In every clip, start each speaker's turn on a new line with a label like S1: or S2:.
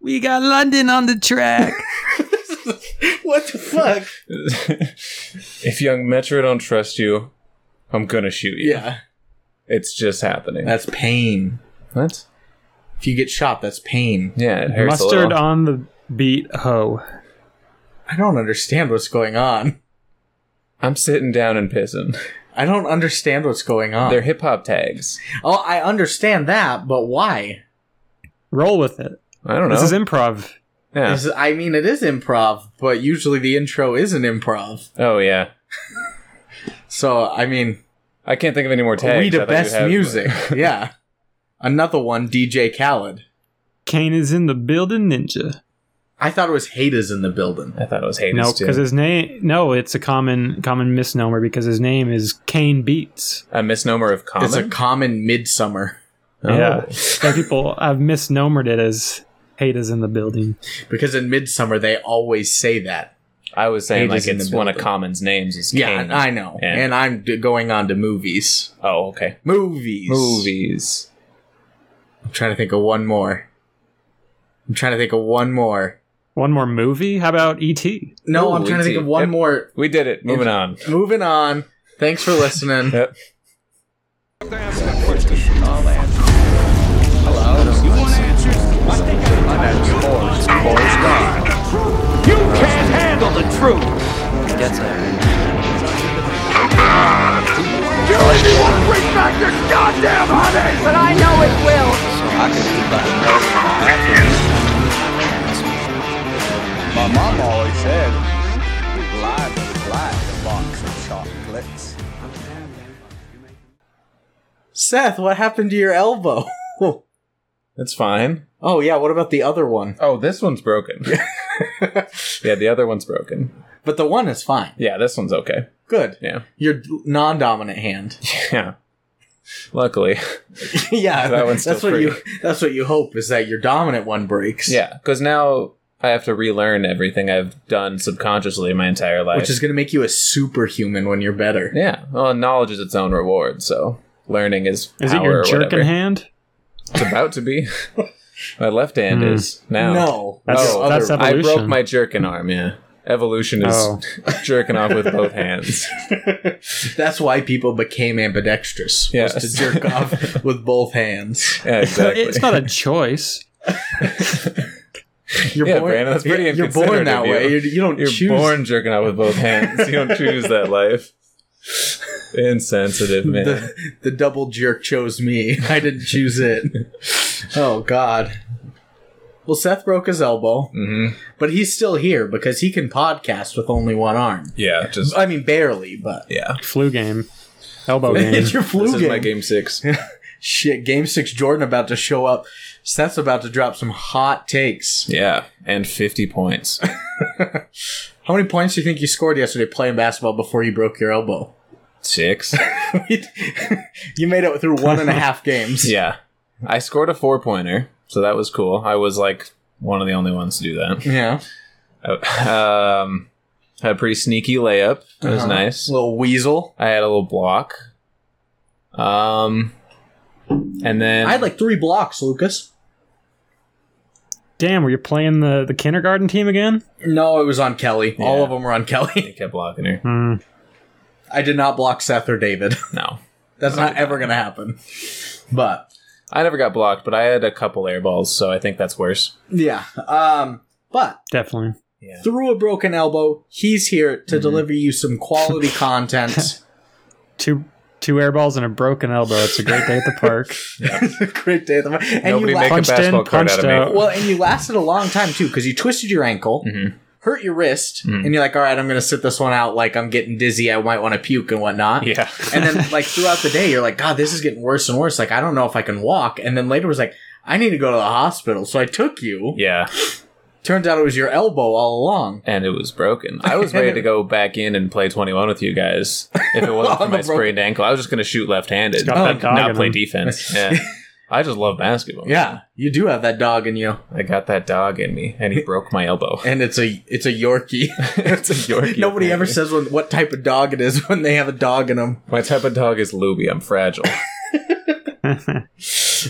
S1: We got London on the track.
S2: what the fuck?
S3: if young Metro don't trust you, I'm gonna shoot you. It's just happening.
S2: That's pain.
S3: what?
S2: If you get shot, that's pain.
S3: Yeah, it hurts a
S4: Mustard
S3: little.
S4: on the beat ho.
S2: I don't understand what's going on.
S3: I'm sitting down and pissing.
S2: I don't understand what's going on.
S3: They're hip hop tags.
S2: oh, I understand that, but why?
S4: Roll with it.
S3: I don't know.
S4: This is improv.
S3: yeah.
S2: This is- I mean, it is improv, but usually the intro isn't improv.
S3: oh yeah.
S2: So, I mean,
S3: I can't think of any more tags.
S2: we
S3: I
S2: the
S3: thought you
S2: best
S3: had-
S2: music. yeah. Another one, DJ Khaled.
S4: Kane is in the building, ninja.
S2: I thought it was Haters in the Building.
S3: I thought it was haters
S4: No,
S3: too.
S4: because his name. No, it's a common common misnomer because his name is Kane Beats.
S3: a misnomer of common.
S2: It's a common midsummer
S3: Oh.
S4: Yeah, so people have misnomered it as hate is in the building.
S2: because in midsummer they always say that.
S3: I was saying
S2: Haters
S3: like
S2: in the
S3: it's one of
S2: building.
S3: Common's names is
S2: Yeah,
S3: Kane.
S2: I know.
S3: Yeah.
S2: And I'm d- going on to movies.
S3: oh, okay.
S2: Movies.
S3: Movies.
S2: I'm trying to think of one more. I'm trying to think of one more.
S4: One more movie? How about E E.T.?
S2: No, I'm
S3: Ooh,
S2: trying to think
S3: E.T..
S2: of one
S3: Yep.
S2: more.
S3: We did it. Moving on.
S2: Moving on. Thanks for listening.
S3: Yep.
S5: My mom always said, life is like a box of chocolates.
S2: Seth, what happened to your elbow?
S3: That's fine.
S2: oh, yeah, what about the other one?
S3: Oh, this one's broken. yeah, the other one's broken.
S2: But the one is fine.
S3: Yeah, this one's okay.
S2: Good.
S3: Yeah.
S2: Your non dominant hand.
S3: Yeah. Luckily.
S2: yeah,
S3: That one's
S2: that's
S3: still
S2: what
S3: free.
S2: you that's what you hope is that your dominant one breaks.
S3: Yeah, because now I have to relearn everything I've done subconsciously my entire life.
S2: Which is going to make you a superhuman when you're better.
S3: yeah. Well, knowledge is its own reward, so learning is
S4: Is it
S3: power
S4: your
S3: or
S4: jerkin
S3: whatever.
S4: hand?
S3: It's about to be. my left hand
S4: Hmm.
S3: is now. Oh,
S2: No,
S4: That's-
S2: no,
S4: that's
S2: other-
S4: a-
S3: I broke
S4: Evolution.
S3: my jerkin arm. Yeah. Evolution is
S4: Oh.
S3: jerking off with both hands.
S2: that's why people became ambidextrous.
S3: Yes.
S2: Was to jerk off with both hands.
S3: Yeah, exactly.
S4: It's not a choice.
S2: You're
S3: Yeah, Brandon, that's pretty
S2: You're born
S3: inconsiderate
S2: that
S3: of you.
S2: way. You're, you do not
S3: You're
S2: choose.
S3: born jerking out with both hands. You don't choose that life. Insensitive man.
S2: the, the double jerk chose me. I didn't choose it. oh God. Well, Seth broke his elbow,
S3: Mhm.
S2: but he's still here because he can podcast with only one arm.
S3: Yeah, just
S2: I mean, barely, but
S3: yeah.
S4: Flu game. Elbow game.
S2: it's your flu
S3: This
S2: game.
S3: is my game six.
S2: Shit, Game Six. Jordan about to show up. Seth's about to drop some hot takes.
S3: Yeah, and fifty points.
S2: How many points do you think you scored yesterday playing basketball before you broke your elbow?
S3: Six.
S2: you made it through one and a half games.
S3: Yeah, I scored a four pointer, so that was cool. I was like one of the only ones to do that.
S2: yeah.
S3: I- um, had a pretty sneaky layup. It was
S2: Uh-huh.
S3: nice.
S2: Little weasel.
S3: I had a little block. Um, and then
S2: I had like three blocks, Lucas.
S4: Damn, were you playing the, the kindergarten team again?
S2: No, it was on Kelly. All
S3: Yeah.
S2: of them were on Kelly.
S3: I kept blocking her.
S4: Hmm.
S2: I did not block Seth or David.
S3: No,
S2: That's not ever going to happen. But
S3: I never got blocked, but I had a couple air balls, so I think that's worse.
S2: yeah. Um but
S4: definitely.
S2: through a broken elbow, he's here to deliver you some quality content.
S4: Two two air balls and a broken elbow. It's a great day at the park.
S2: Great day of the month. And
S3: Nobody
S2: you
S3: make
S2: la-
S3: a
S4: Punched in,
S3: basketball card out
S4: punched
S3: of me.
S4: out.
S2: well, and you lasted a long time too because you twisted your ankle,
S3: Mm-hmm.
S2: hurt your wrist, and you're like, "All right, I'm going to sit this one out. Like I'm getting dizzy. I might want to puke and whatnot."
S3: Yeah.
S2: and then like throughout the day, you're like, "God, this is getting worse and worse. Like I don't know if I can walk." And then later was like, "I need to go to the hospital." So I took you.
S3: Yeah,
S2: Turns out it was your elbow all along.
S3: and it was broken. I was ready to go back in and play 21 with you guys if it wasn't for
S2: On the
S3: my sprained ankle. I was just going to shoot left-handed,
S4: got that
S3: not,
S4: dog
S3: not
S4: in
S3: play
S4: him.
S3: defense. Yeah. I just love basketball.
S2: Yeah, you do have that dog in you,
S3: I got that dog in me, and he broke my elbow.
S2: and it's a it's a Yorkie.
S3: it's a Yorkie.
S2: Nobody ever
S3: apparently.
S2: says when, what type of dog it is when they have a dog in them.
S3: my type of dog is Luby. I'm fragile.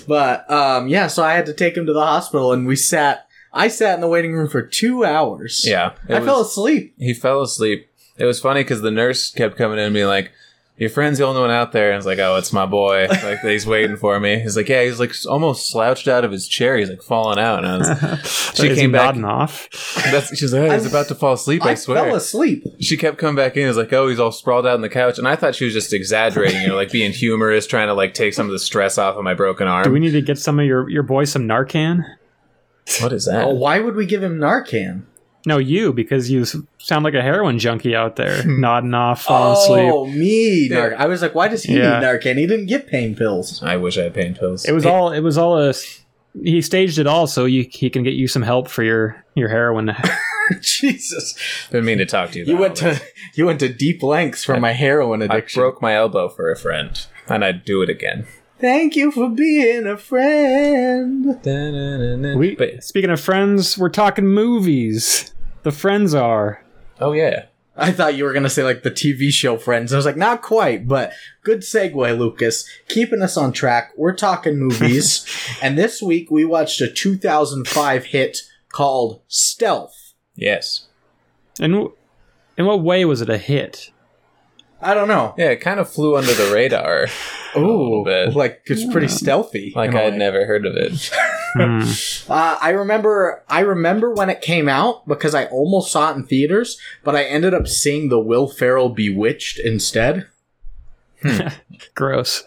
S2: But um, yeah, so I had to take him to the hospital, and we sat I sat in the waiting room for two hours.
S3: Yeah. it
S2: I
S3: was-
S2: fell asleep.
S3: he fell asleep. It was funny because the nurse kept coming in and being like, "Your friend's the only one out there." And I was like, "Oh, it's my boy. Like he's waiting for me." He's like, "Yeah." He's like almost slouched out of his chair. He's like falling out. And I was, She
S4: Is he
S3: came back-
S4: nodding off.
S3: that's, she's like, "Oh, "He's about to fall asleep." I,
S2: I
S3: swear.
S2: fell asleep.
S3: she kept coming back in. He's like, "Oh, he's all sprawled out on the couch." And I thought she was just exaggerating, you know, like being humorous, trying to like take some of the stress off of my broken arm.
S4: Do we need to get some of your your boy some Narcan?
S3: what is that?
S2: Oh, why would we give him Narcan?
S4: No, you because you s- sound like a heroin junkie out there, nodding off, falling asleep.
S2: Oh, me. Nar- I was like, why does he
S4: Yeah.
S2: need Narcan? He didn't get pain pills.
S3: I wish I had pain pills.
S4: It was all. It was all a. s- He staged it all so you, he can get you some help for your your heroin.
S2: Jesus.
S3: Didn't mean to talk to you.
S2: You
S3: about
S2: went
S3: all this.
S2: to you went to deep lengths for my heroin
S3: I
S2: addiction.
S3: broke my elbow for a friend, and I'd do it again.
S2: Thank you for being a friend.
S4: We,
S3: We, but,
S4: speaking of friends, we're talking movies. The friends are.
S3: oh yeah,
S2: I thought you were gonna say like the TV show Friends. I was like, not quite, but good segue, Lucas. Keeping us on track, we're talking movies, and this week we watched a 2005 hit called Stealth.
S3: yes,
S4: In w- in what way was it a hit?
S2: I don't know.
S3: yeah. It kind of flew under the radar.
S2: Ooh,
S3: bit.
S2: like it's pretty stealthy.
S3: Like
S2: in a
S3: I had
S2: way.
S3: never heard of it.
S4: Hmm.
S2: Uh, I remember, I remember when it came out because I almost saw it in theaters, but I ended up seeing the Will Ferrell Bewitched instead.
S4: Gross.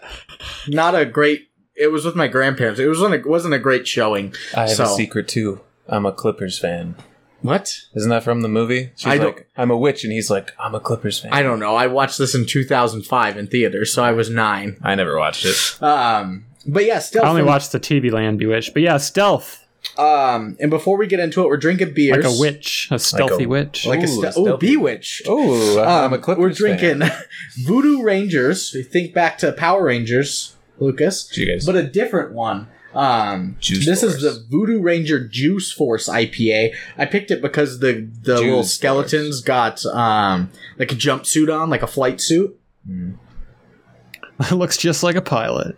S2: Not a great. It was with my grandparents. It wasn't a, wasn't a great showing.
S3: I have
S2: So-
S3: a secret too. I'm a Clippers fan.
S2: What?
S3: Isn't that from the movie? She's
S2: I don't-
S3: like, I'm a witch, and he's like, I'm a Clippers fan.
S2: I don't know. I watched this in 2005 in theaters, so I was nine.
S3: I never watched it.
S2: Um, but yeah, still.
S4: I only
S2: from-
S4: watched the TV Land Bewitched, but yeah, stealth
S2: Um, and before we get into it, we're drinking beers.
S4: like a witch, a stealthy witch.
S2: Like a
S3: Ooh,
S2: ste- ooh,
S3: stealthy.
S2: bewitched.
S3: Oh,
S2: Um, we're drinking Voodoo Rangers. Think back to Power Rangers, Lucas,
S3: Did you guys-
S2: but a different one. Um,
S3: Juice
S2: this
S3: Force.
S2: is the Voodoo Ranger Juice Force IPA. I picked it because the the little
S3: Juice
S2: skeletons got um, like a jumpsuit on, like a flight suit.
S4: it looks just like a pilot.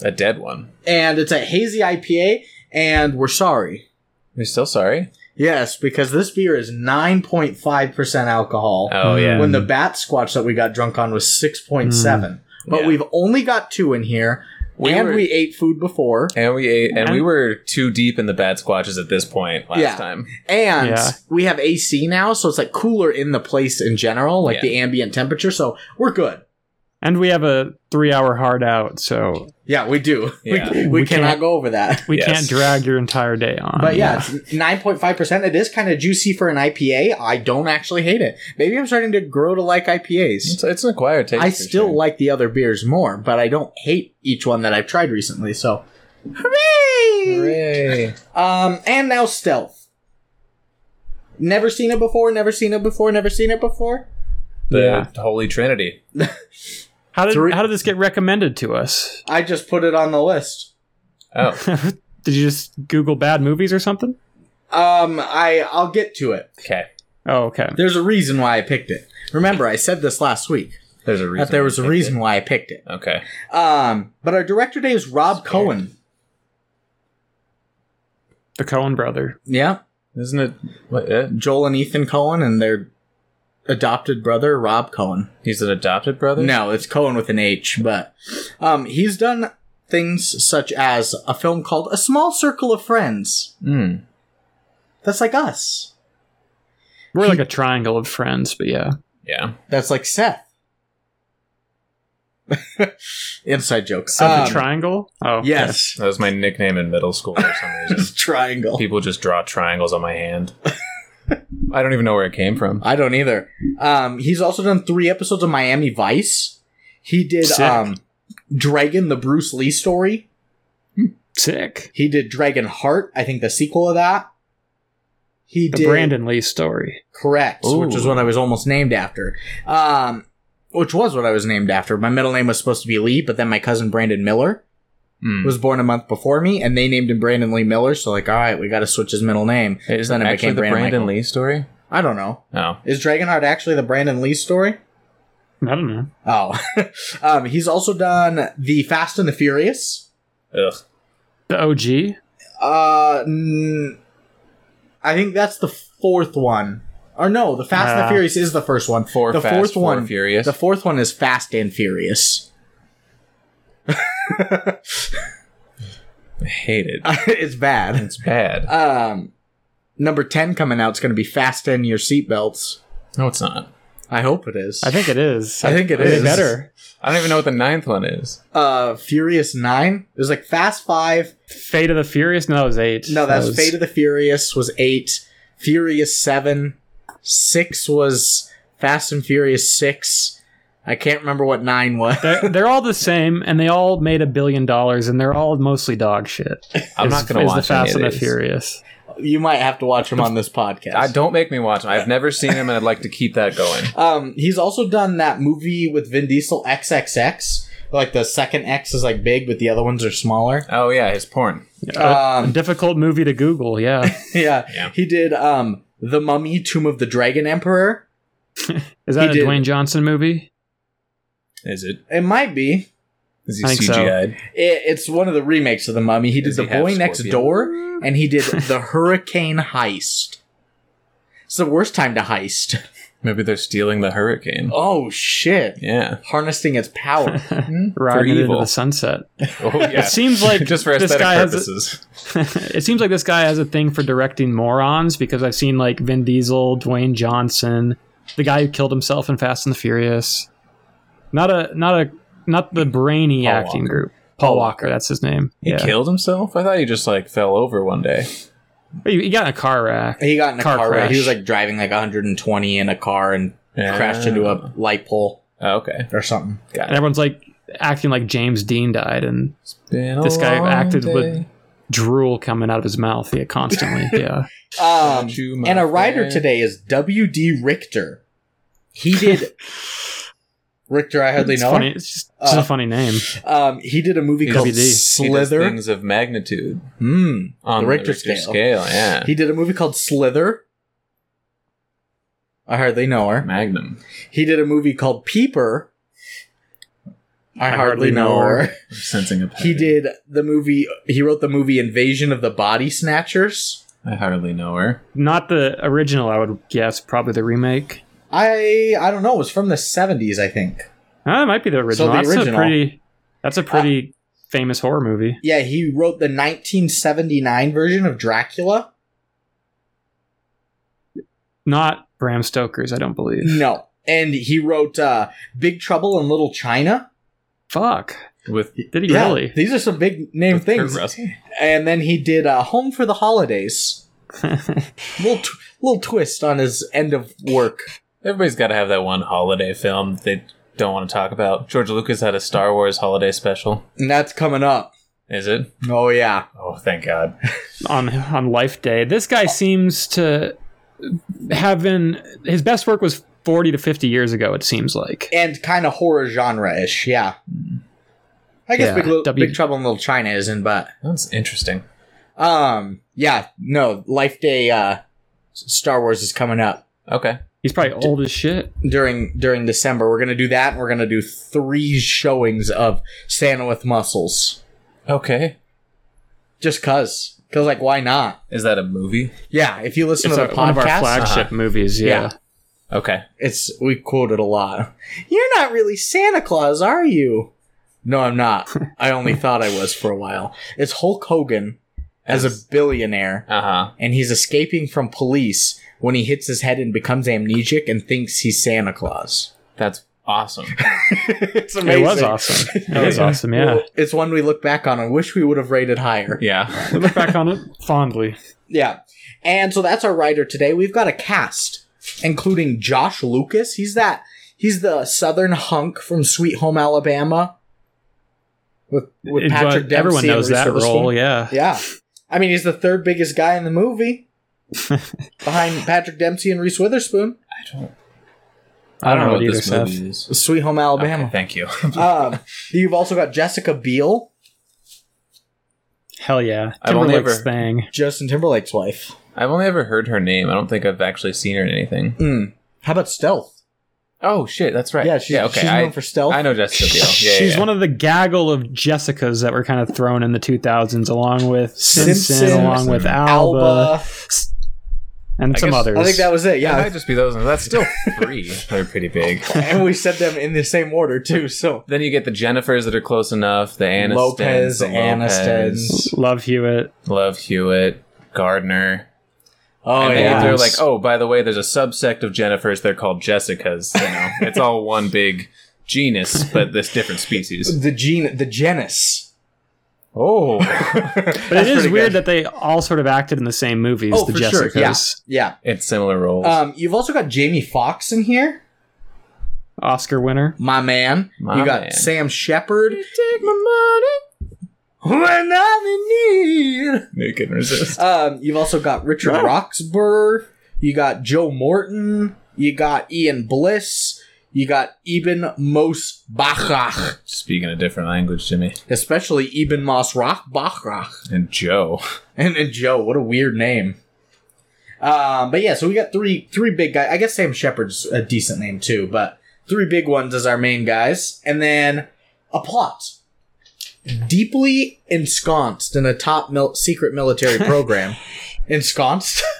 S3: a dead one.
S2: And it's a hazy IPA. And we're sorry,
S3: You're still sorry?
S2: yes, because this beer is nine point five percent alcohol.
S3: Oh yeah.
S2: when the bat squatch that we got drunk on was 6.7 but
S3: Yeah.
S2: we've only got two in here
S3: We
S2: and
S3: were-
S2: we ate food before
S3: and we ate, and we were too deep in the bad squatches at this point last
S2: Yeah.
S3: time.
S2: and
S4: Yeah.
S2: we have ac now so it's like cooler in the place in general like
S3: Yeah.
S2: the ambient temperature so we're good
S4: And we have a three-hour hard out, so
S2: yeah we do
S3: Yeah.
S2: we, we,
S4: We
S2: cannot
S4: can't-
S2: go over that
S4: we
S3: Yes.
S4: can't drag your entire day on.
S2: but yeah, it's 9.5% it is kind of juicy for an ipa i don't actually hate it maybe i'm starting to grow to like ipas
S3: It's, it's an acquired taste.
S2: i
S3: for
S2: still
S3: sure.
S2: like the other beers more but i don't hate each one that i've tried recently so hooray
S3: Hooray.
S2: Um, and now stealth. Never seen it before. Never seen it before. Never seen it before.
S3: the Holy Trinity.
S4: How did
S2: Three-
S4: how did this get recommended to us?
S2: I just put it on the list.
S3: Oh,
S4: did you just Google bad movies or something?
S2: Um, I I'll get to it.
S3: okay.
S4: Oh, okay.
S2: There's a reason why I picked it. Remember, I said this last week
S3: There's a reason.
S2: that there was a
S3: Okay.
S2: reason why I picked it.
S3: Okay.
S2: Um, but our director today is Rob Cohen.
S4: The Cohen brother.
S2: Yeah,
S3: Isn't it? What, eh?
S2: Joel and Ethan Cohen and their adopted brother Rob Cohen.
S3: He's an adopted brother?
S2: No, it's Cohen with an H, but um, he's done things such as a film called A Small Circle of Friends.
S3: Hmm.
S2: That's like us.
S4: We're like a triangle of friends, but yeah.
S3: Yeah.
S2: That's like Seth. Inside joke.
S4: So
S2: Um,
S4: the triangle. Oh, okay.
S2: yes.
S3: That was my nickname in middle school for some reason.
S2: Triangle.
S3: People just draw triangles on my hand. I don't even know where it came from.
S2: I don't either. Um, he's also done three episodes of Miami Vice. He did
S4: Sick.
S2: um, Dragon, the Bruce Lee story.
S4: Sick.
S2: He did Dragon Heart. I think the sequel of that. He
S4: The
S2: did
S4: Brandon Lee story.
S2: correct, which is
S3: Ooh.
S2: what I was almost named after. Um, which was what I was named after. My middle name was supposed to be Lee, but then my cousin Brandon Miller
S3: Hmm.
S2: was born a month before me, and they named him Brandon Lee Miller. So like, all right, we got to switch his middle name.
S3: Isn't
S2: then
S3: that
S2: it
S3: actually
S2: became
S3: the
S2: Brandon
S3: Brandon,
S2: Michael.
S3: Lee story?
S2: I don't know.
S3: Oh.
S2: Is Dragonheart actually the Brandon Lee story?
S4: I don't know.
S2: Oh, um, he's also done the Fast and the Furious.
S3: Ugh.
S4: The OG.
S2: Uh, n- I think that's the fourth one. Or no, the Fast and
S4: Ah.
S2: the Furious is the first one.
S3: Uh, Four
S2: the
S3: Fast,
S2: fourth
S3: Four
S2: one,
S3: Furious.
S2: The fourth one is Fast and Furious.
S3: I hate it.
S2: it's bad.
S3: It's bad.
S2: Um, number ten coming out is going to be Fasten Your Seatbelts.
S3: no, it's not.
S2: I hope it is.
S4: I think it is.
S2: I think it
S4: it is
S2: is.
S4: better.
S3: I don't even know what the ninth one is.
S2: uh, Furious Nine. It was like Fast Five.
S4: Fate of the Furious? No, that was eight.
S2: No,
S4: That
S2: that's
S4: was-
S2: Fate of the Furious was eight. Furious Seven. Six was Fast and Furious Six. I can't remember what nine was.
S4: They're, they're all the same, and they all made a billion dollars, and they're all mostly dog shit.
S3: I'm
S4: Is-
S3: not going to
S4: is
S3: watch
S4: the Fast
S3: any
S4: and
S3: of
S4: the
S3: these.
S4: Furious.
S2: You might have to watch him on this podcast.
S3: I don't make me watch them. I've never seen them, and I'd like to keep that going.
S2: Um, he's also done that movie with Vin Diesel XXX. Like the second X is like big, but the other ones are smaller.
S3: Oh yeah, his porn. Uh,
S4: A
S2: Um,
S4: difficult movie to Google. Yeah,
S2: yeah.
S3: Yeah.
S2: he did um the Mummy, Tomb of the Dragon Emperor.
S4: is that
S2: He
S4: a
S2: did.
S4: Dwayne Johnson movie?
S3: Is it?
S2: It might be.
S3: Is he
S4: I think so.
S3: CGI'd?
S2: It, it's one of the remakes of the Mummy. He did
S3: Does
S2: the
S3: he have
S2: Boy Next
S3: Scorpion?
S2: Door, and he did the Hurricane Heist. It's the worst time to heist.
S3: Maybe they're stealing the hurricane.
S2: Oh shit!
S3: Yeah.
S2: Harnessing its power.
S4: Riding it into
S3: evil.
S4: the sunset.
S3: Oh yeah.
S4: It seems like
S3: just for
S4: this
S3: aesthetic
S4: guy has a-
S3: purposes.
S4: it seems like this guy has a thing for directing morons because I've seen like Vin Diesel, Dwayne Johnson, the guy who killed himself in Fast and the Furious. Not a not a not the brainy
S3: Paul
S4: acting
S3: Walker.
S4: group. Paul, Walker, that's his name. yeah.
S3: He killed himself. I thought he just like fell over one day.
S4: He, he got in a car wreck.
S2: He got in a car,
S4: Car
S2: wreck. He
S4: crash.
S2: was like driving like 120 in a car and
S3: Yeah.
S2: crashed into a light pole
S3: Oh, okay.
S2: or something.
S4: And everyone's like acting like James Dean died and
S3: Been a
S4: This guy
S3: long
S4: acted with-
S3: day.
S4: drool coming out of his mouth yeah, constantly. yeah.
S2: Um,
S3: you, my
S2: and a writer
S3: friend.
S2: today is W.D. Richter. He did Richter. I hardly
S4: It's
S2: know.
S4: funny.
S2: him.
S4: It's just, it's just
S2: Uh,
S4: a funny name.
S2: Um, he did a movie
S3: He
S2: called
S4: does- he does
S3: He does
S2: Slither.
S3: things of magnitude
S2: Hmm.
S3: on
S2: The
S3: the
S2: Richter
S3: Richter,
S2: scale.
S3: scale. Yeah.
S2: He did a movie called Slither. I hardly know her.
S3: Magnum.
S2: He did a movie called Peeper. I, hardly, know her.
S3: I'm sensing a. Pattern.
S2: He did the movie. He wrote the movie Invasion of the Body Snatchers.
S3: I hardly know her.
S4: Not the original, I would guess. Probably the remake.
S2: I I don't know. It was from the seventies, I think.
S4: Ah, it might be the original.
S2: the
S4: that's
S2: original. Uh.
S4: a pretty. That's a pretty famous horror movie.
S2: Yeah, he wrote the nineteen seventy nine version of Dracula.
S4: Not Bram Stoker's, I don't believe.
S2: No, and he wrote uh, Big Trouble in Little China.
S4: Fuck.
S3: With
S4: Did he
S2: Yeah,
S4: really?
S2: these are some big name
S3: with Kurt
S2: things.
S3: Russell?
S2: And then he did uh, Home for the Holidays. little t- little twist on his end of work.
S3: Everybody's got to have that one holiday film that they don't want to talk about. George Lucas had a Star Wars holiday special.
S2: And that's coming up.
S3: Is it?
S2: Oh yeah.
S3: Oh, thank God.
S4: on on Life Day, this guy seems to have been his best work was forty to fifty years ago. It seems like.
S2: And kind of horror genre ish, yeah. I guess
S4: Yeah,
S2: Big, Lil-
S4: W-
S2: Big Trouble in Little China isn't, but
S3: That's interesting.
S2: um, yeah, no, Life Day, uh, S- Star Wars is coming up
S3: Okay.
S4: He's probably old as shit.
S2: during during December. We're gonna do that, and we're gonna do three showings of Santa with Muscles,
S3: Okay.
S2: just cause, cause like why not?
S3: Is that a movie?
S2: Yeah, if you listen
S4: It's
S2: to
S4: a,
S2: the Uh-huh.
S4: one of our
S2: podcast,
S4: flagship movies.
S2: Yeah.
S4: Yeah.
S3: Okay.
S2: It's we quoted a lot. You're not really Santa Claus, are you? No, I'm not. I only thought I was for a while. It's Hulk Hogan as a billionaire,
S3: Uh huh.
S2: and he's escaping from police when he hits his head and becomes amnesiac and thinks he's Santa Claus.
S3: That's awesome.
S2: it's
S4: It was awesome. It was awesome. Yeah.
S2: It's one we look back on and wish we would have rated higher.
S3: Yeah.
S4: we look back on it fondly.
S2: Yeah. And so that's our writer today. We've got a cast, including Josh Lucas. He's that he's the southern hunk from Sweet Home Alabama. With with
S4: It-
S2: Patrick
S4: but
S2: Dempsey.
S4: everyone knows
S2: and Reese
S4: that
S2: Witherspoon.
S4: role. Yeah.
S2: Yeah. I mean he's the third biggest guy in the movie. behind Patrick Dempsey and Reese Witherspoon.
S3: I don't.
S4: I don't know what either
S3: this
S4: Seth.
S3: movie is.
S2: Sweet Home
S3: Okay,
S2: Alabama.
S3: thank you.
S2: um, you've also got Jessica Biel,
S4: Hell yeah.
S3: I've only
S4: Timberlake's
S3: ever-
S4: thing.
S2: Justin Timberlake's wife.
S3: I've only ever heard her name. I don't think I've actually seen her in anything.
S2: Mm. How about Stealth?
S3: Oh shit, that's right.
S2: Yeah, she's,
S3: okay.
S2: she's known
S3: I,
S2: for stealth.
S3: I know Jessica Biel. Yeah,
S4: She's
S3: yeah.
S4: one of the gaggle of Jessicas that were kind of thrown in the 2000s, along with Simpson,
S2: Simpson,
S4: along with Alba,
S2: Alba.
S4: and
S3: I
S4: some
S3: guess-
S4: others.
S2: I think that was it.
S3: Yeah, it might
S2: Yeah,
S3: just be those. ones. That's still three. They're pretty big.
S2: and we said them in the same order too. So
S3: Then you get the Jennifers that are close enough. The Anistons,
S2: Lopez,
S3: the
S2: Anistons.
S4: Love Hewitt.
S3: Love Hewitt, Gardner.
S2: oh
S3: and
S4: yeah.
S3: they, are like, oh, by the way, there's a subsect of Jennifers. They're called Jessicas. You know, it's all one big genus, but this different species.
S2: the gene, the genus.
S3: Oh,
S4: But it is weird that they all sort of acted in the same movies,
S2: Oh,
S4: the
S2: for sure.
S4: Jessicas.
S2: Yeah, yeah.
S3: it's similar roles.
S2: Um, you've also got Jamie Fox in here.
S4: Oscar winner.
S2: my man.
S3: My
S2: you got
S3: man.
S2: Sam Shepard. take my money when I'm in need.
S3: you can resist.
S2: Um, you've also got Richard Roxburgh. You got Joe Morton. You got Ian Bliss. You got Ibn Mos Bachrach,
S3: Speaking a different language, Jimmy
S2: especially Ibn Mos Rach Bachrach.
S3: and Joe.
S2: And then Joe, what a weird name. Um, but yeah, so we got three three big guys. I guess Sam Shepard's a decent name too, but three big ones as our main guys, and then a plot. Deeply ensconced in a top mil- secret military program, ensconced,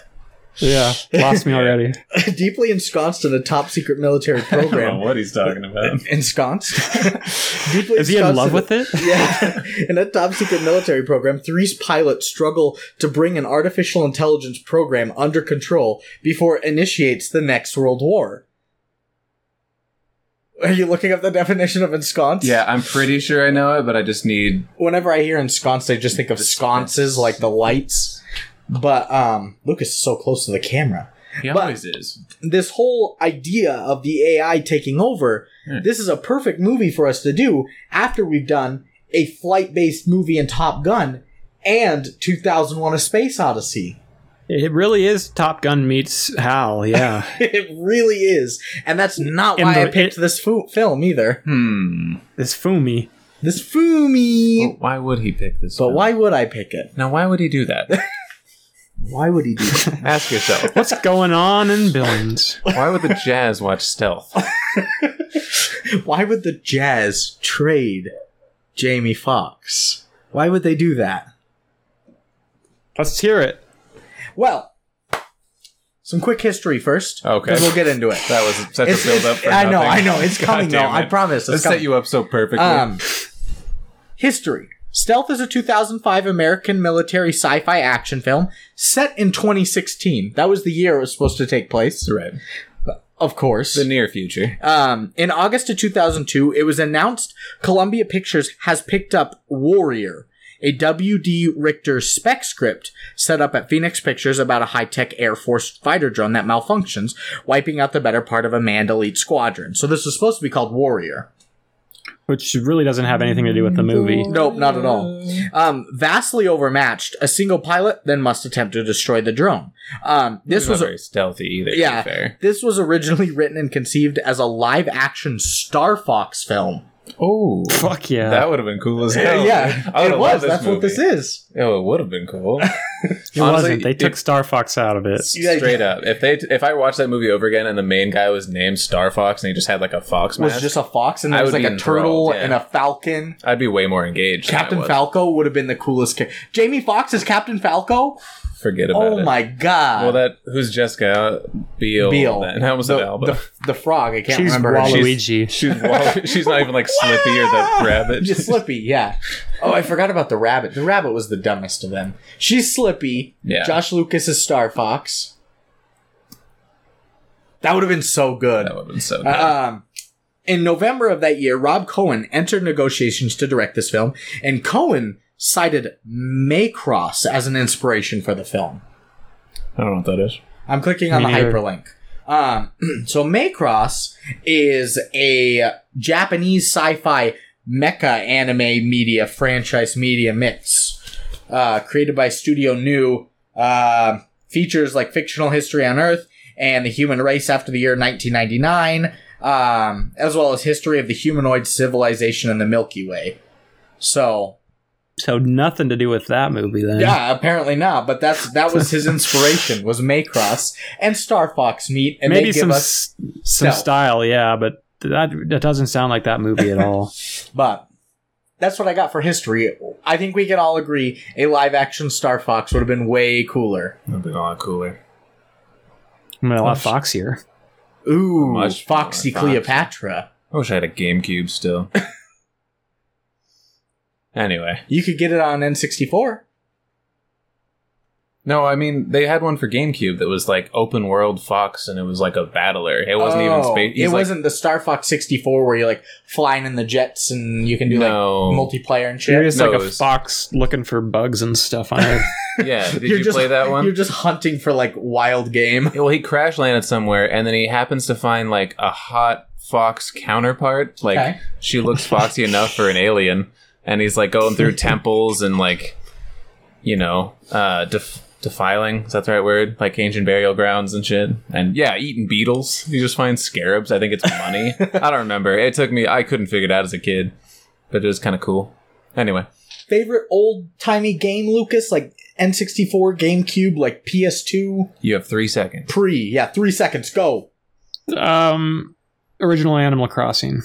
S4: Yeah, lost me already.
S2: deeply ensconced in a top secret military program,
S3: what he's talking about.
S2: ensconced. deeply
S4: Is he in
S2: ensconced
S4: love
S2: a-
S4: with it?
S2: yeah. In a top secret military program, three's pilots struggle to bring an artificial intelligence program under control before it initiates the next world war. Are you looking up the definition of ensconce?
S3: Yeah, I'm pretty sure I know it, but I just need
S2: Whenever I hear ensconce, I just think of sconces, like the lights. But um, Lucas is so close to the camera.
S3: He
S2: But-
S3: always is.
S2: this whole idea of the AI taking over,
S3: Hmm.
S2: this is a perfect movie for us to do after we've done a flight based movie in Top Gun and 2001 A Space Odyssey.
S4: It really is Top Gun meets Hal. Yeah,
S2: It really is. And that's not
S4: And
S2: why I
S4: the-
S2: picked
S4: it-
S2: this fu- film either.
S3: Hmm.
S4: it's Fumi.
S2: This Fumi.
S3: Well, why would he pick this?
S2: But
S3: one?
S2: why would I pick it?
S3: Now, why would he do that?
S2: Why would he do that?
S3: Ask yourself.
S4: What's going on in Billings?
S3: Why would the Jazz watch Stealth?
S2: why would the Jazz trade Jamie Foxx? Why would they do that?
S4: Let's hear it.
S2: Well, some quick history first.
S3: Okay.
S2: Then we'll get into it.
S3: That was such
S2: It's-
S3: a build up. For
S2: I know,
S3: nothing.
S2: I know. It's
S3: God
S2: coming, though.
S3: damn
S2: I
S3: it.
S2: promise.
S3: This
S2: It's
S3: set
S2: coming.
S3: you up so perfectly.
S2: Um, history. Stealth is a 2005 American military sci-fi action film set in 2016. That was the year it was supposed to take place,
S3: right.
S2: of course.
S3: The near future.
S2: Um, in August of 2002, it was announced Columbia Pictures has picked up Warrior, a W.D. Richter spec script set up at Phoenix Pictures about a high tech Air Force fighter drone that malfunctions, wiping out the better part of a manned elite squadron. So this was supposed to be called Warrior.
S4: Which really doesn't have anything to do with the movie.
S2: Nope, not at all. Um, vastly overmatched, a single pilot then must attempt to destroy the drone. Um, this
S3: This was
S2: was
S3: very stealthy either. to be
S2: Yeah.
S3: Fair.
S2: this was originally written and conceived as a live action Star Fox film.
S3: Oh.
S4: Fuck yeah.
S3: That would have been cool as hell. Oh, I
S2: it
S3: would've
S2: was.
S3: loved
S2: That's what this
S3: movie.
S2: is.
S3: Oh, it would have been cool.
S4: it wasn't. They took Star Fox out of it.
S2: Yeah,
S3: straight up. If they if I watched that movie over again and the main guy was named Star Fox and he just had like a fox
S2: Was
S3: mask,
S2: just a fox, and there
S3: I
S2: was
S3: would
S2: like
S3: be
S2: a turtle
S3: enthralled, yeah.
S2: and a falcon.
S3: I'd be way more engaged. than I
S2: Captain
S3: was.
S2: Falco would have been the coolest. Ca- Jamie Fox is Captain Falco.
S3: Forget about it.
S2: Oh my god!
S3: Well, that who's Jessica Beale?
S2: Beale.
S3: And I almost
S2: the,
S3: said Alba.
S2: The, the frog. I can't
S4: She's
S2: remember. her name.
S4: Waluigi.
S3: she's Wall- she's not even like Slippy or the rabbit.
S2: Just Slippy, yeah. Oh, I forgot about the rabbit. The rabbit was the dumbest of them. She's Slippy.
S3: Yeah.
S2: Josh Lucas is Star Fox. That would have been so good.
S3: that would have been so. good.
S2: Um, in November of that year, Rob Cohen entered negotiations to direct this film, and Cohen cited Maycross as an inspiration for the film.
S3: I don't know what that is.
S2: I'm clicking on
S4: Me
S2: the
S4: neither.
S2: hyperlink. Um, so Maycross is a Japanese sci-fi mecha anime media franchise media mix, uh, created by Studio New. Uh, features like fictional history on Earth and the human race after the year 1999, um, as well as history of the humanoid civilization in the Milky Way. So
S4: So nothing to do with that movie then.
S2: Yeah, apparently not. But that's that was his inspiration was Maycross and Star Fox meet, and
S4: Maybe
S2: they give
S4: some
S2: us.
S4: s some
S2: No.
S4: style, yeah, but that that doesn't sound like that movie at all.
S2: But that's what I got for history. I think we can all agree a live action Star Fox would have been way cooler.
S3: That'd be a lot cooler.
S4: I'm gonna let Fox here.
S2: Ooh,
S3: Much
S2: Foxy
S3: more Fox.
S2: Cleopatra.
S3: I wish I had a GameCube still. anyway.
S2: You could get it on N64.
S3: No, I mean they had one for GameCube that was like open world Fox, and it was like a battler. It wasn't even
S2: Oh,
S3: space.
S2: It wasn't the Star Fox 64 where you're like flying in the jets and you can do
S3: No.
S2: like multiplayer and shit.
S4: You're just
S3: No,
S4: like
S3: it
S4: a
S3: was-
S4: fox looking for bugs and stuff on it.
S3: Yeah, did
S2: You're
S3: you
S2: just-
S3: play that one?
S2: You're just hunting for like wild game.
S3: Yeah, Well, he crash landed somewhere, and then he happens to find like a hot fox counterpart. Like
S2: Okay.
S3: she looks foxy enough for an alien, and he's like going through temples and like, you know, uh, def- defiling. Is that the right word? Like ancient burial grounds and shit. And yeah, eating beetles. You just find scarabs. I think it's money. I don't remember. It took me. I couldn't figure it out as a kid, but it was kind of cool. Anyway,
S2: Favorite old timey game, Lucas? Like N64, GameCube, like PS2,
S3: you have three seconds.
S2: pre. Yeah, three seconds. Go.
S4: um, original Animal Crossing.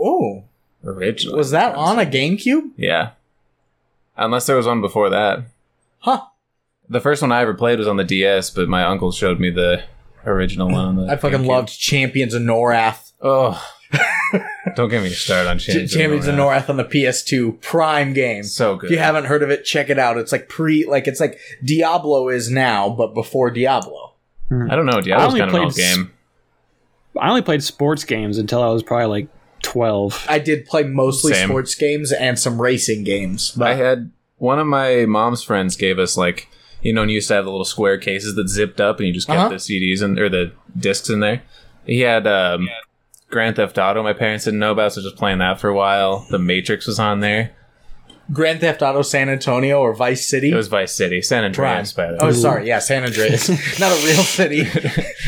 S2: Oh,
S3: Original.
S2: was that on a GameCube?
S3: Yeah. Unless there was one before that.
S2: Huh.
S3: The first one I ever played was on the DS, but my uncle showed me the original one. On the
S2: I fucking
S3: GameCube.
S2: loved Champions of Norath.
S3: Oh, don't get me started on
S2: Ch-
S3: Champions,
S2: Champions of
S3: North.
S2: Norath on the PS2, prime game.
S3: So
S2: If
S3: good.
S2: you haven't heard of it, check it out. It's like pre, like it's like Diablo is now, but before Diablo.
S3: I don't know.
S4: I
S3: Diablo's
S4: only
S3: kind of an
S4: played
S3: old
S4: s-
S3: game.
S4: I only played sports games until I was probably like twelve.
S2: I did play mostly
S3: Same.
S2: sports games and some racing games, but
S3: I had one of my mom's friends gave us like you know, and you used to have the little square cases that zipped up, and you just kept
S2: Uh-huh.
S3: the CDs and or the discs in there. He had um, Grand Theft Auto. My parents didn't know about, so just playing that for a while. The Matrix was on there.
S2: Grand Theft Auto San Antonio or Vice City.
S3: It was Vice City, San
S2: prime.
S3: Andreas. By the
S2: Oh,
S3: way,
S2: sorry, yeah, San Andreas, not a real city.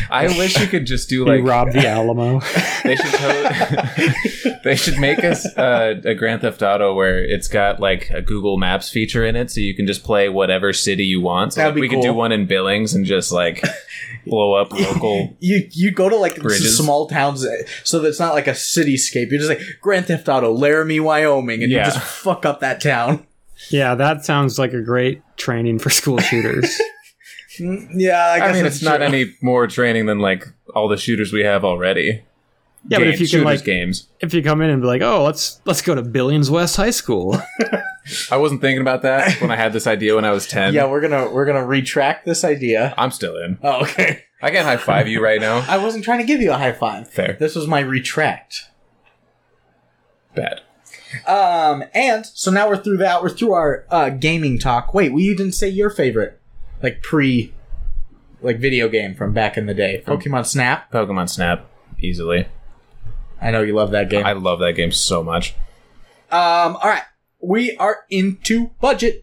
S3: I wish you could just do
S4: We
S3: like
S4: robbed the Alamo.
S3: they should. to- they should make us uh, a Grand Theft Auto where it's got like a Google Maps feature in it, so you can just play whatever city you want. So
S2: That'd
S3: like,
S2: be
S3: we could do
S2: cool.
S3: one in Billings and just like blow up local.
S2: You you go to like s-
S3: Bridges.
S2: small towns, uh, so that it's not like a cityscape. You're just like Grand Theft Auto, Laramie, Wyoming, and
S3: Yeah.
S2: you just fuck up that town.
S4: yeah, that sounds like a great training for school shooters.
S2: Mm, Yeah, I
S3: I,
S2: guess
S3: mean,
S2: that's
S3: it's not
S2: true.
S3: any more training than like all the shooters we have already.
S4: yeah, but if
S3: Games,
S4: you can
S3: shooters
S4: like
S3: games,
S4: if you come in and be like, oh, let's let's go to Billions West High School.
S3: I wasn't thinking about that when I had this idea when I was ten.
S2: Yeah, we're gonna we're gonna retract this idea.
S3: I'm still in.
S2: Oh, okay.
S3: I can't high five you right now.
S2: I wasn't trying to give you a high five.
S3: Fair.
S2: This was my retract.
S3: Bad.
S2: Um, and so now we're through that. We're through our uh, gaming talk. Wait, well, you didn't say your favorite, like pre, like video game from back in the day, Pokemon Snap.
S3: Pokemon Snap easily.
S2: I know you love that game.
S3: I love that game so much.
S2: um, all right, we are into budget.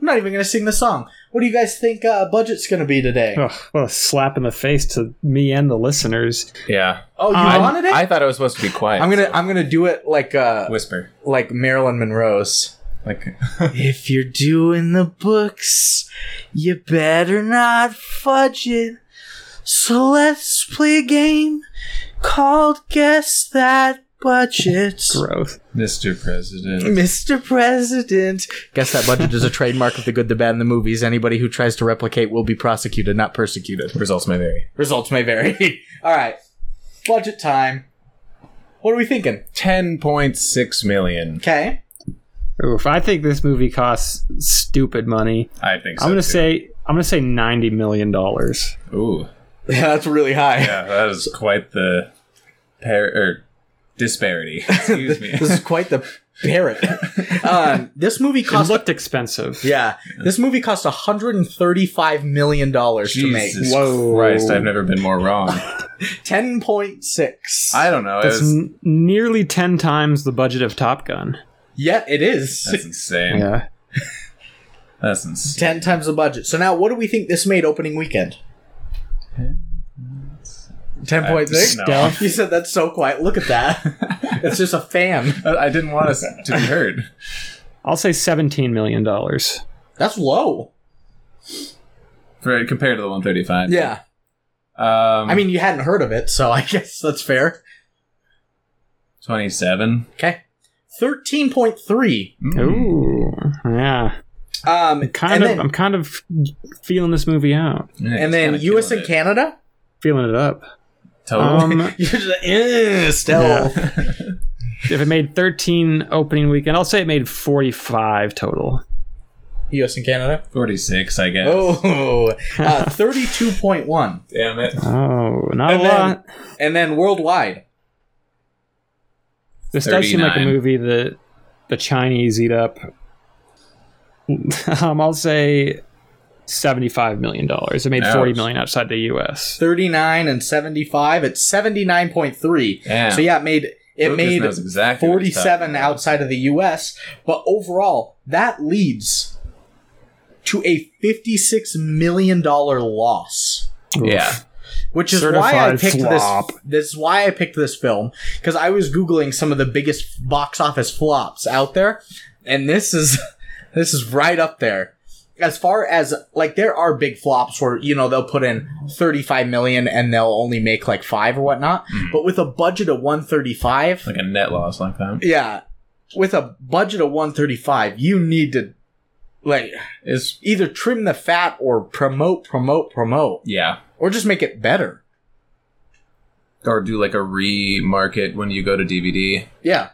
S2: I'm not even gonna sing the song. What do you guys think uh, budget's gonna be today?
S4: Ugh, what a slap in the face to me and the listeners.
S3: Yeah.
S2: Oh, you
S4: I-
S2: wanted it?
S3: I thought I was supposed to be quiet.
S2: I'm gonna
S3: so-
S2: I'm gonna do it like uh
S3: whisper.
S2: like Marilyn Monroe's.
S3: Like
S2: If you're doing the books, you better not fudge it. So let's play a game called Guess That Budget.
S4: Growth.
S3: Mr. President.
S2: Mr. President. Guess That Budget is a trademark of the good, the bad, and the movies. Anybody who tries to replicate will be prosecuted, not persecuted.
S3: Results may vary.
S2: Results may vary. All right. Budget time. What are we thinking?
S3: Ten point six million.
S2: Okay.
S4: Oof, I think this movie costs stupid money.
S3: I think so.
S4: I'm gonna
S3: too.
S4: say I'm gonna say ninety million dollars.
S3: Ooh.
S2: Yeah, that's really high.
S3: Yeah, that is quite the pair or disparity. Excuse me.
S2: This is quite the parrot. um, this movie
S4: It
S2: cost
S4: looked expensive.
S2: Yeah, this movie cost 135 million dollars to make.
S3: Jesus
S4: Whoa.
S3: Christ, I've never been more wrong.
S2: 10.6.
S3: I don't know. It
S4: That's
S3: was,
S4: n- nearly ten times the budget of Top Gun.
S2: yeah, it is.
S3: that's insane.
S4: Yeah,
S3: That's insane.
S2: 10 times the budget. So now what do we think this made opening weekend? Ten point six.
S3: No.
S4: Stealth.
S2: You said that's so quiet. Look at that. it's just a fan.
S3: I I didn't want us to be heard.
S4: I'll say seventeen million dollars.
S2: That's low.
S3: For, compared to the 135.
S2: Yeah.
S3: Um,
S2: I mean, you hadn't heard of it, so I guess that's fair.
S3: 27.
S2: Okay. Thirteen point three.
S3: Hmm.
S4: Ooh, yeah.
S2: Um,
S4: Kind
S2: and
S4: of.
S2: then,
S4: I'm kind of feeling this movie out,
S3: Yeah,
S2: and
S3: it's
S2: then
S3: kinda
S2: U.S. and
S3: killing it.
S2: Canada.
S4: feeling it up.
S3: Total.
S4: Um,
S2: You're just like, "Eh, stealth.
S4: if it made thirteen opening weekend, I'll say it made forty-five total.
S2: U.S. and Canada.
S3: 46, I guess.
S2: Oh, uh, thirty-two point one,
S3: Damn it.
S4: Oh, not
S2: and
S4: a lot.
S2: then and then worldwide.
S4: This does seem like a
S3: 39.
S4: movie that the Chinese eat up. um, I'll say seventy-five million dollars. It made forty
S3: Ouch.
S4: million outside the U.S.
S2: 39 and 75 it's 79.3
S3: Yeah.
S2: so yeah it made it
S3: Lucas
S2: made
S3: knows exactly what he's talking
S2: 47
S3: about.
S2: outside of the us but overall that leads to a 56 million dollar loss
S3: Yeah.
S2: which is why I
S4: Certified
S2: picked
S4: flop.
S2: this. This is why I picked this film because I was googling some of the biggest box office flops out there, and this is this is right up there. As far as like, there are big flops where you know they'll put in thirty five million and they'll only make like five or whatnot.
S4: Hmm.
S2: But with a budget of one thirty five,
S3: Like a net loss like that.
S2: yeah, with a budget of one thirty five, you need to like
S3: It's,
S2: either trim the fat or promote, promote, promote,
S3: yeah.
S2: or just make it better.
S3: Or do like a remarket when you go to DVD.
S2: Yeah,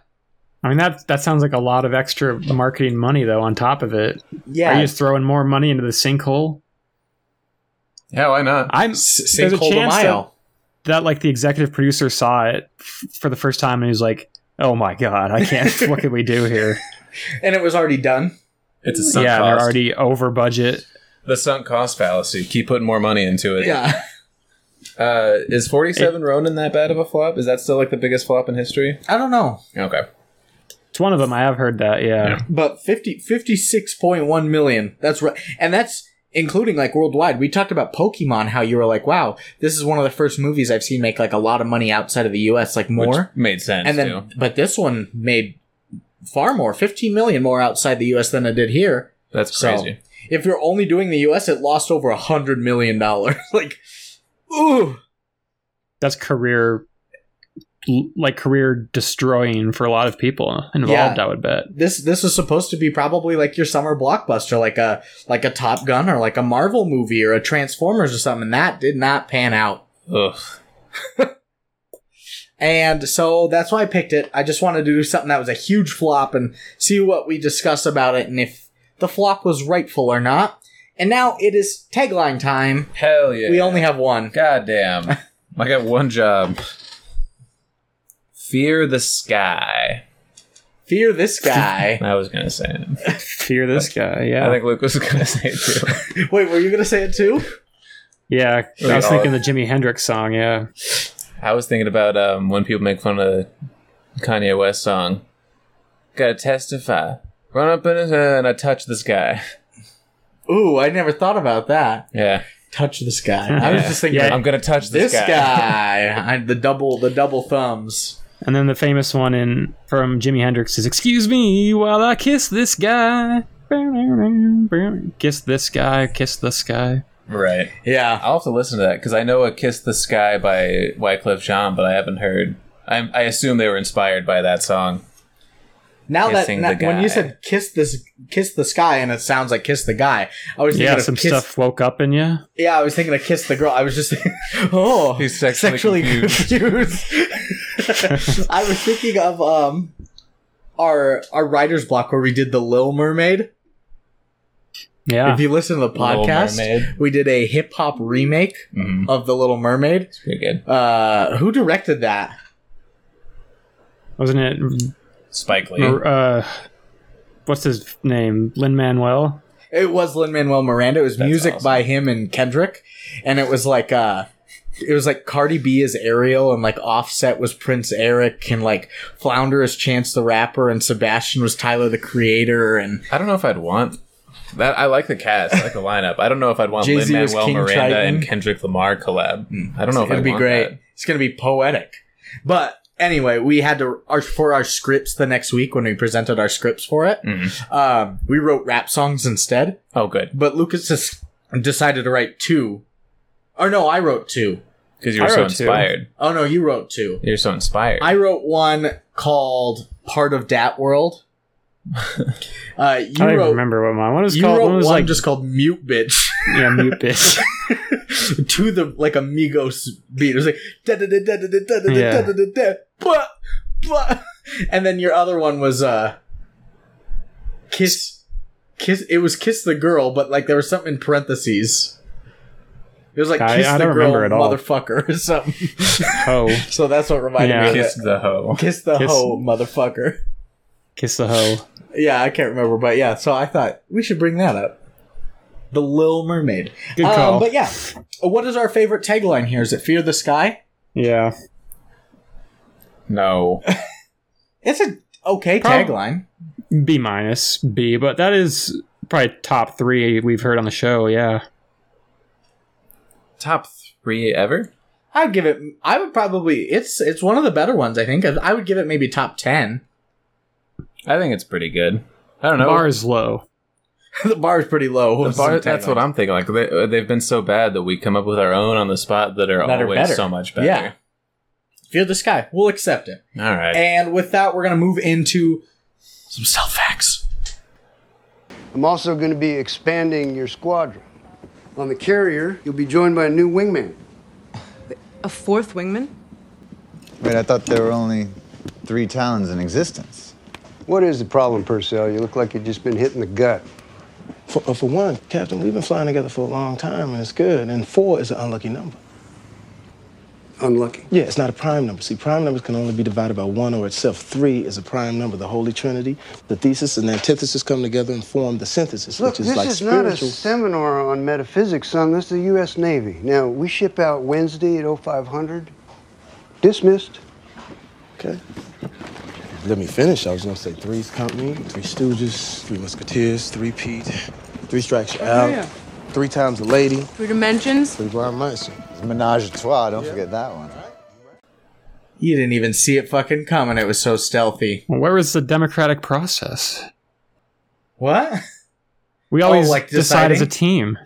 S4: I mean that that sounds like a lot of extra marketing money though. On top of it,
S2: yeah.
S4: are you just throwing more money into the sinkhole?
S3: Yeah, why not?
S4: I'm
S2: S-
S4: there's a
S2: Sinkhole de
S4: chance that,
S2: Mayo.
S4: that like the executive producer saw it f- for the first time and he's like, "Oh my god, I can't. what can we do here?
S2: and it was already done.
S3: It's a sunk
S4: yeah,
S3: cost.
S4: they're already over budget.
S3: the sunk cost fallacy. Keep putting more money into it.
S2: Yeah,
S3: Uh, is 47 Ronin that bad of a flop? Is that still like the biggest flop in history?
S2: I don't know,
S3: Okay.
S4: It's one of them. I have heard that. Yeah,
S2: but 50, 56.1 million. That's right, and that's including like worldwide. We talked about Pokemon, how you were like, "Wow, this is one of the first movies I've seen make like a lot of money outside of the U.S., like more."
S3: Which made sense.
S2: and then,
S3: too.
S2: but this one made far more, 15 million more outside the U.S. than it did here.
S3: that's
S2: So,
S3: crazy.
S2: if you're only doing the U.S., it lost over a hundred million dollars. like, ooh,
S4: that's career like career destroying for a lot of people involved.
S2: Yeah.
S4: I would bet.
S2: this this is supposed to be probably like your summer blockbuster, like a like a Top Gun or like a Marvel movie or a Transformers or something. That did not pan out,
S3: Ugh.
S2: and so that's why I picked it. I just wanted to do something that was a huge flop and see what we discuss about it and if the flop was rightful or not. And now it is tagline time.
S3: Hell yeah.
S2: We only have one.
S3: God damn. I got one job. Fear the sky.
S2: Fear this guy.
S3: I was gonna say it.
S4: Fear this guy. Yeah,
S3: I think Luke was gonna say it too.
S2: Wait, were you gonna say it too?
S4: yeah. I
S3: Like,
S4: was
S3: uh,
S4: thinking the Jimi Hendrix song. Yeah,
S3: I was thinking about um, when people make fun of the Kanye West song. Gotta testify. Run up in his uh, and I touch this guy.
S2: Ooh, I never thought about that.
S3: Yeah.
S2: Touch this guy. I was
S3: Yeah.
S2: just thinking.
S3: I'm gonna touch
S2: This
S3: this,
S2: guy, I, the double, the double thumbs.
S4: and then the famous one in from Jimi Hendrix is "Excuse me while I kiss this guy." Kiss this guy. Kiss this guy.
S3: Right.
S2: Yeah,
S3: I'll have to listen to that because I know a "Kiss the Sky" by Wyclef Jean, but I haven't heard. I, I assume they were inspired by that song.
S2: Now that,
S3: Kissing
S2: now-
S3: the
S2: when you
S3: guy.
S2: said kiss this kiss the sky and it sounds like kiss the guy, I was thinking
S4: Yeah,
S2: of
S4: some
S2: kiss.
S4: stuff woke up in you.
S2: Yeah, I was thinking of kiss the girl. I was just oh,
S3: He's sexually confused.
S2: confused. I was thinking of um our our writer's block where we did the Lil Mermaid.
S4: Yeah,
S2: If you listen to the
S3: Little
S2: podcast,
S3: Mermaid.
S2: we did a hip hop remake
S3: Mhm.
S2: of the Little Mermaid.
S3: It's pretty good.
S2: Uh, who directed that?
S4: wasn't it?
S3: Spike Lee.
S4: Uh, what's his name? Lin Manuel.
S2: It was Lin Manuel Miranda. It was
S3: That's
S2: music
S3: awesome.
S2: by him and Kendrick, and it was like uh, it was like Cardi B is Ariel, and like Offset was Prince Eric, and like Flounder is Chance the Rapper, and Sebastian was Tyler the Creator, and
S3: I don't know if I'd want that. I like the cast. I like the lineup. I don't know if I'd want Lin
S2: Jay-Z was
S3: Manuel
S2: King
S3: Miranda
S2: Triton. Hmm.
S3: and Kendrick Lamar collab. I don't know if
S2: it'd
S3: I'd
S2: be
S3: want
S2: great.
S3: that.
S2: It's gonna be poetic. But anyway, we had to our for our scripts the next week when we presented our scripts for it.
S3: Mhm.
S2: Um, we wrote rap songs instead.
S3: Oh, good.
S2: But Lucas just decided to write two. Or no, I wrote two.
S3: Because you
S4: I
S3: were so
S4: wrote two.
S3: inspired.
S2: Oh no, you wrote two.
S3: You're so inspired.
S2: I wrote one called "Part of Dat World." Uh, you
S4: I don't
S2: wrote
S4: even remember what mine. One was
S2: you
S4: called.
S2: wrote
S4: One
S2: one
S4: was like
S2: just called "Mute Bitch"
S4: yeah, mute bitch.
S2: to the like Amigos beat. It was like da da da da da da da
S4: Yeah.
S2: da da da da blah, blah. and then your other one was uh, "Kiss." Kiss it was kiss the girl, but like there was something in parentheses. It was like
S4: I-
S2: kiss
S4: I
S2: the
S4: don't
S2: girl,
S4: remember at all.
S2: motherfucker, or something.
S4: Ho,
S2: So that's what reminded
S4: Yeah.
S2: me. Of
S3: Kiss
S2: it.
S3: the hoe.
S2: Kiss the
S4: Kiss-
S2: hoe, motherfucker.
S4: kiss the hoe.
S2: Yeah, I can't remember, but yeah. So I thought we should bring that up. The Little Mermaid.
S4: Good call.
S2: Um, but yeah, what is our favorite tagline here? Is it "Fear the Sky"?
S4: Yeah,
S3: No.
S2: It's a okay
S4: Prob-
S2: tagline.
S4: B minus B, but that is probably top three we've heard on the show. Yeah,
S3: Top three ever?
S2: I'd give it. I would probably. It's it's one of the better ones. I think. I- I would give it maybe top ten.
S3: I think it's pretty good. I don't know.
S4: bar is low.
S2: the bar is pretty low.
S3: The
S2: with some
S3: bar- that's what
S2: taglines.
S3: I'm thinking. Like they, they've been so bad that we come up with our own on the spot that are
S2: That are
S3: always
S2: better.
S3: so much better.
S2: Yeah. Fear the sky. We'll accept it.
S3: All right.
S2: And with that, we're gonna move into some self facts.
S6: I'm also going to be expanding your squadron. On the carrier, you'll be joined by a new wingman.
S7: A fourth wingman?
S8: Wait, I thought there were only three talons in existence.
S6: What is the problem, Purcell? You look like you've just been hit in the gut.
S9: For, uh, for one, Captain, we've been flying together for a long time and it's good. And four is an unlucky number.
S6: Unlucky.
S9: Yeah, it's not a prime number. See, prime numbers can only be divided by one or itself. Three is a prime number, the Holy Trinity. The thesis and antithesis come together and form the synthesis,
S6: Look,
S9: which is
S6: this
S9: like
S6: is not a
S9: spiritual.
S6: seminar on metaphysics, son. This is the U.S. Navy. Now, we ship out Wednesday at 0500. Dismissed.
S9: okay. Let me finish. I was gonna say three's company, three stooges, three musketeers, three Pete, three strikes you're
S6: Oh,
S9: out, three times a lady,
S7: Three dimensions?
S9: three blind mice.
S8: It's Menage a Trois, don't forget that one.
S2: You didn't even see it fucking coming. It was so stealthy.
S4: Well, where was the democratic process?
S2: What?
S4: We
S2: Oh,
S4: always
S2: like
S4: decide as a
S2: deciding?
S4: team.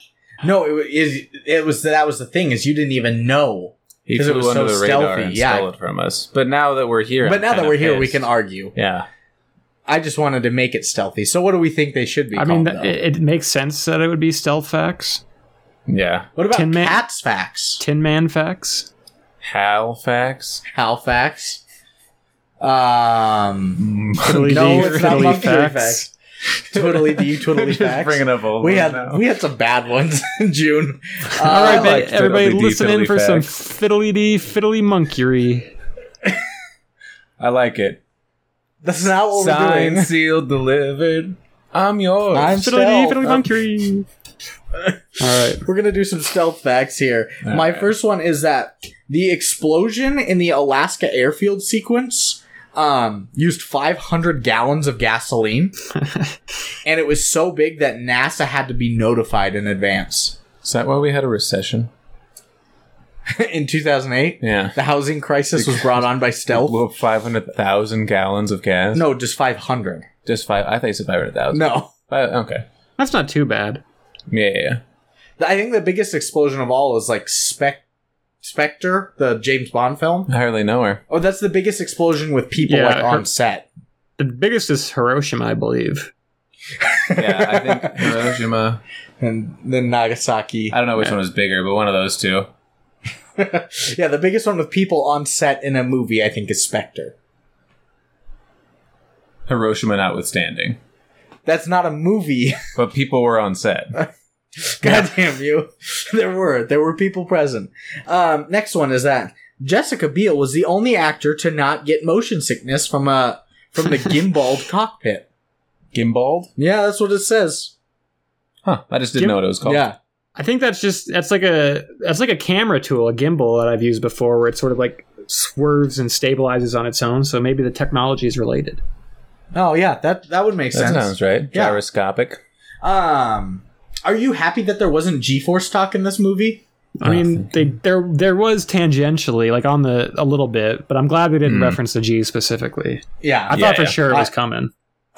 S2: No, it, wa- it, it was that was the thing is you didn't even know
S3: He
S2: because it was
S3: flew under
S2: so
S3: the radar
S2: stealthy.
S3: and
S2: Yeah,
S3: stole it from us. But now that we're here,
S2: but
S3: I'm
S2: now that
S3: kinda
S2: we're here, we
S3: pissed.
S2: can argue.
S3: Yeah.
S2: I just wanted to make it stealthy. So what do we think they should be?
S4: I mean,
S2: called,
S4: th-
S2: though?
S4: it, it makes sense that it would be stealth facts,
S3: Yeah.
S2: what about
S4: Tin Man-
S2: cats facts?
S4: Tin Man facts.
S3: Halifax.
S2: Halifax. Um,
S4: Totally
S2: no,
S4: D-
S2: it's not
S4: totally
S2: about facts. facts. Totally do you totally
S3: Just
S2: facts?
S3: bringing up old
S2: we
S3: ones
S2: had
S3: now.
S2: we had some bad ones in June. Uh,
S4: All right,
S3: like
S4: ba- everybody,
S3: fiddly-dee,
S4: listen in for some
S3: fiddly
S4: fiddly dee, fiddly monkery.
S3: I like it.
S2: that's not what we're
S3: Signed,
S2: doing.
S3: sealed, delivered. I'm yours.
S2: I'm
S4: Fiddly dee,
S2: stealth.
S4: fiddly
S2: Um,
S4: monkery. All right.
S2: We're gonna do some stealth facts here.
S3: All
S2: My
S3: right.
S2: first one is that the explosion in the Alaska airfield sequence um, used 500 gallons of gasoline, and it was so big that NASA had to be notified in advance.
S3: Is that why we had a recession?
S2: in 2008,
S3: Yeah.
S2: the housing crisis was brought on by stealth.
S3: Blew up 500,000 gallons of gas?
S2: No, just 500.
S3: Just five. I thought you said 500,000.
S2: No.
S3: Five, okay.
S4: That's not too bad.
S3: Yeah, yeah, yeah.
S2: I think the biggest explosion of all is like Spec- Spectre, the James Bond film.
S3: I hardly know her.
S2: Oh, that's the biggest explosion with people
S4: Yeah,
S2: like on
S4: her-
S2: set.
S4: The biggest is Hiroshima, I believe.
S3: Yeah, I think Hiroshima.
S2: and then Nagasaki.
S3: I don't know which one was bigger, but one of those two.
S2: yeah, the biggest one with people on set in a movie, I think, is Spectre.
S3: Hiroshima notwithstanding.
S2: That's not a movie.
S3: But people were on set.
S2: God damn you. There were. There were people present. Um, next one is that Jessica Biel was the only actor to not get motion sickness from a from the gimbaled cockpit.
S3: Gimbald?
S2: Yeah, that's what it says.
S3: Huh. I just didn't
S4: Gim-
S3: know what it was called.
S2: Yeah.
S4: I think that's just that's like a that's like a camera tool, a gimbal that I've used before, where it sort of like swerves and stabilizes on its own. So maybe the technology is related.
S2: Oh yeah, that that would make
S3: That
S2: sense.
S3: sounds right.
S2: Yeah.
S3: Gyroscopic.
S2: Um, are you happy that there wasn't G-force talk in this movie?
S3: Oh,
S4: I mean, they there there was tangentially like on the a little bit, but I'm glad they
S3: Hmm.
S4: didn't reference the G specifically.
S2: Yeah.
S4: I
S3: Yeah,
S4: thought for
S3: yeah.
S4: sure it was
S2: I-
S4: coming.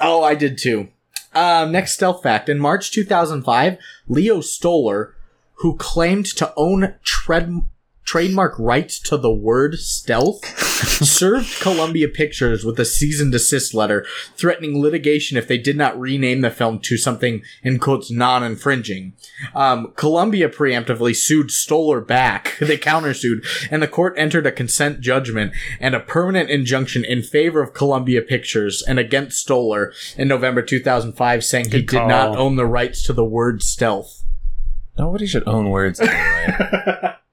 S2: Oh, I did too. Um, next stealth fact. In March 2005, Leo Stoller, who claimed to own tread- trademark rights to the word stealth, served Columbia Pictures with a cease and desist letter threatening litigation if they did not rename the film to something, in quotes, non infringing. Um, Columbia preemptively sued Stoller back. They countersued, and the court entered a consent judgment and a permanent injunction in favor of Columbia Pictures and against Stoller in November 2005, saying he
S4: Good
S2: did
S4: call.
S2: not own the rights to the word stealth.
S3: Nobody should own words anyway.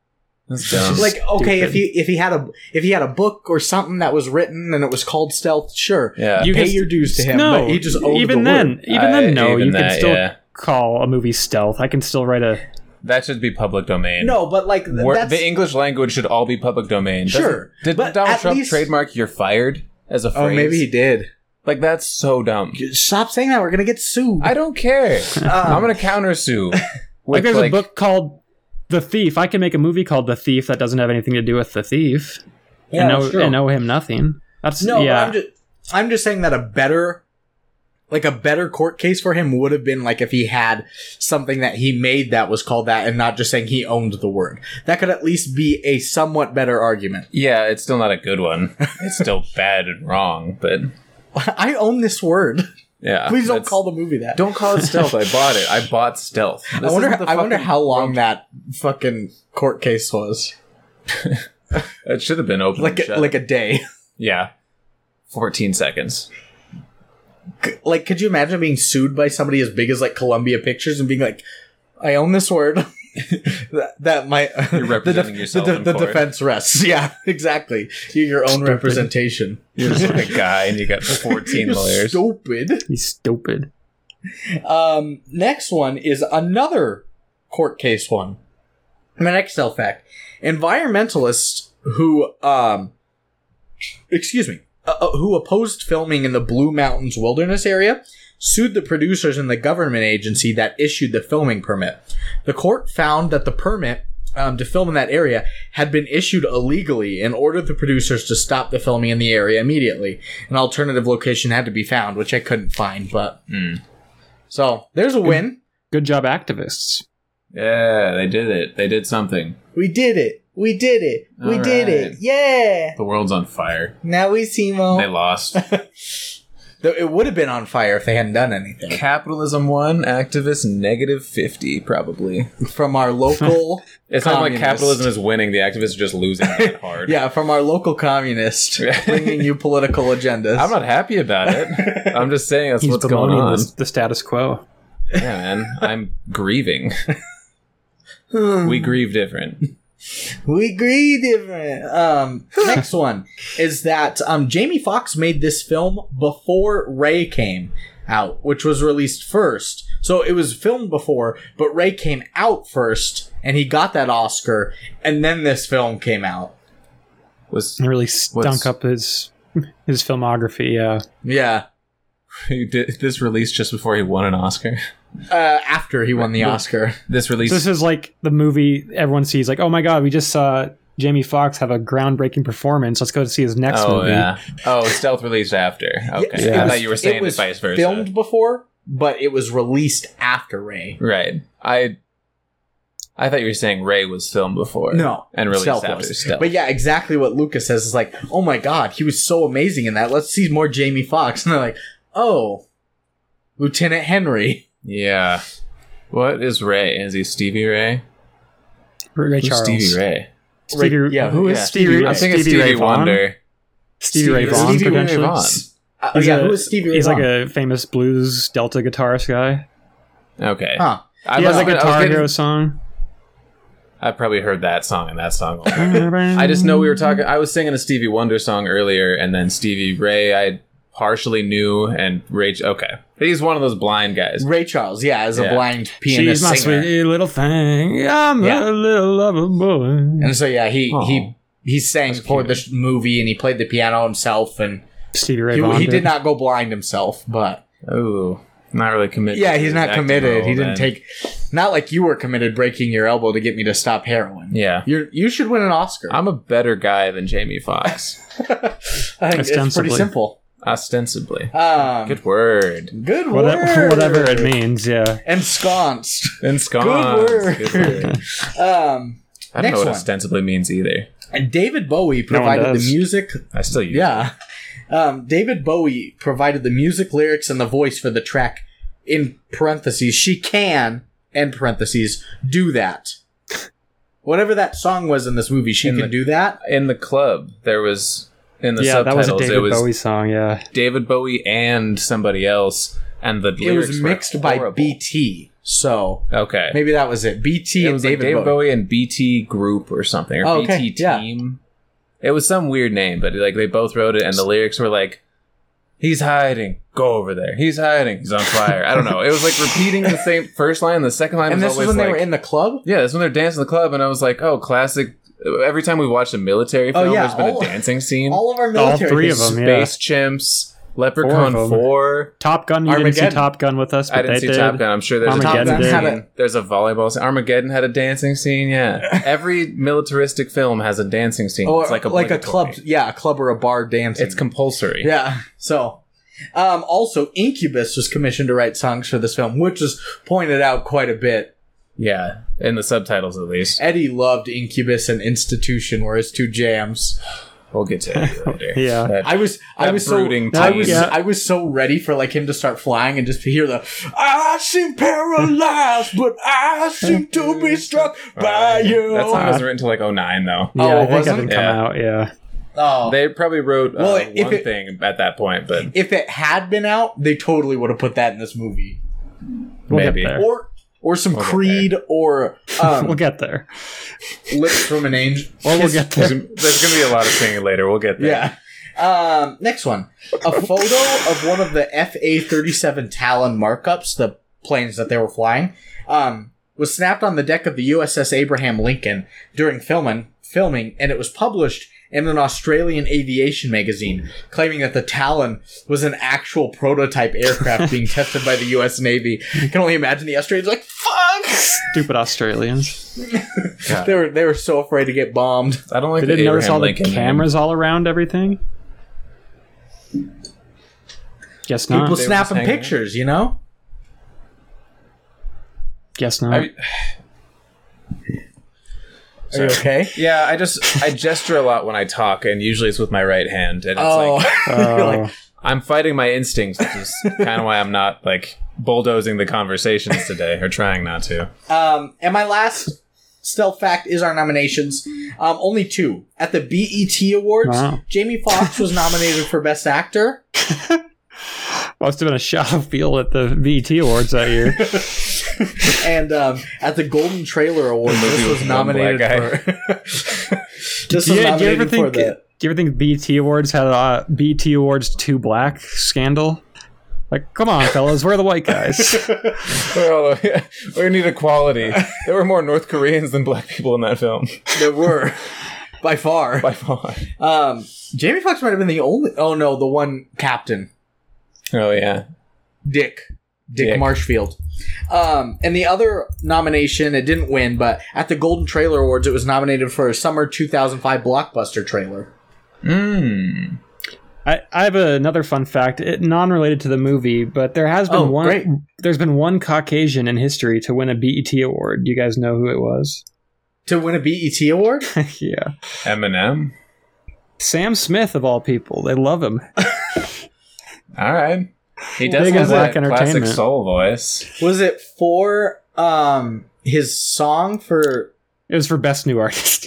S3: That's dumb.
S2: Like, okay, if
S4: Stupid.
S2: he if he had a if he had a book or something that was written and it was called stealth, sure,
S3: Yeah.
S2: you
S3: You
S2: pay
S4: just-
S2: your dues to him.
S4: no,
S2: but he just owned
S4: even
S2: the
S4: then,
S2: word.
S4: even
S3: I-
S4: then, no,
S3: Uh, even
S4: you can
S3: that,
S4: still
S3: yeah.
S4: call a movie stealth. I can still write a
S3: that should be public domain.
S2: No, but like th-
S3: Wor-
S2: that's
S3: the English language should all be public domain. Doesn't-
S2: Sure,
S3: Did
S2: but
S3: Donald
S2: at
S3: Trump
S2: least-
S3: trademark "you're fired" as a phrase?
S2: oh, maybe he did.
S3: Like that's so dumb.
S2: Stop saying that. We're gonna get sued.
S3: I don't care.
S2: Ah.
S3: I'm gonna countersue.
S4: like
S3: With,
S4: there's a
S3: like,
S4: book called The Thief. I can make a movie called The Thief that doesn't have anything to do with the thief.
S2: Yeah,
S4: and know
S2: that's true.
S4: and owe him nothing. That's
S2: No,
S4: yeah.
S2: but I'm just I'm just saying that a better like a better court case for him would have been like if he had something that he made that was called that and not just saying he owned the word. That could at least be a somewhat better argument.
S3: yeah, it's still not a good one. It's still bad and wrong. But
S2: I own this word.
S3: yeah,
S2: Please don't
S3: Ah, that's-
S2: call the movie that.
S3: Don't call it stealth. I bought it. I bought stealth.
S2: I
S3: This
S2: wonder
S3: isn't the
S2: I wonder
S3: fucking-
S2: how long that fucking court case was.
S3: It should have been open.
S2: Like a, like a day.
S3: yeah, fourteen seconds.
S2: C- like could you imagine being sued by somebody as big as like Columbia Pictures and being like I own this word. that, that might
S3: You're representing
S2: the,
S3: yourself
S2: The,
S3: in
S2: the
S3: court.
S2: defense rests. Yeah, exactly. You're your own representation.
S3: You're just like a guy, and you got 14
S2: You're
S3: lawyers.
S2: Stupid.
S4: He's stupid.
S2: Um, next one is another court case one. My next self fact: environmentalists who, um, excuse me, uh, uh, who opposed filming in the Blue Mountains wilderness area sued the producers and the government agency that issued the filming permit. The court found that the permit. Um, to film in that area had been issued illegally and ordered the producers to stop the filming in the area immediately. An alternative location had to be found, which I couldn't find, but. So there's a win.
S4: Good job, activists.
S3: Yeah, they did it. They did something.
S2: We did it. We did it. we
S3: All
S2: did
S3: right.
S2: it. Yeah.
S3: The world's on fire.
S2: Now we see Mo.
S3: They lost.
S2: Though It would have been on fire if they hadn't done anything.
S3: Capitalism won. Activists negative 50, probably.
S2: From our local.
S3: It's not like
S2: communist-
S3: capitalism is winning. The activists are just losing that hard.
S2: Yeah, from our local communist bringing you political agendas.
S3: I'm not happy about it. I'm just saying that's
S4: He's
S3: what's going
S4: bemoaning
S3: on.
S4: The, the status quo.
S3: Yeah, man. I'm grieving. we grieve different.
S2: We agree different. Um, next one is that um, Jamie Foxx made this film before Ray came out, which was released first. So it was filmed before, but Ray came out first, and he got that Oscar, and then this film came out.
S3: Was
S4: It really stunk
S3: What's-
S4: up his his filmography. uh, Yeah,
S2: Yeah,
S3: he did this released just before he won an Oscar?
S2: uh, after he won the Oscar.
S3: This release
S4: so this is like the movie everyone sees. Like, oh my god, we just saw Jamie Foxx have a groundbreaking performance. Let's go to see his next
S3: Oh
S4: movie.
S3: yeah. Oh, stealth released after. Okay.
S2: It
S3: I
S2: was-
S3: thought you were saying
S2: it was
S3: vice versa.
S2: filmed before, but it was released after Ray.
S3: Right. I I thought you were saying Ray was filmed before.
S2: No,
S3: And released
S2: Stealth
S3: after
S2: was.
S3: Stealth.
S2: But yeah, exactly what Lucas says is like, oh my god, he was so amazing in that. Let's see more Jamie Foxx. And they're like, oh, Lieutenant Henry.
S3: Yeah. What is Ray? Is he Stevie Ray?
S4: Ray
S3: Who's
S4: Charles.
S3: Stevie Ray?
S4: Stevie-
S2: yeah,
S4: who is
S2: yeah.
S4: Stevie? Ray?
S3: I'm thinking
S4: Stevie
S3: Stevie,
S4: Ray Vaughan?
S3: Wonder.
S4: Stevie Ray
S2: Stevie-
S4: Vaughan,
S2: Stevie Ray
S4: potentially.
S3: Vaughan.
S2: Uh,
S4: He's
S2: yeah,
S4: a-
S2: who is Stevie Ray?
S4: He's like
S2: Vaughan?
S4: a famous blues Delta guitarist guy.
S3: Okay.
S2: Huh.
S3: I
S4: He has
S3: must
S4: a
S3: have been- I was
S4: Guitar
S3: getting-
S4: Hero song.
S3: I probably heard that song and that song. I just know we were talking. I was singing a Stevie Wonder song earlier, and then Stevie Ray, I partially knew, and Ray. Okay, he's one of those blind guys.
S2: Ray Charles, yeah, as a
S3: Yeah.
S2: blind pianist
S4: She's my
S2: singer.
S4: sweet little thing. I'm a
S2: Yeah.
S4: little lover boy.
S2: And so yeah, he
S3: Aw.
S4: Oh.
S2: he he sang for the sh- movie and he played the piano himself and
S4: Stevie Ray
S2: he,
S4: Vaughan.
S2: he did
S4: did.
S2: not go blind himself, but
S3: Ooh, Not really committed.
S2: Yeah,
S3: to
S2: he's
S3: his
S2: not
S3: acting
S2: committed.
S3: role
S2: He didn't
S3: then.
S2: take. Not like you were committed, breaking your elbow to get me to stop heroin.
S3: Yeah.
S2: you you should win an Oscar.
S3: I'm a better guy than Jamie Foxx,
S2: I think it's pretty
S4: Ostensibly.
S2: simple.
S3: ostensibly.
S2: Um, good,
S3: Good word.
S4: Whatever,
S2: word.
S4: whatever it means, yeah.
S2: Ensconced.
S3: Ensconced.
S2: Good word. Um,
S3: I don't
S2: Next
S3: know what
S2: one.
S3: ostensibly means either.
S2: and David Bowie provided the
S4: does.
S2: music.
S3: I still use it.
S2: Yeah. Um, David Bowie provided the music, lyrics, and the voice for the track. In parentheses, she can. End parentheses. Do that. Whatever that song was in this movie, she
S3: In
S2: can
S3: the-
S2: do that.
S3: In the club, there was in the
S4: Yeah, that
S3: subtitles
S4: was a
S3: it
S4: David
S3: was
S4: Bowie song, yeah.
S3: David Bowie and somebody else, and the
S2: It
S3: lyrics
S2: was
S3: were
S2: mixed by
S3: horrible.
S2: BT. So
S3: Okay,
S2: maybe that was it. BT
S3: it
S2: and
S3: was
S2: David,
S3: like David
S2: Bowie.
S3: Bowie. and BT Group or something, or
S2: Oh, okay,
S3: BT
S2: yeah.
S3: Team. It was some weird name, but like they both wrote it, and the lyrics were like, "He's hiding, go over there. He's hiding, he's on fire." I don't know. It was like repeating the same first line. The second line
S2: And
S3: was
S2: this was
S3: always
S2: when they
S3: like,
S2: were in the club.
S3: Yeah, that's when they're dancing in the club, and I was like, oh, classic. Every time we watch a military
S2: Oh,
S3: film,
S2: yeah,
S3: there's been
S2: all-
S3: a dancing scene.
S2: All of our
S4: All
S2: military.
S4: three of
S2: hits-
S4: them, yeah.
S3: Space Chimps, Leprechaun
S4: Four of
S3: 4.
S4: them. Top Gun, you didn't
S2: Armageddon.
S4: see Top Gun with us, but
S3: I didn't
S4: they
S3: see
S4: did.
S3: Top Gun. I'm sure there's
S4: Armageddon
S3: a
S4: did.
S3: dancing
S2: Had
S3: scene. There's a volleyball scene. Armageddon had a dancing scene, yeah. Every militaristic film has a dancing scene.
S2: Oh,
S3: it's like a,
S2: club. Yeah, a club or a bar dancing.
S3: It's compulsory.
S2: Yeah. So, um, also Incubus was commissioned to write songs for this film, which was pointed out quite a bit.
S3: Yeah, in the subtitles at least.
S2: Eddie loved Incubus and Institution were his two jams.
S3: We'll get to it later.
S4: Yeah.
S3: That-
S2: I was, I
S3: That
S2: was so,
S3: brooding
S2: I
S3: teen.
S2: was,
S4: Yeah.
S2: I was so ready for like him to start flying and just to hear the "I seem paralyzed, but I seem to be struck by you."
S3: that song was written until like 09, though.
S4: Yeah, I
S2: Oh, it
S4: think I
S2: wasn't?
S4: didn't come
S3: Yeah.
S4: out, yeah.
S2: oh.
S3: They probably wrote uh,
S2: Well, if
S3: one
S2: it-
S3: thing at that point, but
S2: if it had been out, they totally would have put that in this movie,
S4: We'll
S3: Maybe.
S4: get there.
S2: or or some
S3: get
S2: Creed, or um,
S4: We'll get there.
S2: Lips from an Angel.
S4: Well, we'll get
S3: there's,
S4: there.
S3: there's going to be a lot of singing later. We'll get there.
S2: Yeah. Um, next one. A photo of one of the FA 37 Talon markups, the planes that they were flying, um, was snapped on the deck of the USS Abraham Lincoln during filming, filming, and it was published in an Australian aviation magazine claiming that the Talon was an actual prototype aircraft being tested by the US Navy. I can only imagine the Australians like, fuck!
S4: Stupid Australians.
S2: They were, they were so afraid to get bombed.
S3: I don't like
S4: They
S3: the
S4: didn't notice
S3: Abraham
S4: all the
S3: Lincoln name.
S4: cameras all around everything? Guess not.
S2: People
S3: just
S2: snapping
S3: hanging out.
S2: pictures, you know?
S4: Guess not.
S3: I-
S2: Are you okay?
S3: yeah, I just I gesture a lot when I talk, and usually it's with my right hand, and it's
S2: Oh,
S3: like
S4: Oh,
S3: I'm fighting my instincts, which is kind of why I'm not like bulldozing the conversations today, or trying not to.
S2: Um, and my last stealth fact is our nominations. Um, only two at the BET Awards.
S4: Wow.
S2: Jamie Foxx was nominated for Best Actor.
S4: must have been a shot of feel at the VT Awards that year.
S2: and um, at the Golden Trailer Awards, this was
S3: with one
S2: nominated
S3: black
S2: for. this
S4: do,
S2: was
S4: you, do you ever
S2: nominated for
S4: think?
S2: the.
S4: Do you ever think BT Awards had a uh, BT Awards two black scandal? Like, come on, fellas, we're the white guys.
S3: We're all- we need equality. There were more North Koreans than black people in that film
S2: There were. By far,
S3: by far.
S2: um, Jamie Foxx might have been the only. Oh no, the one captain,
S3: Oh yeah,
S2: Dick, Dick,
S3: Dick.
S2: Marshfield. Um, and the other nomination, it didn't win, but at the Golden Trailer Awards, it was nominated for a summer 2005 blockbuster trailer.
S3: mm.
S4: I, I have another fun fact, it, non-related to the movie, but there has been
S2: Oh,
S4: one.
S2: great.
S4: There's been one Caucasian in history to win a BET award. You guys know who it was?
S2: to win a BET award?
S4: yeah,
S3: Eminem.
S4: Sam Smith of all people. They love him.
S3: All right, he does
S4: Big and
S3: have
S4: black
S3: that classic
S4: entertainment.
S3: soul voice.
S2: Was it for um his song for
S4: It was for best new artist.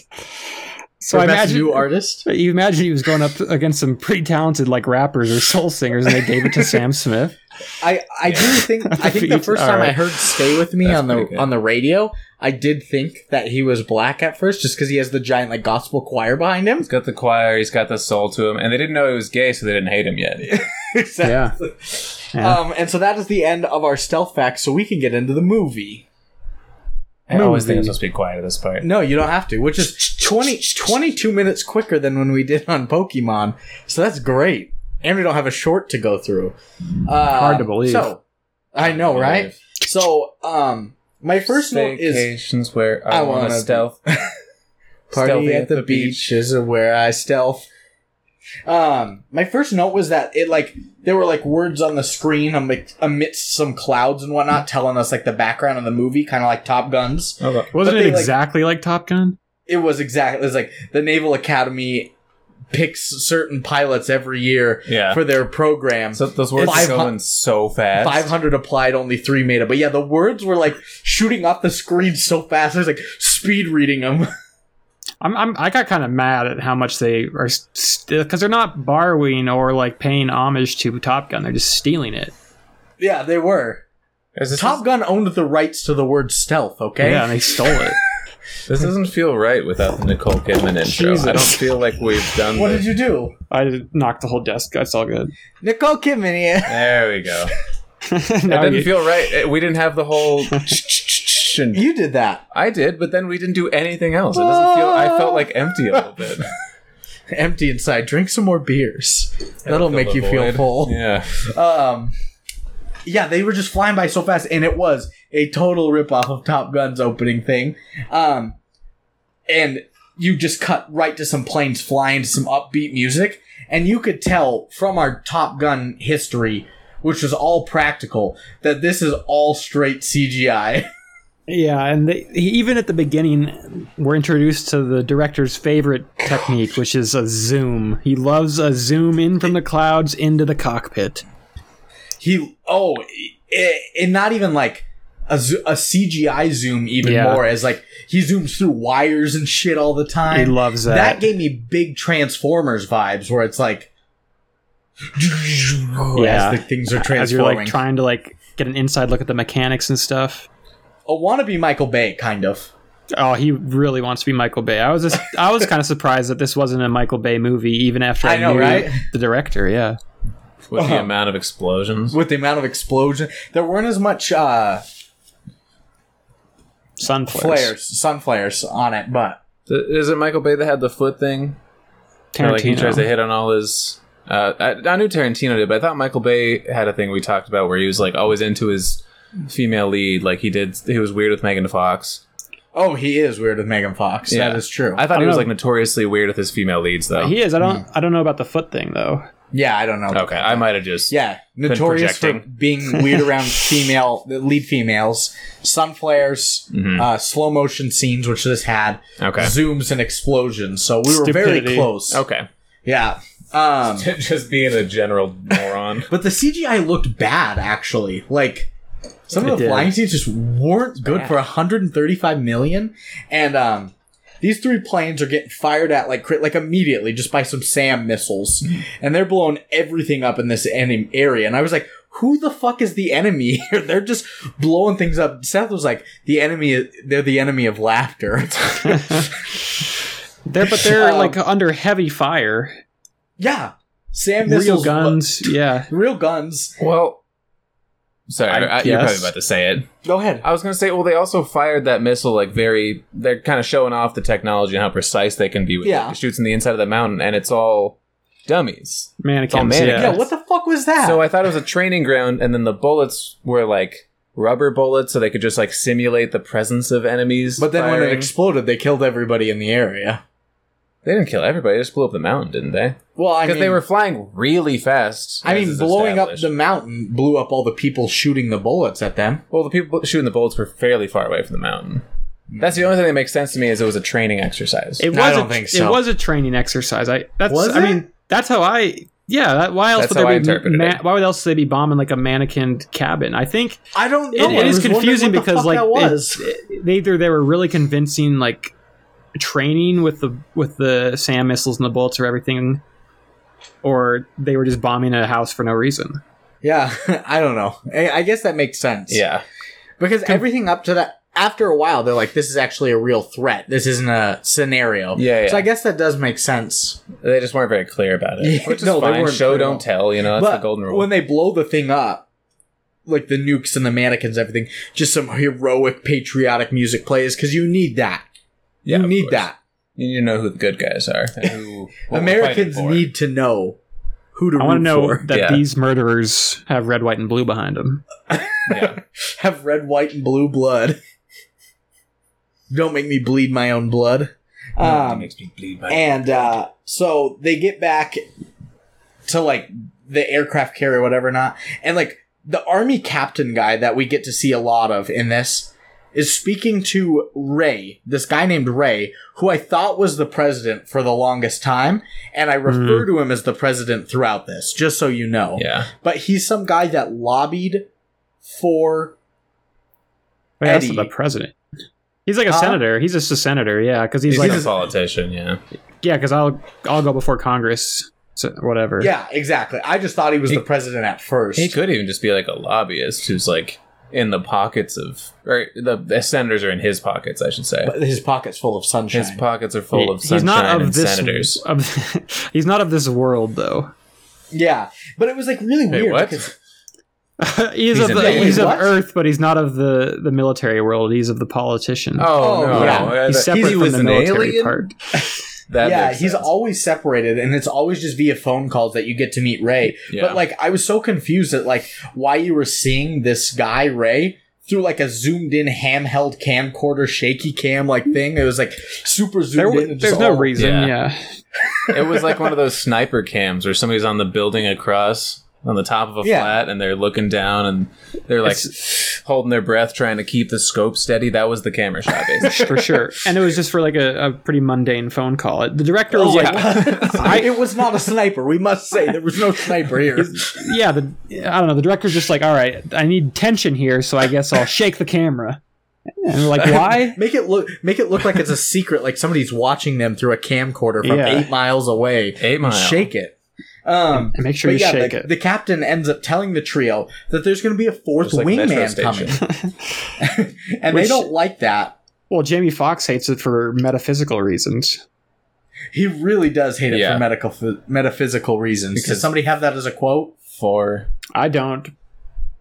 S4: so
S2: for
S4: I
S2: best
S4: imagine
S2: new artist?
S4: You imagine he was going up against some pretty talented like rappers or soul singers, and they gave it to Sam Smith.
S2: I I do think I think the
S4: Feet,
S2: first time I
S4: alright.
S2: heard "Stay with Me"
S3: That's
S2: on the
S3: pretty good.
S2: on the radio, I did think that he was black at first, just because he has the giant like gospel choir behind him.
S3: He's got the choir. He's got the soul to him, and they didn't know he was gay, so they didn't hate him yet.
S4: Yeah. Yeah.
S2: Um, and so that is the end of our stealth facts, so we can get into the movie.
S3: I always think
S4: Movie.
S3: I'm supposed to be quiet at this part.
S2: No, you don't have to, which is 20, 22 minutes quicker than when we did on Pokemon. So that's great. And we don't have a short to go through. Uh,
S4: Hard to believe.
S2: So, I know, right? So, um, my first note is
S3: vacations where I,
S2: I
S3: want
S2: wanna
S3: to stealth.
S2: party
S3: Stealthy
S2: at the, beach. is where I stealth. Um, my first note was that it like there were like words on the screen ami- amidst some clouds and whatnot, telling us like the background of the movie, kind of like Top Guns.
S3: Okay.
S4: Wasn't
S2: But
S4: it
S2: they, like-
S4: exactly like Top Gun?
S2: it was exactly it was like the naval academy picks certain pilots every year
S3: Yeah.
S2: for their program
S3: So those words are
S2: Five hun-
S3: going so fast.
S2: 500 applied only three made it but yeah the words were like shooting off the screen so fast i was like speed reading them
S4: I'm, I'm I got kind of mad at how much they are because they're not borrowing or like paying homage to Top Gun. They're just stealing it.
S2: yeah they were
S3: Is this
S2: top gun owned the rights to the word stealth okay
S4: Yeah, and they stole it.
S3: This doesn't feel right without the Nicole Kidman intro. I don't feel like we've done
S2: what
S3: the-
S2: did you do
S4: I knocked the whole desk. That's all good.
S2: nicole kidman yeah.
S3: There we go. It
S4: Now
S3: didn't
S4: you-
S3: feel right. It- We didn't have the whole. and-
S2: you did that
S3: I did, but then we didn't do anything else. It doesn't feel. I felt like empty a little bit.
S2: empty inside drink some more beers that'll
S3: Fill
S2: make
S3: the
S2: you feel
S3: void.
S2: full
S3: Yeah.
S2: Um, yeah, they were just flying by so fast, and it was a total ripoff of Top Gun's opening thing. Um, and you just cut right to some planes flying to some upbeat music, and you could tell from our Top Gun history, which was all practical, that this is all straight CGI.
S4: Yeah, and they, he- even at the beginning, we're introduced to the director's favorite technique, which is a zoom. He loves a zoom in from the clouds into the cockpit.
S2: he oh, i- and not even like. A, zo- a CGI zoom even
S4: Yeah.
S2: more as like he zooms through wires and shit all the time.
S4: He loves that.
S2: that gave me big Transformers vibes, where it's like,
S4: Yeah.
S2: as the things are
S4: as you're
S2: transforming.
S4: like trying to like get an inside look at the mechanics and stuff.
S2: a wannabe Michael Bay kind of.
S4: Oh, he really wants to be Michael Bay. I was just, I was kind of surprised that this wasn't a Michael Bay movie, even after I,
S2: I know,
S4: knew
S2: right?
S4: the director. Yeah,
S3: With
S2: Uh-huh.
S3: the amount of explosions.
S2: With the amount of explosion, there weren't as much uh,
S4: sun flares.
S2: flares, sun flares on it, but
S3: Th- Is it Michael Bay that had the foot thing? Or, Like he tries to
S4: Tarantino.
S3: hit on all his. Uh, I, I knew Tarantino did, but I thought Michael Bay had a thing we talked about where he was like always into his female lead. Like he did, he was weird with Megan Fox.
S2: oh, he is weird with Megan Fox.
S3: Yeah.
S2: That is true.
S3: I thought
S4: I
S3: he was
S4: don't
S3: like notoriously weird with his female leads, though.
S4: He is. I don't. I don't know about the foot thing though.
S2: yeah, I don't know.
S3: okay, I might have just
S2: Yeah, notorious for
S3: projecting.
S2: being weird around female the lead females, sun flares, uh, slow motion scenes, which this had,
S3: Mm-hmm. Okay.
S2: zooms and explosions. So we were very
S4: Stupidity.
S2: close.
S3: Okay,
S2: Yeah. Um,
S3: just being a general moron.
S2: But the CGI looked bad, actually. Like some
S4: It
S2: of the
S4: did.
S2: flying scenes just weren't good for 135 million, and um, these three planes are getting fired at like cri- like immediately just by some SAM missiles, and they're blowing everything up in this anim- area. And I was like, "Who the fuck is the enemy here? they're just blowing things up." Seth was like, "The enemy, they're the enemy of laughter."
S4: They're but they're
S2: Um,
S4: like under heavy fire.
S2: yeah, SAM
S4: real
S2: missiles,
S4: guns. yeah.
S2: real guns.
S3: well, sorry,
S4: I
S3: I you're probably
S4: guess.
S3: about to say it.
S2: Go ahead.
S3: I was gonna say, well, they also fired that missile like very. They're kind of showing off the technology and how precise they can be with
S2: Yeah.
S3: it. It shoots in the inside of the mountain, and it's all dummies.
S4: Mannequins.
S3: mannequins.
S2: yeah, what the fuck was that?
S3: So I thought it was a training ground, and then the bullets were like rubber bullets, so they could just like simulate the presence of enemies.
S2: But then when it
S3: firing.
S2: exploded, they killed everybody in the area.
S3: they didn't kill everybody, they just blew up the mountain, didn't they?
S2: Well, I
S3: Because
S2: mean,
S3: they were flying really fast.
S2: I
S3: as
S2: mean,
S3: is
S2: blowing up the
S3: established.
S2: mountain blew up all the people shooting the bullets at them.
S3: well, the people shooting the bullets were fairly far away from the mountain. That's the only thing that makes sense to me is it was a training exercise.
S4: It was
S2: I don't
S4: a,
S2: think
S4: It
S2: so.
S4: was a training exercise. I that's
S2: Was
S4: I
S2: it?
S4: mean that's how I yeah, that, why else
S3: That's how I
S4: would they be
S3: interpreted it.
S4: why would else they be bombing like a mannequin cabin? I think
S2: I don't
S4: it-
S2: know.
S4: it
S2: I
S4: is
S2: was wondering
S4: confusing
S2: what the
S4: because
S2: fuck
S4: like
S2: that
S4: it-
S2: was.
S4: it- they either they were really convincing like training with the with the SAM missiles and the bullets or everything or they were just bombing a house for no reason.
S2: yeah, I don't know. I, I guess that makes sense.
S3: yeah.
S2: because everything up to that. After a while, they're like, "This is actually a real threat. This isn't a scenario."
S3: Yeah, yeah.
S2: So I guess that does make sense.
S3: They just weren't very clear about it.
S2: Yeah,
S3: which is
S2: no, they
S3: fine.
S2: weren't
S3: Show
S2: at
S3: don't
S2: all.
S3: tell, you know, that's
S2: but
S3: the golden rule.
S2: when they blow the thing up, like the nukes and the mannequins, everything, just some heroic, patriotic music plays because you need that.
S3: yeah,
S2: you
S3: of
S2: need
S3: course.
S2: that.
S3: You need to know who the good guys are. and who- what we're fighting
S2: Americans
S3: for.
S2: need to know who to
S4: I
S2: root
S4: want to know
S2: for.
S4: that
S3: Yeah.
S4: these murderers have red, white, and blue behind them.
S3: Yeah.
S2: Have red, white, and blue blood. Don't make me bleed my own blood. Um,
S3: makes me bleed.
S2: and uh, so they get back to like the aircraft carrier, whatever, not and like the army captain guy that we get to see a lot of in this is speaking to Ray, this guy named Ray, who I thought was the president for the longest time, and I
S4: Mm.
S2: refer to him as the president throughout this, just so you know
S3: yeah.
S2: but he's some guy that lobbied for
S4: Wait, that's
S2: Eddie.
S4: the president. He's like a
S2: Huh?
S4: senator. He's just a senator, yeah, because he's,
S3: He's,
S4: like,
S3: a politician. Yeah.
S4: yeah, because I'll I'll go before Congress, so whatever.
S2: yeah exactly i just thought he was
S3: He-
S2: the president at first
S3: He could even just be like a lobbyist who's like in the pockets of, or the, the senators are in his pockets, I should say.
S2: but his pocket's full of sunshine
S3: his pockets are full of sunshine
S4: he's not of
S3: and
S4: this
S3: senators.
S4: of he's not of this world though.
S2: yeah but it was like really
S3: Wait,
S2: weird
S3: what?
S2: because-
S4: he's,
S3: He's
S4: of
S3: an
S4: the,
S3: alien.
S4: he's of
S2: What?
S4: Earth, but he's not of the the military world. He's of the politician.
S3: Oh,
S2: Oh,
S3: no.
S2: yeah.
S3: Uh,
S4: he's
S3: that-
S4: separate
S3: he
S4: from
S3: was
S4: the
S3: an
S4: military
S3: alien?
S4: part.
S3: That
S2: yeah
S3: makes
S2: he's
S3: sense.
S2: always separated and it's always just via phone calls that you get to meet ray
S3: Yeah.
S2: but like i was so confused at like why you were seeing this guy ray through like a zoomed in ham held camcorder shaky cam like thing it was like super zoomed
S4: There,
S2: in
S4: w-
S2: and just
S4: there's no
S2: all-
S4: reason.
S3: yeah.
S4: Yeah.
S3: It was like one of those sniper cams where somebody's on the building across on the top of a
S2: Yeah.
S3: flat and they're looking down and they're like holding their breath trying to keep the scope steady. That was the camera shot basically.
S4: for sure. And it was just for like a, a pretty mundane phone call. The director was
S2: Oh,
S4: like,
S2: I, it was not a sniper. We must say there was no sniper here.
S4: yeah, the I don't know. The director's just like, all right, I need tension here, so I guess I'll shake the camera. And we're like, why?
S2: Make it look make it look like it's a secret, like somebody's watching them through a camcorder from
S4: Yeah.
S2: eight miles away.
S3: Eight
S2: And
S3: Mile.
S2: Shake it. Um,
S4: And make sure
S2: but
S4: you
S2: yeah,
S4: shake
S2: the,
S4: it.
S2: the captain ends up telling the trio that there's going to be a fourth
S3: It's like Metro
S2: wingman coming,
S3: Station.
S2: and they
S4: Which-
S2: don't like that.
S4: Well, Jamie Foxx hates it for metaphysical reasons.
S2: He really does hate it
S3: Yeah.
S2: for medical metaphysical reasons. Does
S3: Because-
S2: somebody have that as a quote?
S3: For
S4: I don't.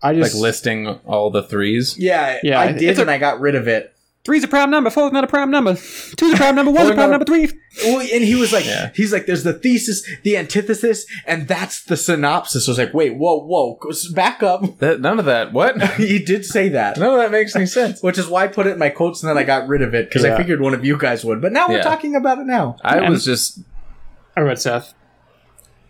S4: I
S3: like
S4: just
S3: listing all the threes.
S2: Yeah,
S4: Yeah,
S2: I
S4: it's
S2: did,
S4: a-
S2: and I got rid of it.
S4: three's a prime number, four's not a prime number, two's a prime number, one's a
S2: Or
S4: prime
S2: no.
S4: number, three.
S2: Well, and he was like,
S3: Yeah.
S2: he's like, there's the thesis, the antithesis, and that's the synopsis. I was like, wait, whoa, whoa, back up.
S3: That, none of that. What? None
S2: he did say that.
S3: of that makes any sense.
S2: Which is why I put it in my quotes and then I got rid of it because I
S4: Yeah.
S2: figured one of you guys would. But now we're
S3: Yeah.
S2: talking about it now.
S3: I was just
S4: All right, Seth.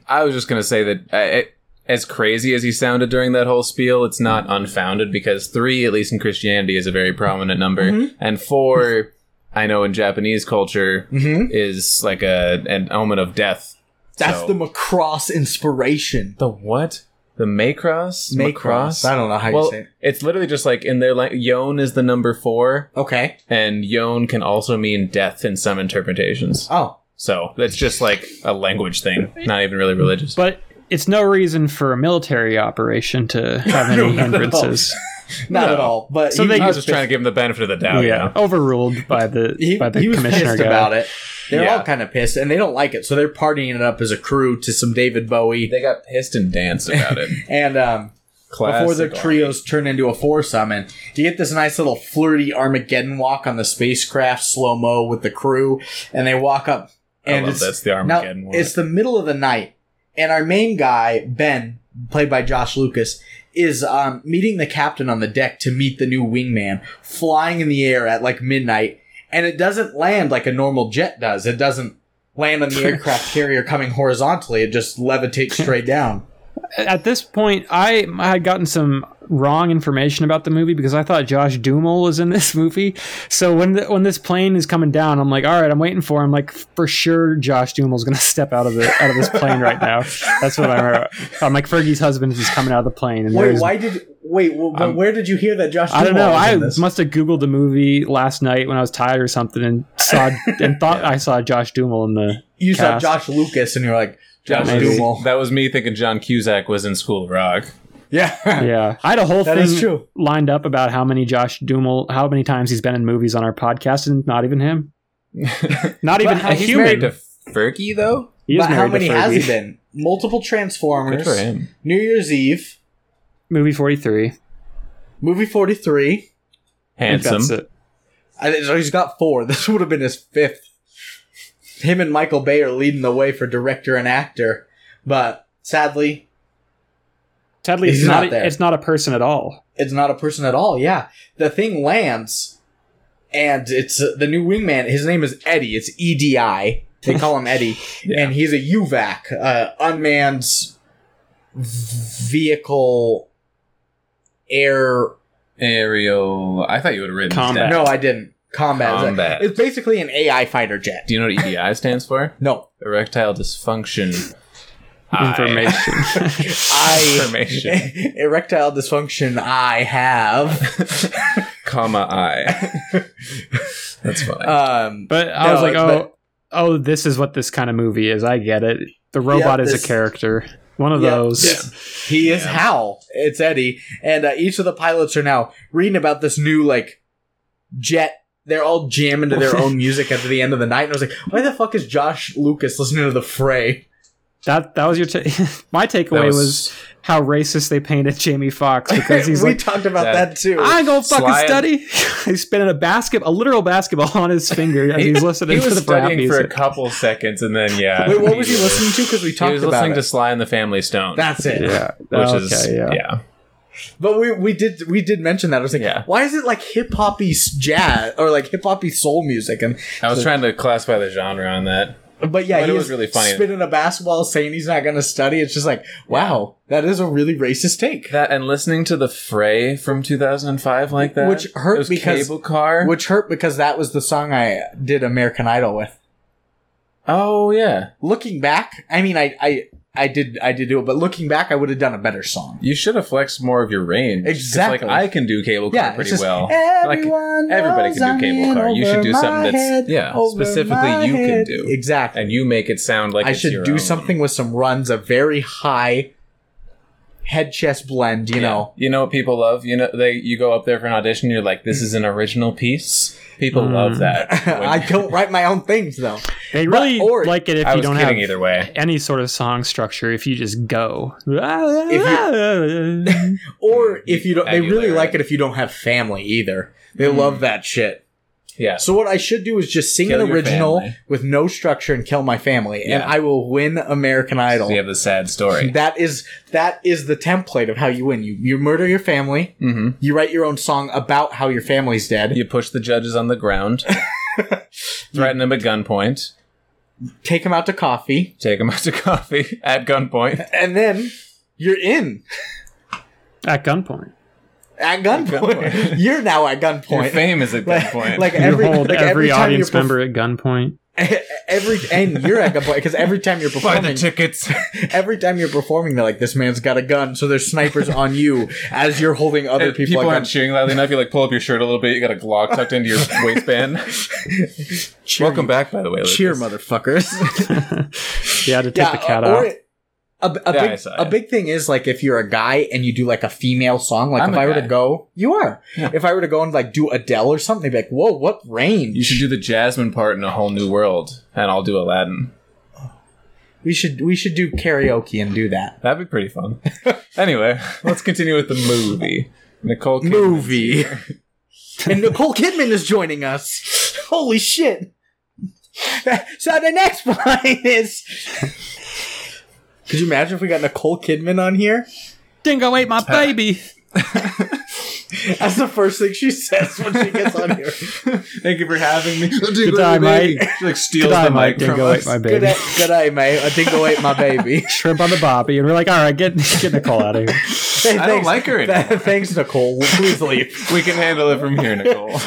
S3: I was just gonna say that uh, it, as crazy as he sounded during that whole spiel, it's not unfounded because three, at least in Christianity, is a very prominent number,
S2: Mm-hmm.
S3: and four, I know in Japanese culture, is like a an omen of death.
S2: Mm-hmm. That's
S3: So-
S2: the Macross inspiration.
S3: The what? The Macross?
S2: Macross? I don't know how you
S3: well,
S2: say it.
S3: It's literally just like in their like Yon is the number four,
S2: Okay.
S3: and Yon can also mean death in some interpretations.
S2: Oh.
S3: So that's just like a language thing, not even really religious.
S4: But it's no reason for a military operation to have any
S2: not at all.
S4: hindrances.
S2: Not at all. But
S4: So
S2: he,
S4: they-
S3: I was
S2: was
S3: just trying to give him the benefit of the
S4: Oh,
S3: doubt. you know?
S4: Overruled by the
S2: he,
S4: by the
S2: he was
S4: commissioner
S2: pissed
S4: guy.
S2: about it. They're
S3: Yeah.
S2: all kind of pissed and they don't like it. So they're partying it up as a crew to some David Bowie.
S3: They got pissed and danced about it.
S2: And um, before the
S3: Classic
S2: trios turn into a foursome. And you get this nice little flirty Armageddon walk on the spacecraft, slow mo with the crew, and they walk up.
S3: I
S2: And
S3: love
S2: it's,
S3: that's the Armageddon
S2: now,
S3: one.
S2: it's the middle of the night, and our main guy Ben, played by Josh Lucas, is um, meeting the captain on the deck to meet the new wingman, flying in the air at like midnight, and it doesn't land like a normal jet does. It doesn't land on the aircraft carrier coming horizontally. It just levitates straight down.
S4: At this point, I I had gotten some wrong information about the movie because I thought Josh Duhamel was in this movie. So when the, when this plane is coming down, I'm like, all right, I'm waiting for him. Like for sure, Josh Duhamel's gonna step out of the out of this plane right now. That's what I remember. I'm like Fergie's husband is coming out of the plane. And
S2: Wait,
S4: there's-
S2: why did? Wait, well, but where did you hear that Josh?
S4: I don't
S2: Duhamel
S4: know.
S2: was
S4: I
S2: in this?
S4: must have googled the movie last night when I was tired or something and saw and thought I saw Josh Duhamel in the.
S2: You saw
S4: cast.
S2: Josh Lucas, and you're like Josh
S3: that, was,
S2: Duhamel.
S3: that was me thinking John Cusack was in School of Rock.
S2: yeah,
S4: Yeah, I had a whole
S2: That
S4: thing
S2: is true.
S4: lined up about how many Josh Duhamel, how many times he's been in movies on our podcast, and not even him. not even a
S3: he's
S4: human.
S3: married to Fergie, though.
S4: he is
S2: but how
S4: married to
S2: many has
S4: Fergie.
S2: he been? Multiple
S3: Good
S2: Transformers.
S3: for him.
S2: New Year's Eve,
S4: Movie forty three.
S2: movie forty three.
S3: Handsome.
S4: That's it.
S2: So he's got four. This would have been his fifth. Him and Michael Bay are leading the way for director and actor, but Sadly,
S4: Sadly, it's
S2: He's
S4: not,
S2: not
S4: a,
S2: there.
S4: it's not a person at all.
S2: it's not a person at all. Yeah, the thing lands, and it's uh, the new wingman. His name is Eddie. It's E D I. They call him Eddie, and he's a UVAC, uh, unmanned vehicle air.
S3: Aerial. I thought you would have written this
S4: Combat.
S2: No,
S3: down.
S2: I didn't. Combat.
S3: Combat.
S2: It's basically an AI fighter jet.
S3: Do you know what EDI stands for?
S2: No,
S3: Erectile dysfunction.
S4: Ah, Information.
S2: I
S3: Information.
S2: erectile dysfunction. I have.
S3: comma I. That's funny.
S4: Uh,
S2: um,
S4: But I was
S2: No,
S4: like, oh,
S2: but-
S4: oh, this is what this kind of movie is. I get it. The robot is
S2: this-
S4: a character. One of
S2: Yeah,
S4: those.
S2: He is Hal. It's Eddie, and uh, each of the pilots are now reading about this new like jet. They're all jamming to their own music at the end of the night, and I was like, "Why the fuck is Josh Lucas listening to the Fray?"
S4: That that was your ta- my
S3: That
S4: takeaway was, how racist they painted Jamie Fox because he's
S2: we
S4: like
S2: talked about
S3: that-
S2: that, too.
S4: I go fucking
S3: Sly-
S4: study. he's spinning a basket, a literal basketball on his finger as he's listening
S3: he
S4: to
S3: was
S4: the rap
S3: studying for a
S4: music.
S3: couple seconds and then yeah.
S2: Wait, what was he
S3: immediately.
S2: listening to? Because we
S3: He
S2: talked
S3: was
S2: about
S3: listening
S2: it.
S3: to Sly and the Family Stone.
S2: That's it.
S4: yeah,
S3: which
S4: okay,
S3: is
S4: yeah.
S3: yeah.
S2: But we we did we did mention that. I was like,
S3: Yeah.
S2: why is it like hip hoppy jazz or like hip hoppy soul music? And
S3: I was trying to classify the genre on that.
S2: but yeah,
S3: But
S2: he
S3: it was
S2: was
S3: really funny.
S2: spinning a basketball, saying he's not going to study. It's just like, wow, that is a really racist take.
S3: That and listening to the Fray from 2005 like that,
S2: Which hurt
S3: It was
S2: because-
S3: Cable Car.
S2: Which hurt because that was the song I did American Idol with.
S3: oh yeah,
S2: Looking back, I mean, I I, I did I did do it, but looking back, I would have done a better song.
S3: you should have flexed more of your range. It's
S2: Exactly.
S3: like I can do Cable Car
S2: Yeah,
S3: pretty
S2: it's just,
S3: well.
S2: Everyone
S3: like everybody
S2: knows
S3: can do
S2: I'm
S3: Cable
S2: in
S3: Car. You should
S2: over
S3: do
S2: my
S3: something that's
S2: head,
S3: yeah
S2: over my
S3: specifically you
S2: head.
S3: can do
S2: exactly.
S3: and you make it sound like
S2: I
S3: it's
S2: should
S3: your
S2: do
S3: own.
S2: something with some runs, a very high head chest blend, you
S3: Yeah.
S2: know.
S3: You know what people love? You know they you go up there for an audition, you're like, This is an original piece. People love that. When-
S2: I don't write my own things though.
S4: They really
S2: or-
S4: like it if
S3: I
S4: you
S3: was
S4: don't
S3: kidding
S4: have
S3: either way.
S4: any sort of song structure. If you just go,
S2: Or if you don't, they
S3: Vocabulary.
S2: really like it if you don't have family either. They
S3: Mm.
S2: love that shit.
S3: Yeah.
S2: So what I should do is just sing
S3: Kill
S2: an
S3: your
S2: original
S3: family.
S2: with no structure and kill my family, and
S3: Yeah.
S2: I will win American Idol.
S3: you have the sad story.
S2: That is that is the template of how you win. You you murder your family.
S3: Mhm.
S2: You write your own song about how your family's dead.
S3: You push the judges on the ground, threaten them at gunpoint,
S2: Take them out to coffee,
S3: take them out to coffee at gunpoint.
S2: and then you're in.
S4: at gunpoint,
S2: at gunpoint.
S3: gunpoint.
S2: You're now at
S3: Your
S2: gunpoint.
S3: fame is at
S2: Like,
S3: gunpoint.
S2: like
S4: you
S2: every,
S4: hold
S2: like
S4: every,
S2: every, time
S4: audience
S2: you're perf-
S4: member at gunpoint.
S2: every and you're at gunpoint because every time you're
S3: buy the
S2: performing,
S3: tickets.
S2: every time you're performing, they're like, "This man's got a gun," so there's snipers on you as you're holding other
S3: If
S2: people.
S3: people
S2: at gun-
S3: aren't cheering loudly enough. You like pull up your shirt a little bit. You got a Glock tucked into your waistband. Welcome back, by the way. Lucas.
S2: cheer, motherfuckers!
S4: Yeah, to take the cat
S2: or
S4: out.
S2: it- A, a,
S3: Yeah, I
S2: big,
S3: saw
S2: a
S3: it.
S2: big thing is like if you're a guy and you do like a female song, like
S3: I'm
S2: if
S3: a
S2: I were
S3: guy.
S2: to go, you are.
S3: Yeah.
S2: If I were to go and like do Adele or something, they'd be like, "Whoa, what range?"
S3: You should do the Jasmine part in A Whole New World, and I'll do Aladdin.
S2: we should we should do karaoke and do that.
S3: That'd be pretty fun. anyway, let's continue with the movie. Nicole Kidman.
S2: movie. and Nicole Kidman is joining us. Holy shit. So the next one is. Could you imagine if we got Nicole Kidman on here?
S1: Dingo ate my baby.
S2: That's the first thing she says when she gets on here.
S3: Thank you for having me.
S4: Good eye, mate.
S3: She like steals
S4: Good eye,
S3: the mic
S4: mate.
S3: from
S4: Dingo ate
S3: us.
S4: my
S2: Good,
S4: baby.
S2: day, good day, mate. I think I'll ate my baby.
S4: Shrimp on the bobby, and we're like, all right, get get Nicole out of here.
S2: Hey,
S3: I don't like her anymore.
S2: Thanks, Nicole. Well, please leave.
S3: We can handle it from here, Nicole.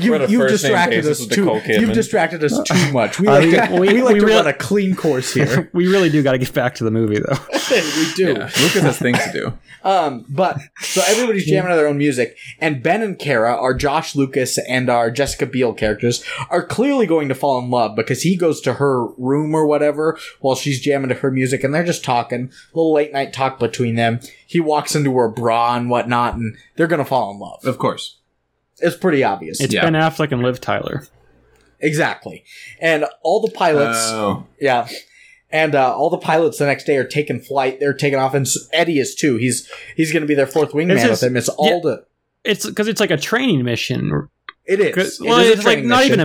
S2: You,
S3: We're on a
S2: you've
S3: first name
S2: distracted
S3: basis
S2: us
S3: with Nicole
S2: too.
S3: Kidman.
S2: You've distracted us too much. We
S4: Uh,
S2: like,
S4: we-
S2: to- we,
S4: we-
S2: like
S4: we
S2: to
S4: real-
S2: run a clean course here.
S4: We really do got to get back to the movie though.
S2: we do.
S3: Yeah, Lucas has things to do.
S2: Um, but so everybody's jamming to their own music, and Ben and Kara, our Josh Lucas and our Jessica Biel characters, are clearly going to fall in love because he goes to her room or whatever while she's jamming to her music, and they're just talking, little late night talk between them. He walks into her bra and whatnot, and they're gonna fall in love.
S3: Of course.
S2: It's pretty obvious.
S4: It's
S3: Yeah.
S4: Ben Affleck and Liv Tyler.
S2: exactly. And all the pilots,
S3: Oh.
S2: yeah. And uh, all the pilots the next day are taking flight. They're taking off, and s- Eddie is too. He's he's going to be their fourth wingman
S4: just-
S2: with them. It's all
S4: yeah.
S2: the
S4: It's because it's like a training mission.
S2: It is.
S4: 'Cause-
S2: It
S4: Well,
S2: is a
S4: it's like
S2: training
S4: not even a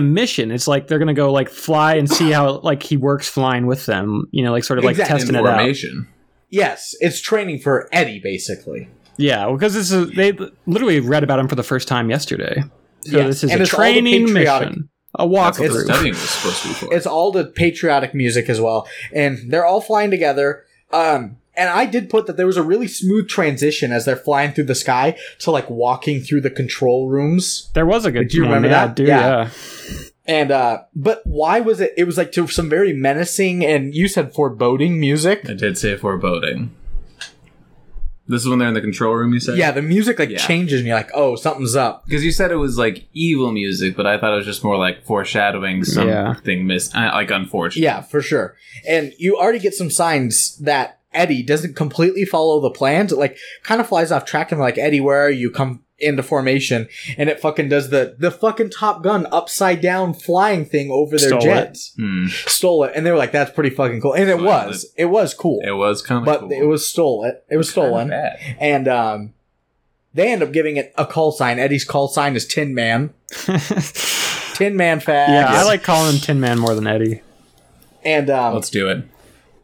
S4: mission.
S2: mission.
S4: It's like they're gonna go like fly and see how like he works flying with them. You know, like sort of like
S2: Exact
S4: testing it out.
S3: Information.
S2: Yes, it's training for Eddie, basically.
S4: Yeah, because this is they literally read about him for the first time yesterday. So
S2: Yes,
S4: this is
S2: and
S4: a
S2: it's all the
S4: training
S2: patriotic-
S4: mission, a
S3: That's what
S4: walkthrough.
S3: studying was supposed to be for.
S2: It's all the patriotic music as well, and they're all flying together. Um, and I did put that there was a really smooth transition as they're flying through the sky to like walking through the control rooms.
S4: There was a good.
S2: Do you
S4: one,
S2: remember
S4: yeah,
S2: that?
S4: Dude,
S2: Yeah.
S4: yeah.
S2: And uh, but why was it? It was like to some very menacing and you said foreboding music.
S3: I did say foreboding. This is when they're in the control room. You said,
S2: Yeah, the music like
S3: Yeah.
S2: changes, and you're like, oh, something's up.
S3: because you said it was like evil music, but I thought it was just more like foreshadowing
S4: Yeah.
S3: something miss, uh, like unfortunate.
S2: Yeah, for sure. And you already get some signs that Eddie doesn't completely follow the plans. It like kind of flies off track and like Eddie, where are you? Come into formation, and it fucking does the the fucking Top Gun upside down flying thing over their
S4: Stole it.
S2: jets.
S3: Hmm.
S2: Stole it, and they were like, that's pretty fucking cool. And it
S3: Stole
S2: was, it was cool,
S3: it was kind of,
S2: but
S3: cool.
S2: it was stolen. It was
S3: Kinda
S2: stolen.
S3: bad.
S2: and um, they end up giving it a call sign. Eddie's call sign is Tin Man. Tin Man Fag.
S4: Yeah, I like calling him Tin Man more than Eddie.
S2: And um,
S3: Let's do it.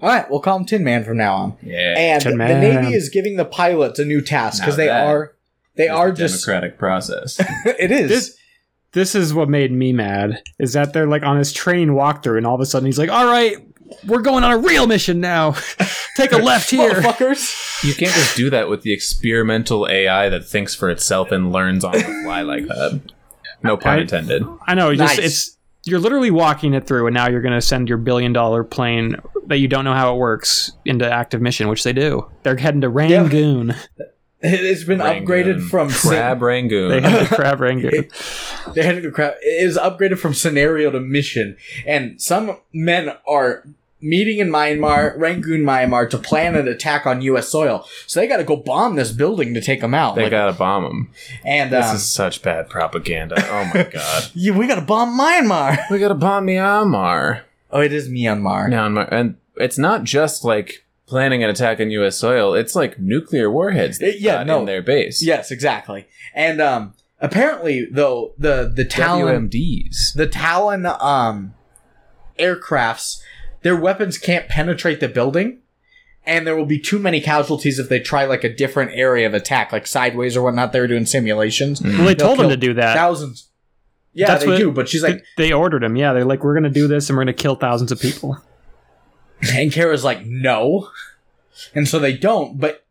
S2: all right, we'll call him Tin Man from now on.
S3: Yeah,
S2: And
S4: Tin
S2: the
S4: Man.
S2: Navy is giving the pilots a new task because
S3: Now
S2: they
S3: that
S2: are they
S3: It's
S2: are
S3: the
S2: just
S3: democratic process.
S2: it is
S4: This- This is what made me mad is that they're like on his train walkthrough, and all of a sudden he's like, "All right, we're going on a real mission now. Take a left here."
S2: motherfuckers.
S3: you can't just do that with the experimental AI that thinks for itself and learns on the fly like that. No pun
S4: I-
S3: intended.
S4: I know. you Just
S2: Nice.
S4: it's you're literally walking it through, and now you're going to send your billion dollar plane that you don't know how it works into active mission, which they do. They're heading to Rangoon.
S2: It's been
S3: Rangoon.
S2: upgraded from
S3: Crab Rangoon.
S4: They head to Crab Rangoon.
S2: They had to crap. It is upgraded from scenario to mission, and some men are meeting in Myanmar, Rangoon, Myanmar, to plan an attack on U.S. soil. So they got to go bomb this building to take them out.
S3: They
S2: Like,
S3: gotta bomb him.
S2: and
S3: This
S2: um,
S3: is such bad propaganda. Oh my god.
S2: yeah, we got to bomb Myanmar.
S3: we gotta bomb Myanmar.
S2: oh, it is Myanmar.
S3: Myanmar, and it's not just like planning an attack on U.S. soil. It's like nuclear warheads.
S2: Uh, yeah,
S3: got
S2: no.
S3: in their base.
S2: Yes, exactly. And um, apparently, though the the Talon
S3: WMDs.
S2: the Talon um aircrafts, their weapons can't penetrate the building, and there will be too many casualties if they try like a different area of attack, like sideways or whatnot. They were doing simulations.
S4: Well, they
S2: They'll
S4: Mm. told him
S2: kill
S4: to do that.
S2: Thousands. Yeah,
S4: That's
S2: they
S4: what-
S2: do, but she's like,
S4: they ordered him. Yeah, they're like, we're going to do this, and we're going to kill thousands of people.
S2: and Kara's like, no, and so they don't. But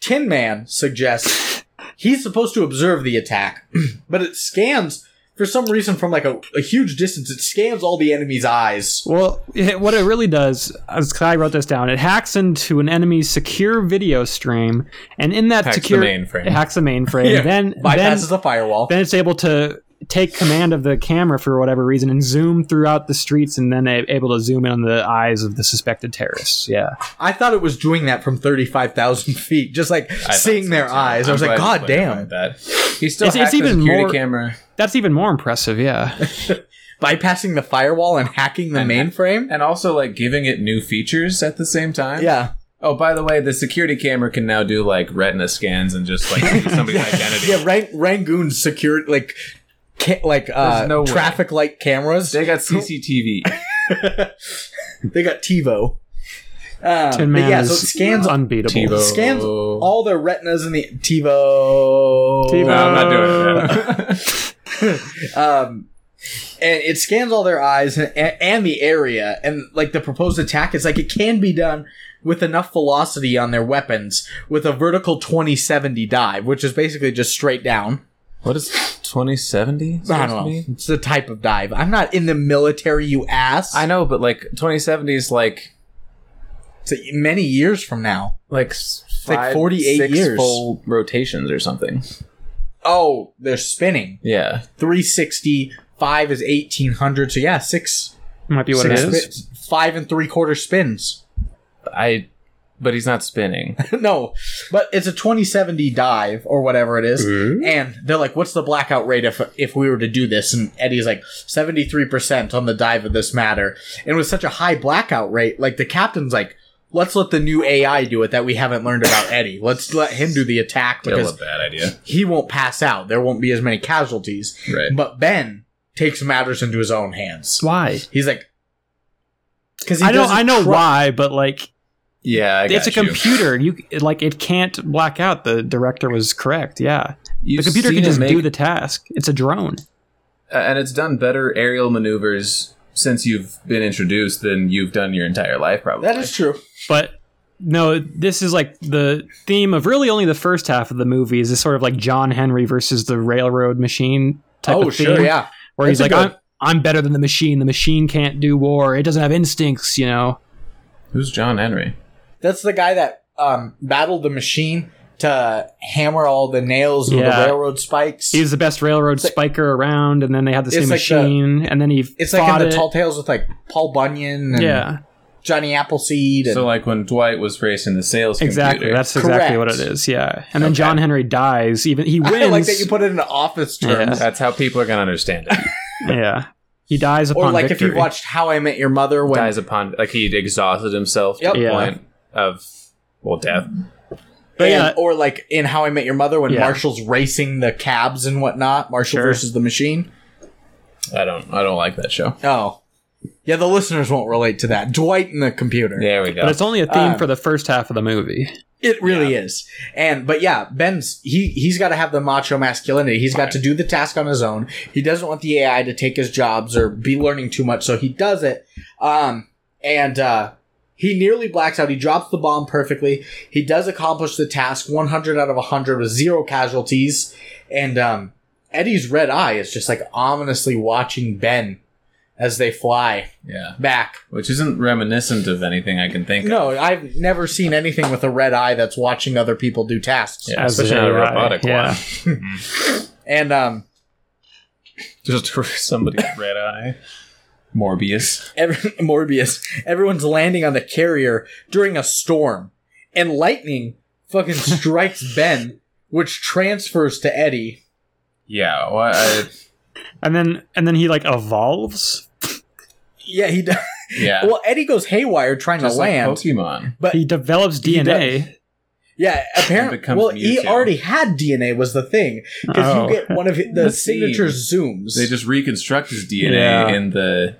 S2: Tin Man suggests he's supposed to observe the attack, but it scans for some reason from like a, a huge distance. It scans all the enemy's eyes.
S4: Well, it, what it really does, as I wrote this down, it hacks into an enemy's secure video stream, and in that
S3: Hacks the
S4: secure
S3: mainframe.
S4: it hacks the mainframe. then, then,
S2: bypasses the firewall.
S4: then it's able to take command of the camera for whatever reason and zoom throughout the streets, and then a- able to zoom in on the eyes of the suspected terrorists. Yeah,
S2: I thought it was doing that from 35,000 feet, just like
S3: I thought
S2: seeing
S3: so,
S2: their
S3: too.
S2: eyes. I
S3: I'm
S2: was like,
S3: glad
S2: God
S3: you
S2: damn.
S3: clarified That. He still
S4: It's- it's
S3: it's, even
S4: even
S3: the security
S4: more-
S3: camera
S4: that's even more impressive. Yeah,
S2: Bypassing the firewall and hacking the
S3: And-
S2: mainframe?
S3: and also like giving it new features at the same time.
S2: yeah.
S3: Oh, by the way, the security camera can now do like retina scans and just like see somebody's identity.
S2: Yeah, Rang- Rangoon's security, like, ca- like uh,
S3: There's no way.
S2: traffic light cameras.
S3: They got CCTV.
S2: They got TiVo. Uh,
S4: Tin
S2: but
S4: Man
S2: yeah, so it
S4: is
S2: scans,
S4: unbeatable.
S3: TiVo.
S2: scans all their retinas in the TiVo.
S4: TiVo.
S3: No, I'm not
S2: Uh,
S3: doing it.
S2: um, and it scans all their eyes and, and the area and like the proposed attack is like it can be done with enough velocity on their weapons with a vertical 2070 dive which is basically just straight down
S3: What is 2070?
S2: i don't know it's the type of dive i'm not in the military you ass
S3: I know, but like 2070 is like
S2: it's many years from now
S3: like s-
S2: like
S3: five,
S2: 48
S3: six
S2: years.
S3: full rotations or something.
S2: oh they're spinning
S3: Yeah,
S2: 360 5 is 1800 so yeah 6,
S4: Might be what
S2: six
S4: it is.
S2: spin- 5 and 3 quarter spins
S3: I. But he's not spinning.
S2: no, but it's a 2070 dive or whatever it is. And they're like, what's the blackout rate if, if we were to do this? And Eddie's like, 73% on the dive of this matter. And with such a high blackout rate, like the captain's like, let's let the new AI do it that we haven't learned about Eddie. Let's let him do the attack
S3: Still
S2: because
S3: a bad idea.
S2: he won't pass out. There won't be as many casualties.
S3: Right.
S2: But Ben takes matters into his own hands.
S4: Why?
S2: He's like, because
S4: I know, I know why, but like,
S3: Yeah, I
S4: it's a
S3: got you.
S4: computer. You like it can't black out. The director was correct. Yeah,
S3: You've
S4: the computer
S3: seen
S4: can
S3: it
S4: just do
S3: make-
S4: the task. It's a drone.
S3: Uh, and it's done better aerial maneuvers since you've been introduced than you've done your entire life, probably.
S2: That is true.
S4: But no, this is like the theme of really only the first half of the movie is this sort of like John Henry versus the railroad machine type
S2: Oh,
S4: of theme.
S2: sure, yeah.
S4: Where he's
S2: That's
S4: like,
S2: a
S4: I'm,
S2: good-
S4: I'm better than the machine. The machine can't do war. It doesn't have instincts, you know.
S3: Who's John Henry?
S2: That's the guy that um, battled the machine to hammer all the nails with the
S4: Yeah.
S2: railroad spikes.
S4: He was the best railroad spiker around, and then they had this
S2: It's
S4: new
S2: like the-
S4: machine, and then he
S2: it's like
S4: fought
S2: in the
S4: it.
S2: Tall Tales with like Paul Bunyan and
S4: yeah,
S2: Johnny Appleseed. And
S3: So, like when Dwight was racing the sales
S4: exactly.
S3: computer.
S4: That's exactly what it
S2: Correct.
S4: is. Yeah, and then John Henry dies. Even he wins.
S2: I like that you put it in office terms.
S3: That's how people are going to understand it.
S4: yeah, he dies upon
S2: Or like
S4: victory.
S2: if you watched How I Met Your Mother when
S3: Dies upon, like he exhausted himself
S2: Yep.
S3: to the
S4: Yeah.
S3: point of, well, death.
S4: But
S2: and-
S4: yeah.
S2: or like in How I Met Your Mother when
S4: Yeah.
S2: Marshall's racing the cabs and whatnot, Marshall
S4: Sure.
S2: versus the machine.
S3: I don't, I don't like that show.
S2: Oh. Yeah, the listeners won't relate to that. Dwight and the computer.
S3: There we go.
S4: but it's only a theme
S2: Um,
S4: for the first half of the movie.
S2: It really is. And but yeah, Ben's he he's got to have the macho masculinity. He's got to do the task on his own. He doesn't want the AI to take his jobs or be learning too much, so he does it. Um and uh he nearly blacks out. He drops the bomb perfectly. He does accomplish the task 100 out of 100 with zero casualties. And um Eddie's red eye is just like ominously watching Ben as they fly
S3: yeah.
S2: back.
S3: Which isn't reminiscent of anything I can think of.
S2: No, I've never seen anything with a red eye that's watching other people do tasks.
S3: Yeah,
S4: As
S3: especially not a
S4: AI,
S3: robotic
S4: yeah.
S3: one.
S2: And um,
S3: Just somebody with red eye. Morbius.
S2: every- Morbius, everyone's landing on the carrier during a storm, and lightning fucking strikes Ben, which transfers to Eddie.
S3: Yeah. Well, I,
S4: And then and then he like evolves.
S2: Yeah, he does.
S3: yeah.
S2: Well, Eddie goes haywire trying
S3: Just
S2: to
S3: like
S2: land.
S3: Pokemon.
S2: but
S4: He develops DNA.
S2: yeah, apparently,
S3: becomes
S2: well, he
S3: Mewtwo.
S2: already had DNA was the thing because
S4: Oh.
S2: you get one of hi- the,
S3: The
S2: signature zooms.
S3: They just reconstruct his DNA
S4: Yeah.
S3: in the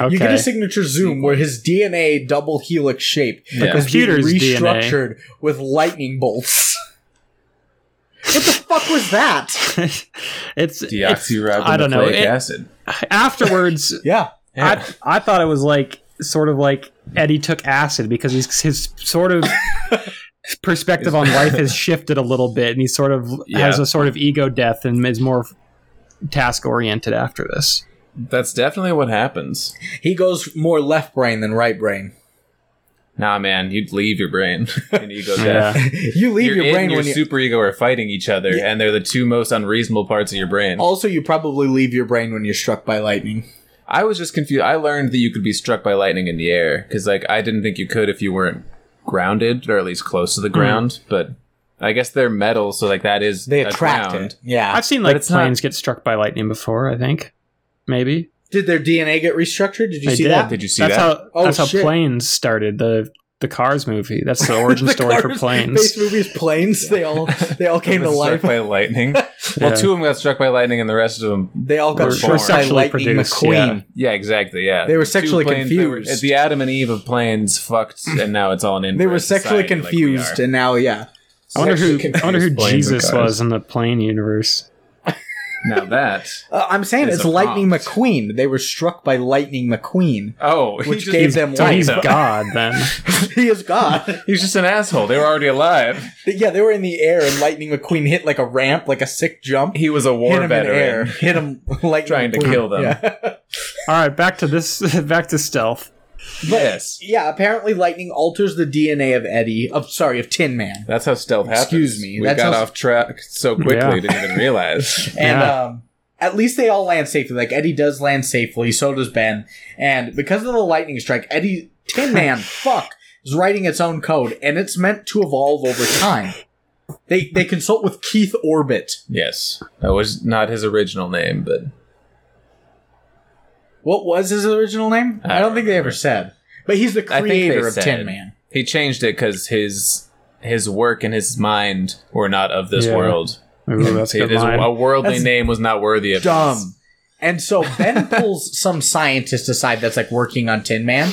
S4: Okay.
S2: You get a signature zoom where his DNA double helix shape
S3: Yeah.
S2: is being
S4: Computer's DNA.
S2: restructured with lightning bolts. what the fuck was that?
S4: it's it's-
S3: deoxyribonucleic
S4: I don't know. It-
S3: acid.
S4: afterwards,
S2: Yeah.
S3: Yeah.
S4: I I thought it was like sort of like Eddie took acid because he's his sort of perspective on life has shifted a little bit, and he sort of
S3: Yeah.
S4: has a sort of ego death and is more task oriented after this.
S3: That's definitely what happens.
S2: He goes more left brain than right brain.
S3: Nah, man, you'd leave your brain and ego death.
S2: You leave
S3: Your,
S2: your,
S3: id
S2: brain
S3: and your
S2: when you
S3: superego are fighting each other, and they're the two most unreasonable parts of your brain.
S2: also you probably leave your brain when you're struck by lightning.
S3: I was just confused. I learned that you could be struck by lightning in the air because, like, I didn't think you could if you weren't grounded or at least close
S2: Hmm.
S3: to the ground. But I guess they're metal, so like that is
S2: They
S3: a
S2: attract
S3: ground.
S2: it. Yeah.
S4: I've seen like
S3: it's not-
S4: planes get struck by lightning before. I think maybe
S2: Did their DNA get restructured? Did you
S4: They
S2: see
S4: did.
S2: that?
S3: Did you see
S4: that's
S3: that?
S4: how
S2: Oh,
S4: that's how
S2: shit.
S4: planes started the the Cars movie. That's the origin story for planes.
S2: Base movies planes. They all they all came to
S3: was
S2: life.
S3: Struck by lightning. Well, two of them got struck by lightning, and the rest of them.
S2: They all got
S3: Were
S2: struck by
S4: sexually
S2: lightning
S4: produced,
S2: McQueen.
S4: yeah.
S3: Yeah, exactly. Yeah,
S2: They were
S3: Two
S2: sexually
S3: planes, they were-
S2: confused.
S3: the Adam and Eve of planes fucked, and now it's all an.
S2: They were
S3: inbred
S2: sexually
S3: society like we are.
S2: confused, and now yeah.
S4: I wonder who
S3: Sexually
S4: I wonder who
S3: confused planes and
S4: Jesus
S3: cars.
S4: was in the plane universe.
S3: now that
S2: Uh, I'm saying
S3: It's
S2: it's
S3: a
S2: Lightning
S3: prompt.
S2: McQueen. They were struck by Lightning McQueen.
S3: oh, he
S2: Which
S3: just-
S2: gave
S3: he's
S2: them
S4: So
S2: life.
S3: dumb,
S4: he's
S3: though.
S4: God then.
S2: he is God.
S3: He's just an asshole. They were already alive.
S2: yeah, they were in the air, and Lightning McQueen hit like a ramp, like a sick jump.
S3: He was a
S2: hit
S3: war
S2: him in the air.
S3: veteran.
S2: Hit him like
S3: Trying to kill them.
S2: Yeah.
S4: All right, back to this. Back to stealth.
S3: Yes,
S2: Yeah, Apparently, lightning alters the DNA of Eddie. Of sorry, of Tin Man.
S3: that's how stealth happens.
S2: Excuse me,
S3: we
S2: that's
S3: got
S2: how-
S3: off track so quickly.
S4: Yeah.
S3: I Didn't even realize.
S2: And
S4: Yeah.
S2: um, at least they all land safely. Like Eddie does land safely, so does Ben. And because of the lightning strike, Eddie Tin Man, fuck, is writing its own code, and it's meant to evolve over time. They they consult with Keith Orbit.
S3: yes, that was not his original name, but
S2: What was his original name? I,
S3: I
S2: don't think they
S3: remember.
S2: ever said. But he's the
S3: I think they
S2: creator of
S3: said
S2: Tin Man.
S3: He changed it because his his work and his mind were not of this
S4: Yeah.
S3: world.
S4: Ooh, that's a
S3: It
S4: good
S3: is-
S4: line.
S3: a worldly
S2: That's
S3: name was not worthy of this.
S2: Dumb. And so Ben pulls some scientist aside that's like working on Tin Man,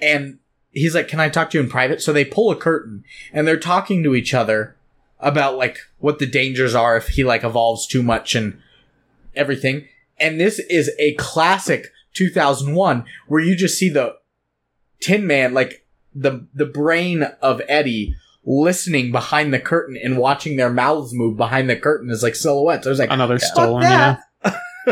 S2: and he's like, "Can I talk to you in private?" So they pull a curtain and they're talking to each other about like what the dangers are if he like evolves too much and everything. And this is a classic 2001 where you just see the Tin Man like the the brain of Eddie listening behind the curtain and watching their mouths move behind the curtain is like silhouettes. I was like,
S4: Another
S2: "Fuck
S4: stolen,
S2: that."
S4: yeah.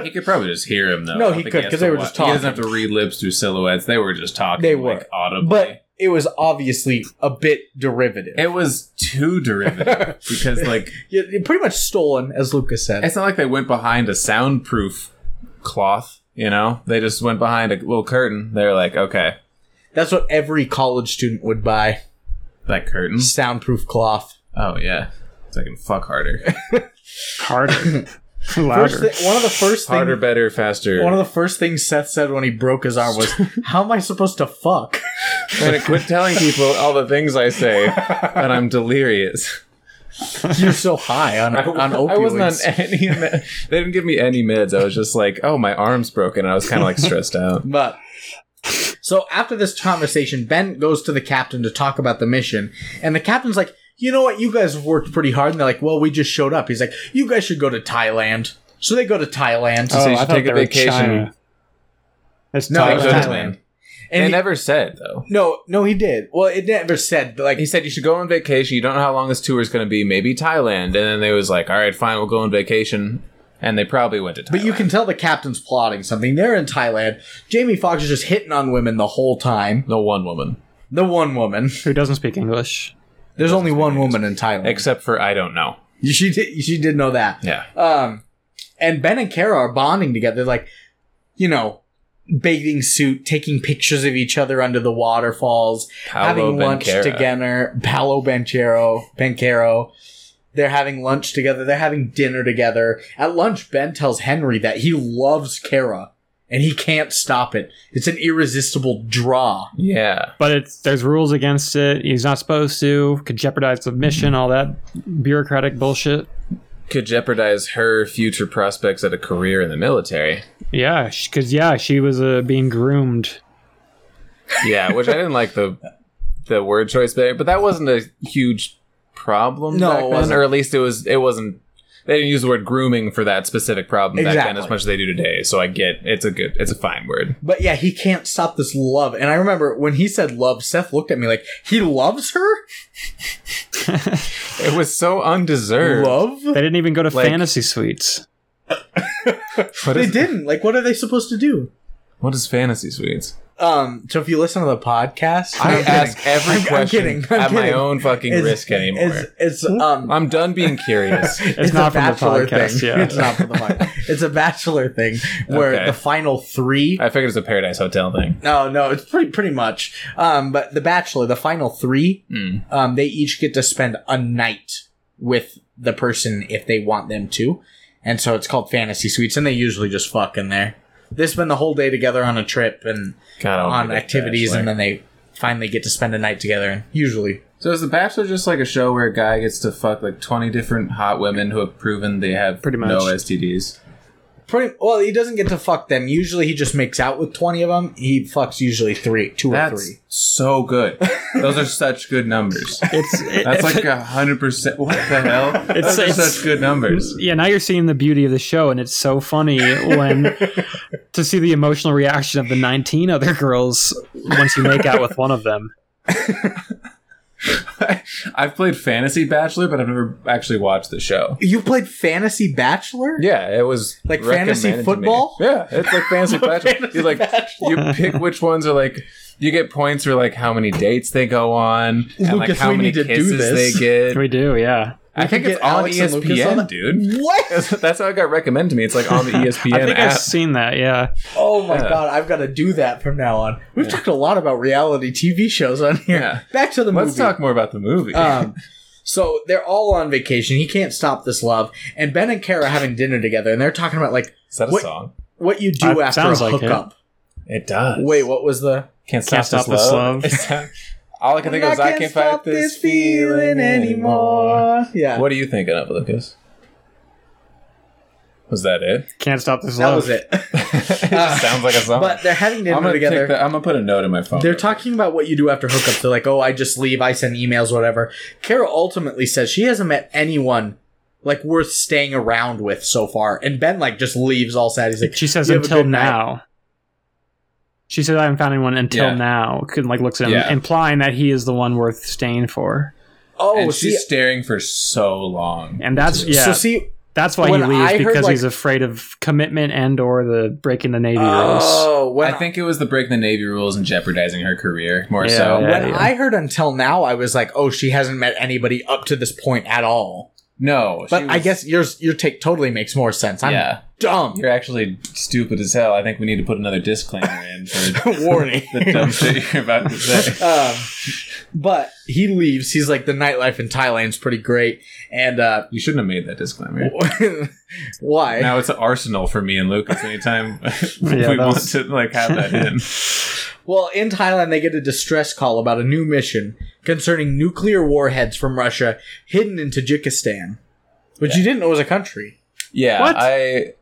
S3: He could probably just hear him though.
S2: No,
S3: I don't
S2: he
S3: think
S2: could,
S3: has
S2: 'cause
S3: to
S2: they were
S3: wa-
S2: just
S3: He doesn't have
S2: talking.
S3: to read lips through silhouettes. They were just talking.
S2: They
S3: like,
S2: were.
S3: audibly.
S2: But it was obviously a bit derivative.
S3: it was too derivative because like
S2: Yeah, it pretty much stolen, as Lucas said.
S3: it's not like they went behind a soundproof cloth. You know, they just went behind a little curtain. They were like, okay,
S2: That's what every college student would buy:
S3: that curtain.
S2: soundproof cloth.
S3: Oh yeah, so I can fuck harder,
S4: Harder.
S2: First
S4: Louder.
S2: thi- one of the first thing-
S3: harder, better, faster.
S2: one of the first things Seth said when he broke his arm was, "How am I supposed to fuck?"
S3: I'm gonna quit telling people all the things I say, and I'm delirious.
S2: You're so high on on opioids.
S3: I wasn't on any. Med- they didn't give me any meds. I was just like, oh, my arm's broken. I was kind of like stressed
S4: Oh,
S3: out.
S2: But so after this conversation, Ben goes to the captain to talk about the mission, and the captain's like, "You know what? You guys worked pretty hard." And they're like, "Well, we just showed up." He's like, "You guys should go to Thailand." So they go to Thailand.
S3: Oh,
S4: I
S3: you should
S4: thought
S3: take a
S4: they were
S3: vacation.
S4: China. That's
S2: No,
S4: Thailand.
S2: it was
S3: Thailand.
S2: Thailand.
S3: they
S2: And he-
S3: never said though.
S2: no, no, he did. Well, it never said but, like
S3: He said you should go on vacation. You don't know how long this tour is going to be. Maybe Thailand. And then they was like, all right, fine, we'll go on vacation. And they probably went to Thailand.
S2: But you can tell the captain's plotting something. They're in Thailand. Jamie Foxx is just hitting on women the whole time.
S3: the one woman,
S2: The one woman.
S4: Who doesn't speak English?
S2: There's only one woman in Thailand.
S3: except for I don't know.
S2: she did. She did know that.
S3: Yeah,
S2: Um, and Ben and Kara are bonding together, They're like you know, bathing suit, taking pictures of each other under the waterfalls,
S3: Paolo
S2: having lunch
S3: Benquera.
S2: together. Paolo Banchero, Banchero. They're having lunch together. They're having dinner together. At lunch, Ben tells Henry that he loves Kara and he can't stop it. It's an irresistible draw.
S3: yeah.
S4: But it's there's rules against it. He's not supposed to. Could jeopardize the mission. All that bureaucratic bullshit.
S3: Could jeopardize her future prospects at a career in the military.
S4: Yeah, because yeah, she was uh, being groomed.
S3: Yeah, which I didn't like the the word choice there, but that wasn't a huge problem.
S2: No,
S3: back
S2: it
S3: then,
S2: wasn't.
S3: or at least it was. It wasn't. They didn't use the word grooming for that specific problem back then
S2: Exactly.
S3: as much as they do today. So I get it's a good, it's a fine word.
S2: But yeah, he can't stop this love. And I remember when he said love, Seth looked at me like, he loves her?
S3: It was so undeserved.
S2: Love?
S4: They didn't even go to
S3: Like-
S4: fantasy suites.
S3: What
S2: They
S3: is,
S2: didn't. Like, what are they supposed to do?
S3: what is fantasy suites?
S2: Um, so if you listen to the podcast,
S3: I
S2: No, I'm
S3: ask
S2: kidding.
S3: every
S2: I'm- I'm
S3: question
S2: kidding. I'm
S3: at my
S2: kidding.
S3: own fucking
S2: It's-
S3: risk anymore.
S2: It's, it's um,
S3: I'm done being curious.
S4: It's, not
S2: a
S4: from the
S2: bachelor
S4: podcast.
S2: Thing.
S4: Yeah,
S2: It's not from the podcast. it's a bachelor thing where
S3: Okay.
S2: the final three.
S3: I figured it's a Paradise Hotel thing.
S2: No, no, it's pretty pretty much. Um, but the bachelor, the final three,
S3: Mm.
S2: um, they each get to spend a night with the person if they want them to, and so it's called fantasy suites, and they usually just fuck in there. They spend the whole day together on a trip and
S3: God, I don't
S2: on
S3: like The
S2: activities, and
S3: Bachelor.
S2: then they finally get to spend a night together. Usually,
S3: So is The Bachelor just like a show where a guy gets to fuck like 20 different hot women who have proven they have
S4: Pretty much.
S3: no STDs?
S2: pretty well, he doesn't get to fuck them. Usually, he just makes out with twenty of them. He fucks usually three, two or
S3: That's
S2: three.
S3: so good. Those are such good numbers.
S4: it's it-
S3: That's like a hundred percent. What the hell? Those are
S4: it's-
S3: such good numbers.
S4: yeah. Now you're seeing the beauty of the show, and it's so funny when to see the emotional reaction of the 19 other girls once you make out with one of them.
S3: I've played Fantasy Bachelor, but I've never actually watched the show.
S2: You played Fantasy Bachelor?
S3: Yeah, it was
S2: Like fantasy
S3: recommended to me.
S2: football?
S3: Yeah, it's like fantasy bachelor.
S2: Fantasy
S3: you like you pick which ones are like you get points for like how many dates they go on and like
S2: Lucas,
S3: how
S2: we
S3: many
S2: need to do
S3: kisses
S2: this.
S3: they get.
S4: We do, yeah.
S3: I think
S2: could
S3: it's
S2: get
S3: on E
S2: Alex and Lucas
S3: ESPN,
S2: on-
S3: dude.
S2: What?
S3: That's how it got recommended to me. It's like on the E ESPN
S4: I think
S3: app.
S4: I've seen that. Yeah,
S2: Oh my
S3: Yeah.
S2: god, I've got to do that from now on. We've talked a lot about reality TV shows on here.
S3: Yeah.
S2: Back to the
S3: Let's
S2: movie.
S3: talk more about the movie.
S2: Um, so they're all on vacation. He can't stop this love, and Ben and Kara are having dinner together, and they're talking about like
S3: Is that a
S2: what-
S3: song?
S2: what you do
S4: Uh,
S2: after a
S4: sounds like it.
S2: hookup.
S3: It does.
S2: Wait, what was the?
S3: Can't stop,
S4: Can't Stop
S3: this,
S4: This
S3: love.
S4: Love.
S3: All I can think of is I can't fight this feeling anymore.
S2: Yeah.
S3: What are you thinking of, Lucas? Was that it?
S4: Can't stop this
S2: That
S4: love.
S2: was it.
S3: it just sounds like a song.
S2: But they're having dinner
S3: I'm gonna
S2: together.
S3: take that. I'm gonna put a note in my phone.
S2: They're talking about what you do after hookups. They're like, oh, I just leave, I send emails, whatever. Carol ultimately says she hasn't met anyone like worth staying around with so far. And Ben like just leaves all sad. He's like,
S4: She says
S2: "You have a
S4: until
S2: good night."
S4: now. She says I haven't found anyone until
S3: Yeah.
S4: now. Could like looks at him,
S3: Yeah.
S4: implying that he is the one worth staying for.
S2: Oh,
S3: and
S2: see,
S3: she's staring for so long.
S4: And that's yeah.
S2: so see,
S4: that's why he
S2: when I
S4: leaves
S2: heard,
S4: because
S2: like-
S4: he's afraid of commitment and or the breaking the navy rules.
S2: oh, when
S3: I think it was the break the navy rules and jeopardizing her career more
S4: Yeah,
S3: so.
S4: yeah.
S2: when I heard until now, I was like, oh, she hasn't met anybody up to this point at all.
S3: No,
S2: But
S3: she
S2: I
S3: was-
S2: guess yours your take totally makes more sense. I'm
S3: Yeah.
S2: dumb.
S3: you're actually stupid as hell. I think we need to put another disclaimer in for
S2: Warning.
S3: the dumb shit you're about to say.
S2: um, but he leaves. He's like, the nightlife in Thailand's pretty great. And uh,
S3: You shouldn't have made that disclaimer.
S2: why?
S3: Now it's an arsenal for me and Lucas. Anytime we
S4: that
S3: want
S4: was-
S3: to like have that in,
S2: Well, in Thailand, they get a distress call about a new mission concerning nuclear warheads from Russia hidden in Tajikistan, which you didn't know was a country.
S3: yeah,
S4: What?
S3: I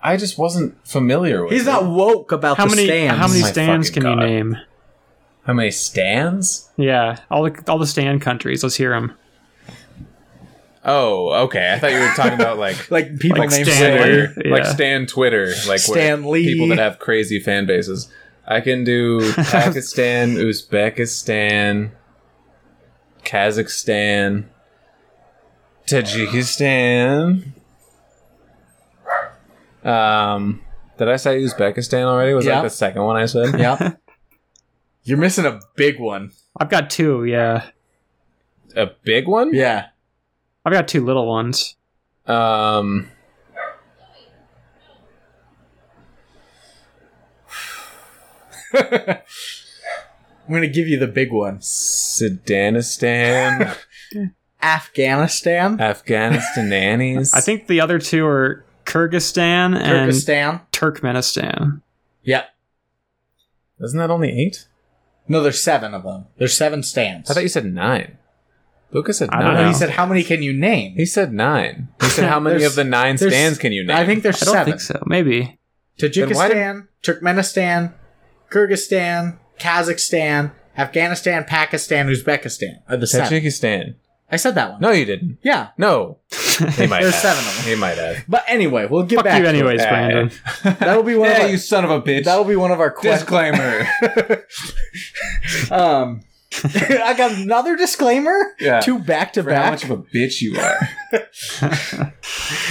S3: I just wasn't familiar with.
S2: He's
S3: it.
S2: not woke about
S4: How
S2: the
S4: many
S2: stands.
S4: how many
S3: My
S4: stands
S3: fucking
S4: can you
S3: God.
S4: name?
S3: How many stands?
S4: Yeah, all the all the stand countries. Let's hear them.
S3: Oh, okay. I thought you were talking about like
S2: like people
S3: like
S2: named
S3: Stan,
S2: Stan.
S4: Lee.
S3: like
S4: Yeah.
S3: Stan Twitter, like
S2: Stan
S3: where
S2: Lee.
S3: people that have crazy fan bases. I can do Pakistan, Uzbekistan, Kazakhstan, Tajikistan. Um, did I say Uzbekistan already? Was
S2: Yeah.
S3: that the second one I said?
S2: Yeah, you're missing a big one.
S4: I've got two. Yeah,
S3: A big one?
S2: Yeah,
S4: I've got two little ones.
S3: Um,
S2: I'm gonna give you the big one.
S3: Sudanistan,
S2: Afghanistan,
S3: Afghanistan nannies.
S4: I think the other two are Kyrgyzstan and
S2: Turkestan.
S4: Turkmenistan.
S2: Yep.
S3: isn't that only eight?
S2: No, there's seven of them. There's seven stands.
S3: I thought you said nine. Lucas said
S4: I
S3: nine.
S4: don't
S2: No,
S4: know.
S2: he said, "How many can you name?"
S3: He said nine. He said how many
S2: There's-
S3: of the nine
S2: there's-
S3: stands can you name?
S2: I think there's
S4: I don't
S2: seven.
S4: think so. Maybe.
S3: Then why did-
S2: Tajikistan, Turkmenistan, Kyrgyzstan, Kazakhstan, Afghanistan, Pakistan, Uzbekistan are the seven.
S3: Tajikistan.
S2: I said that one.
S3: No, you didn't.
S2: Yeah.
S3: No, he might.
S2: There's
S3: have.
S2: seven of them.
S3: He might have.
S2: But anyway, we'll get
S4: Fuck
S2: back
S4: you,
S2: to it.
S4: anyways,
S3: Yeah.
S4: Brandon.
S2: That'll be one of
S3: yeah,
S2: our,
S3: you son of a bitch.
S2: that'll be one of our questions.
S3: Disclaimer.
S2: um I got another disclaimer.
S3: Yeah.
S2: Two back to
S3: For how much
S2: back.
S3: of a bitch you are.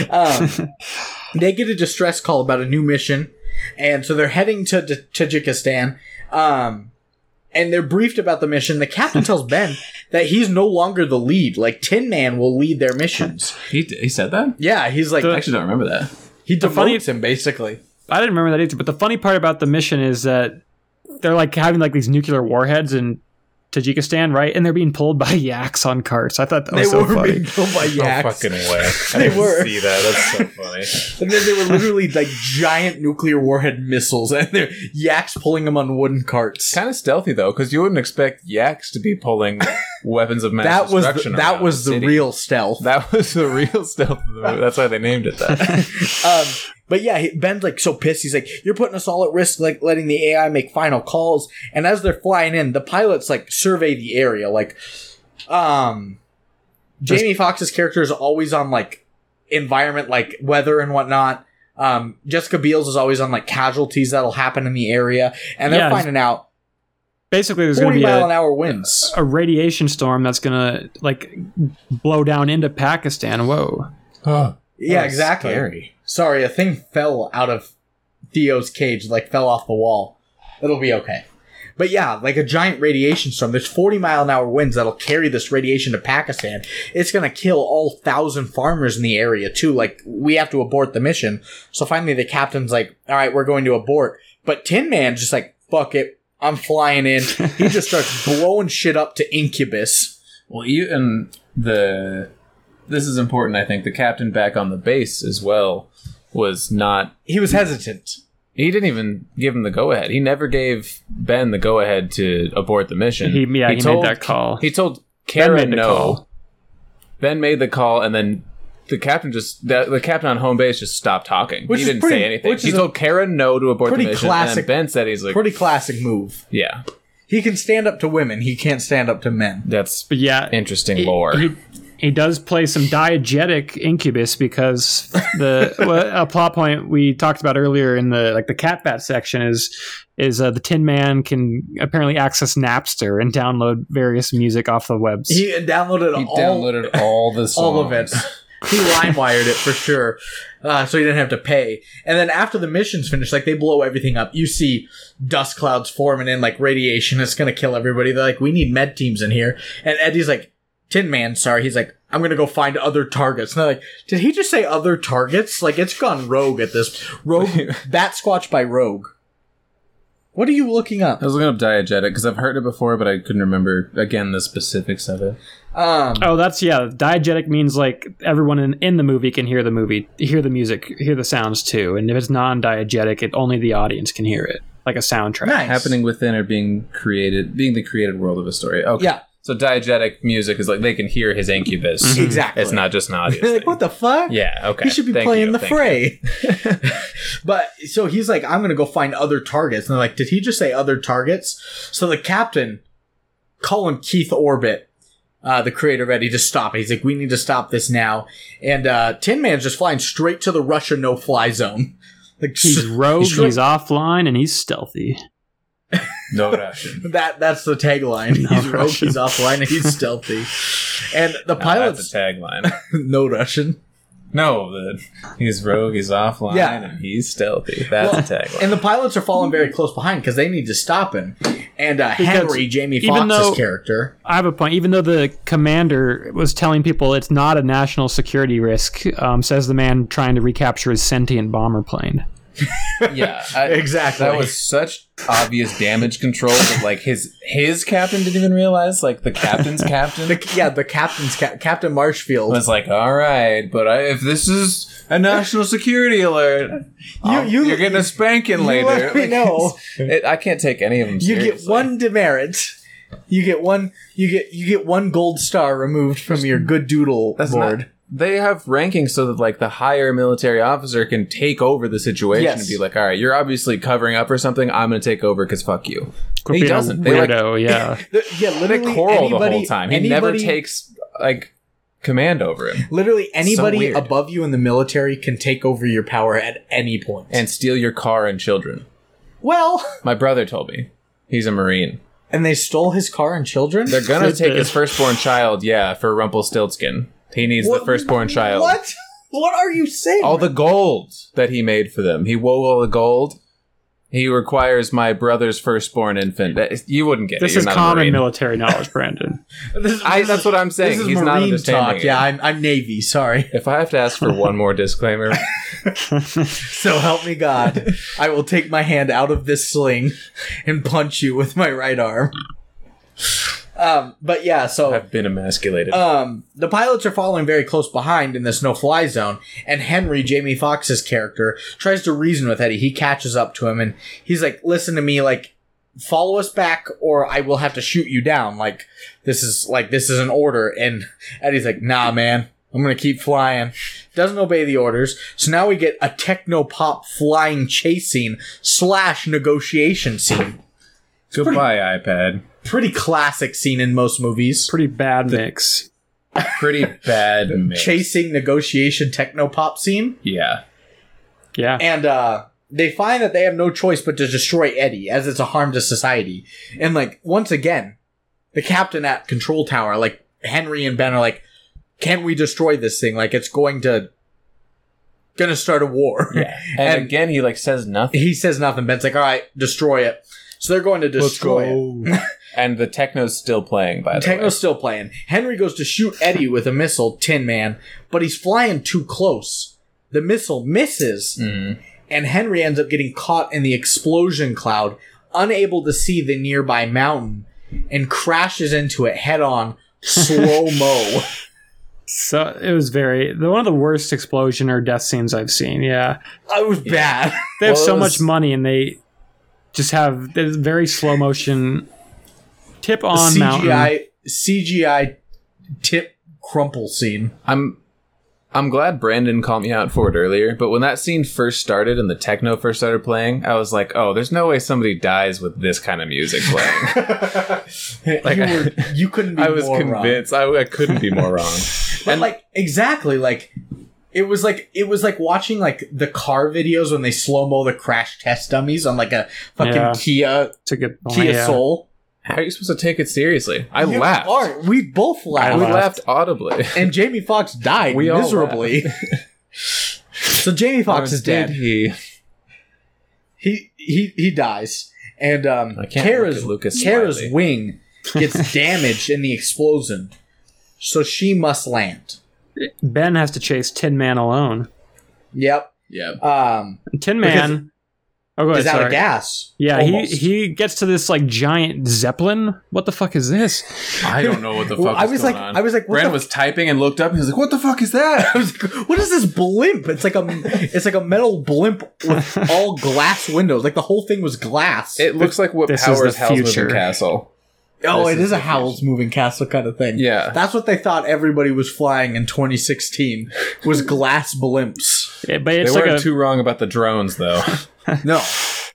S2: Um, they get a distress call about a new mission, and so they're heading to D- Tajikistan. Um, and they're briefed about the mission. The captain tells Ben that he's no longer the lead. Like Tin Man will lead their missions.
S3: he he said that.
S2: Yeah, he's like
S3: I actually don't remember that.
S2: he demotes
S4: funny-
S2: him basically.
S4: I didn't remember that either. But the funny part about the mission is that they're like having like these nuclear warheads in Tajikistan, right? And they're being pulled by yaks on carts. I thought that was so funny.
S2: being killed by yaks,
S3: way. I
S2: They were.
S3: see that. That's so funny.
S2: and then they were literally like giant nuclear warhead missiles, and they're yaks pulling them on wooden carts.
S3: kind of stealthy though, because you wouldn't expect yaks to be pulling weapons of mass
S2: That was the,
S3: destruction.
S2: that
S3: around
S2: was the
S3: city.
S2: real stealth.
S3: That was the real stealth. Of the movie. That's why they named it that.
S2: Um, but yeah, he- Ben's like so pissed. He's like, "You're putting us all at risk, like letting the AI make final calls." And as they're flying in, the pilots like survey the area. Like, um, Jamie Foxx's character is always on like environment, like weather and whatnot. Um, Jessica Biel's is always on like casualties that'll happen in the area, and they're
S4: Yeah.
S2: finding out
S4: Basically, there's going to
S2: forty
S4: be
S2: mile
S4: a,
S2: an hour winds.
S4: a radiation storm that's going to like blow down into Pakistan. Whoa.
S2: Yeah,
S3: that's
S2: exactly.
S3: scary.
S2: Sorry, a thing fell out of Theo's cage, like fell off the wall. It'll be okay. But yeah, like a giant radiation storm. There's 40 mile an hour winds that'll carry this radiation to Pakistan. It's gonna kill all thousand farmers in the area too. Like we have to abort the mission. So finally, the captain's like, "All right, we're going to abort." But Tin Man's just like, "Fuck it, I'm flying in." he just starts blowing shit up to Incubus.
S3: well, you and the this is important. I think the captain back on the base as well was not.
S2: He was hesitant.
S3: He didn't even give him the go ahead. He never gave Ben the go ahead to abort the mission.
S4: He, yeah, he, made that call.
S3: He told
S4: Ben
S3: Kara
S4: made the
S3: no.
S4: call.
S3: Ben made the call, and then the captain just the, the captain on home base just stopped talking.
S2: Which
S3: he
S2: is
S3: didn't
S2: pretty-
S3: say anything.
S2: which
S3: He
S2: is a
S3: told Kara no to abort the
S2: pretty
S3: mission.
S2: classic-
S3: And then Ben said he's like,
S2: Pretty classic move.
S3: yeah,
S2: He can stand up to women. He can't stand up to men.
S3: that's
S4: But yeah,
S3: interesting
S4: he-
S3: lore.
S4: He, he does play some diegetic incubus because the well, a plot point we talked about earlier in the like the cat bat section is is uh, the Tin Man can apparently access Napster and download various music off the webs.
S2: He downloaded all
S3: all the
S2: all of it. He wired it for sure, uh, so he didn't have to pay. And then after the mission's finished, like they blow everything up. You see dust clouds forming in like radiation. It's gonna kill everybody. They're like, we need med teams in here. And Eddie's like, Tin Man, sorry. He's like, I'm gonna go find other targets. And they're like, did he just say other targets? Like it's gone rogue at this rogue bat squatch by rogue. What are you looking up?
S3: I was looking up diegetic because I've heard it before, but I couldn't remember again the specifics of it.
S2: Um,
S4: Oh, that's yeah. Diegetic means like everyone in, in the movie can hear the movie, hear the music, hear the sounds too. And if it's non-diegetic, it only the audience can hear it, like a soundtrack.
S2: nice.
S3: Happening within or being created, being the created world of a story. Okay.
S2: Yeah.
S3: So diegetic music is like they can hear his incubus.
S2: Mm-hmm. Exactly.
S3: It's not just an audience.
S2: They're like,
S3: thing.
S2: what the fuck?
S3: Yeah. Okay.
S2: He should be
S3: Thank
S2: playing
S3: you,
S2: the
S3: thank you.
S2: fray. but so he's like, I'm gonna go find other targets. And they're like, did he just say other targets? So the captain, call him Keith Orbit, uh, the creator of Eddie, to stop it. He's like, we need to stop this now. And uh, Tin Man's just flying straight to the Russia no fly zone. Like
S4: He's rogue, he's,
S2: straight-
S4: offline, and he's stealthy.
S3: No Russian.
S2: that that's the tagline. he's rogue,
S4: Russian.
S2: he's offline, and he's stealthy. And the
S3: No, that's
S2: pilot's
S3: a tagline.
S2: no Russian.
S3: No, the, he's rogue, he's offline,
S2: Yeah.
S3: and he's stealthy. That's
S2: Well,
S3: a tagline.
S2: And the pilots are falling very close behind because they need to stop him. And uh, Henry, Jamie
S4: even
S2: Foxx's
S4: though-
S2: character,
S4: I have a point. Even though the commander was telling people it's not a national security risk, um, says the man trying to recapture his sentient bomber plane.
S3: yeah, I-
S2: Exactly.
S3: That was such obvious damage control that like his his captain didn't even realize. Like the captain's captain
S2: the, yeah, the captain's cap- Captain Marshfield.
S3: was like, "All right, but I, if this is a national security alert, you,
S2: you-
S3: you are getting a spanking later."
S2: let me know.
S3: It, I can't take any of them.
S2: you get
S3: seriously.
S2: one demerit. You get one. You get you get one gold star removed from your good doodle
S3: That's
S2: board.
S3: not- they have rankings so that like the higher military officer can take over the situation
S2: Yes.
S3: and be like, "All right, you're obviously covering up for something. I'm going to take over because fuck you."
S4: Quit
S3: he
S4: being a
S3: doesn't. They, like-
S4: weirdo, yeah.
S2: The- yeah, literally
S3: Coral
S2: anybody,
S3: the whole time. He never
S2: anybody-
S3: takes like command over him
S2: Literally anybody
S3: weird.
S2: above you in the military can take over your power at any point.
S3: and steal your car and children.
S2: well,
S3: My brother told me he's a marine.
S2: and they stole his car and children.
S3: They're gonna
S4: Good
S3: take his
S4: bit.
S3: firstborn child, yeah, for Rumpelstiltskin. He needs the
S2: What-
S3: firstborn child.
S2: What? What are you saying?
S3: All the gold that he made for them. He wove all the gold. He requires my brother's firstborn infant. That- You wouldn't get it.
S4: This
S3: You're
S4: is
S3: not a
S4: common
S3: marine.
S4: military knowledge, Brandon.
S3: I, that's what I'm saying.
S2: This is
S3: He's not
S2: Marine
S3: understanding.
S2: talk.
S3: it.
S2: Yeah, I'm, I'm Navy. Sorry.
S3: If I have to ask for one more disclaimer,
S2: So help me God, I will take my hand out of this sling and punch you with my right arm. Um, but yeah, so
S3: I've been emasculated.
S2: um, the pilots are following very close behind in this no-fly zone, and Henry, Jamie Foxx's character, tries to reason with Eddie. He catches up to him, and he's like, "Listen to me, like." Follow us back, or I will have to shoot you down. Like this is like this is an order, and Eddie's like, "Nah, man, I'm gonna keep flying." doesn't obey the orders. So now we get a techno pop flying chase scene slash negotiation scene.
S3: Goodbye, iPad.
S2: Pretty classic scene in most movies.
S4: Pretty bad mix.
S3: Pretty bad mix.
S2: Chasing negotiation techno pop scene.
S3: Yeah.
S4: Yeah.
S2: And uh they find that they have no choice but to destroy Eddie, as it's a harm to society. And like once again, the captain at control tower, like Henry and Ben are like, Can we destroy this thing? Like it's going to gonna start a war.
S3: Yeah. And,
S2: And-
S3: again, he like says nothing.
S2: he says nothing. Ben's like, all right, destroy it. So they're going to destroy it.
S3: And the techno's still playing. By the
S2: Techno's
S3: way,
S2: still playing. Henry goes to shoot Eddie with a missile, Tin Man, but he's flying too close. The missile misses,
S3: Mm-hmm.
S2: and Henry ends up getting caught in the explosion cloud, unable to see the nearby mountain, and crashes into it head on, slow mo.
S4: So it was very the one of the worst explosion or death scenes I've seen. Yeah,
S2: I was bad.
S4: they have
S3: Well, it
S4: so
S3: was-
S4: much money and they just have there's very slow motion tip on
S2: CGI
S4: mountain.
S2: CGI tip crumple scene.
S3: I'm I'm glad Brandon called me out for it earlier, but when that scene first started and the techno first started playing, I was like, "Oh, there's no way somebody dies with this kind of music playing."
S2: you,
S3: I-
S2: were, you couldn't be
S3: I was
S2: more wrong.
S3: convinced. I, I couldn't be more wrong.
S2: But like exactly like it was like it was like watching like the car videos when they slow mo the crash test dummies on like a fucking
S4: Yeah.
S2: Kia
S4: It's a good point.
S2: Kia
S4: yeah.
S2: Soul.
S3: How are you supposed to take it seriously? I
S2: You
S3: laughed.
S2: are- we both
S3: We
S2: laughed.
S4: laughed.
S3: laughed audibly.
S2: And Jamie Foxx died
S3: We all
S2: miserably. so Jamie Foxx is
S3: Did
S2: dead.
S3: He
S2: He he he dies. And um
S3: I can't
S2: Kara's
S3: look at Lucas
S2: Kara's
S3: Smiley.
S2: wing gets damaged in the explosion. So she must land.
S4: Ben has to chase Tin Man alone.
S2: Yep.
S3: Yeah.
S2: Um
S4: And Tin Man. Oh, go ahead.
S2: is out
S4: Sorry.
S2: of gas.
S4: Yeah,
S2: Almost.
S4: he he gets to this like giant zeppelin. What the fuck is this?
S3: I don't know what the fuck.
S2: Well, I was
S3: going
S2: like-
S3: on.
S2: I was like, what
S3: Brandon
S2: the-
S3: was typing and looked up and he was like, "What the fuck is that?"
S2: I was like, what is this blimp? It's like a it's like a metal blimp with all glass windows. Like the whole thing was glass.
S3: It looks like what
S4: This is
S3: powers
S4: the
S3: Howl's Moving
S4: future.
S3: Castle.
S2: oh,
S3: this
S2: it
S3: is
S2: is a Howl's Moving Castle kind of thing.
S3: Yeah.
S2: that's what they thought everybody was flying in 2016 was glass blimps.
S4: Yeah, but it's
S3: they
S4: like
S3: weren't
S4: a
S3: too wrong about the drones, though.
S2: No,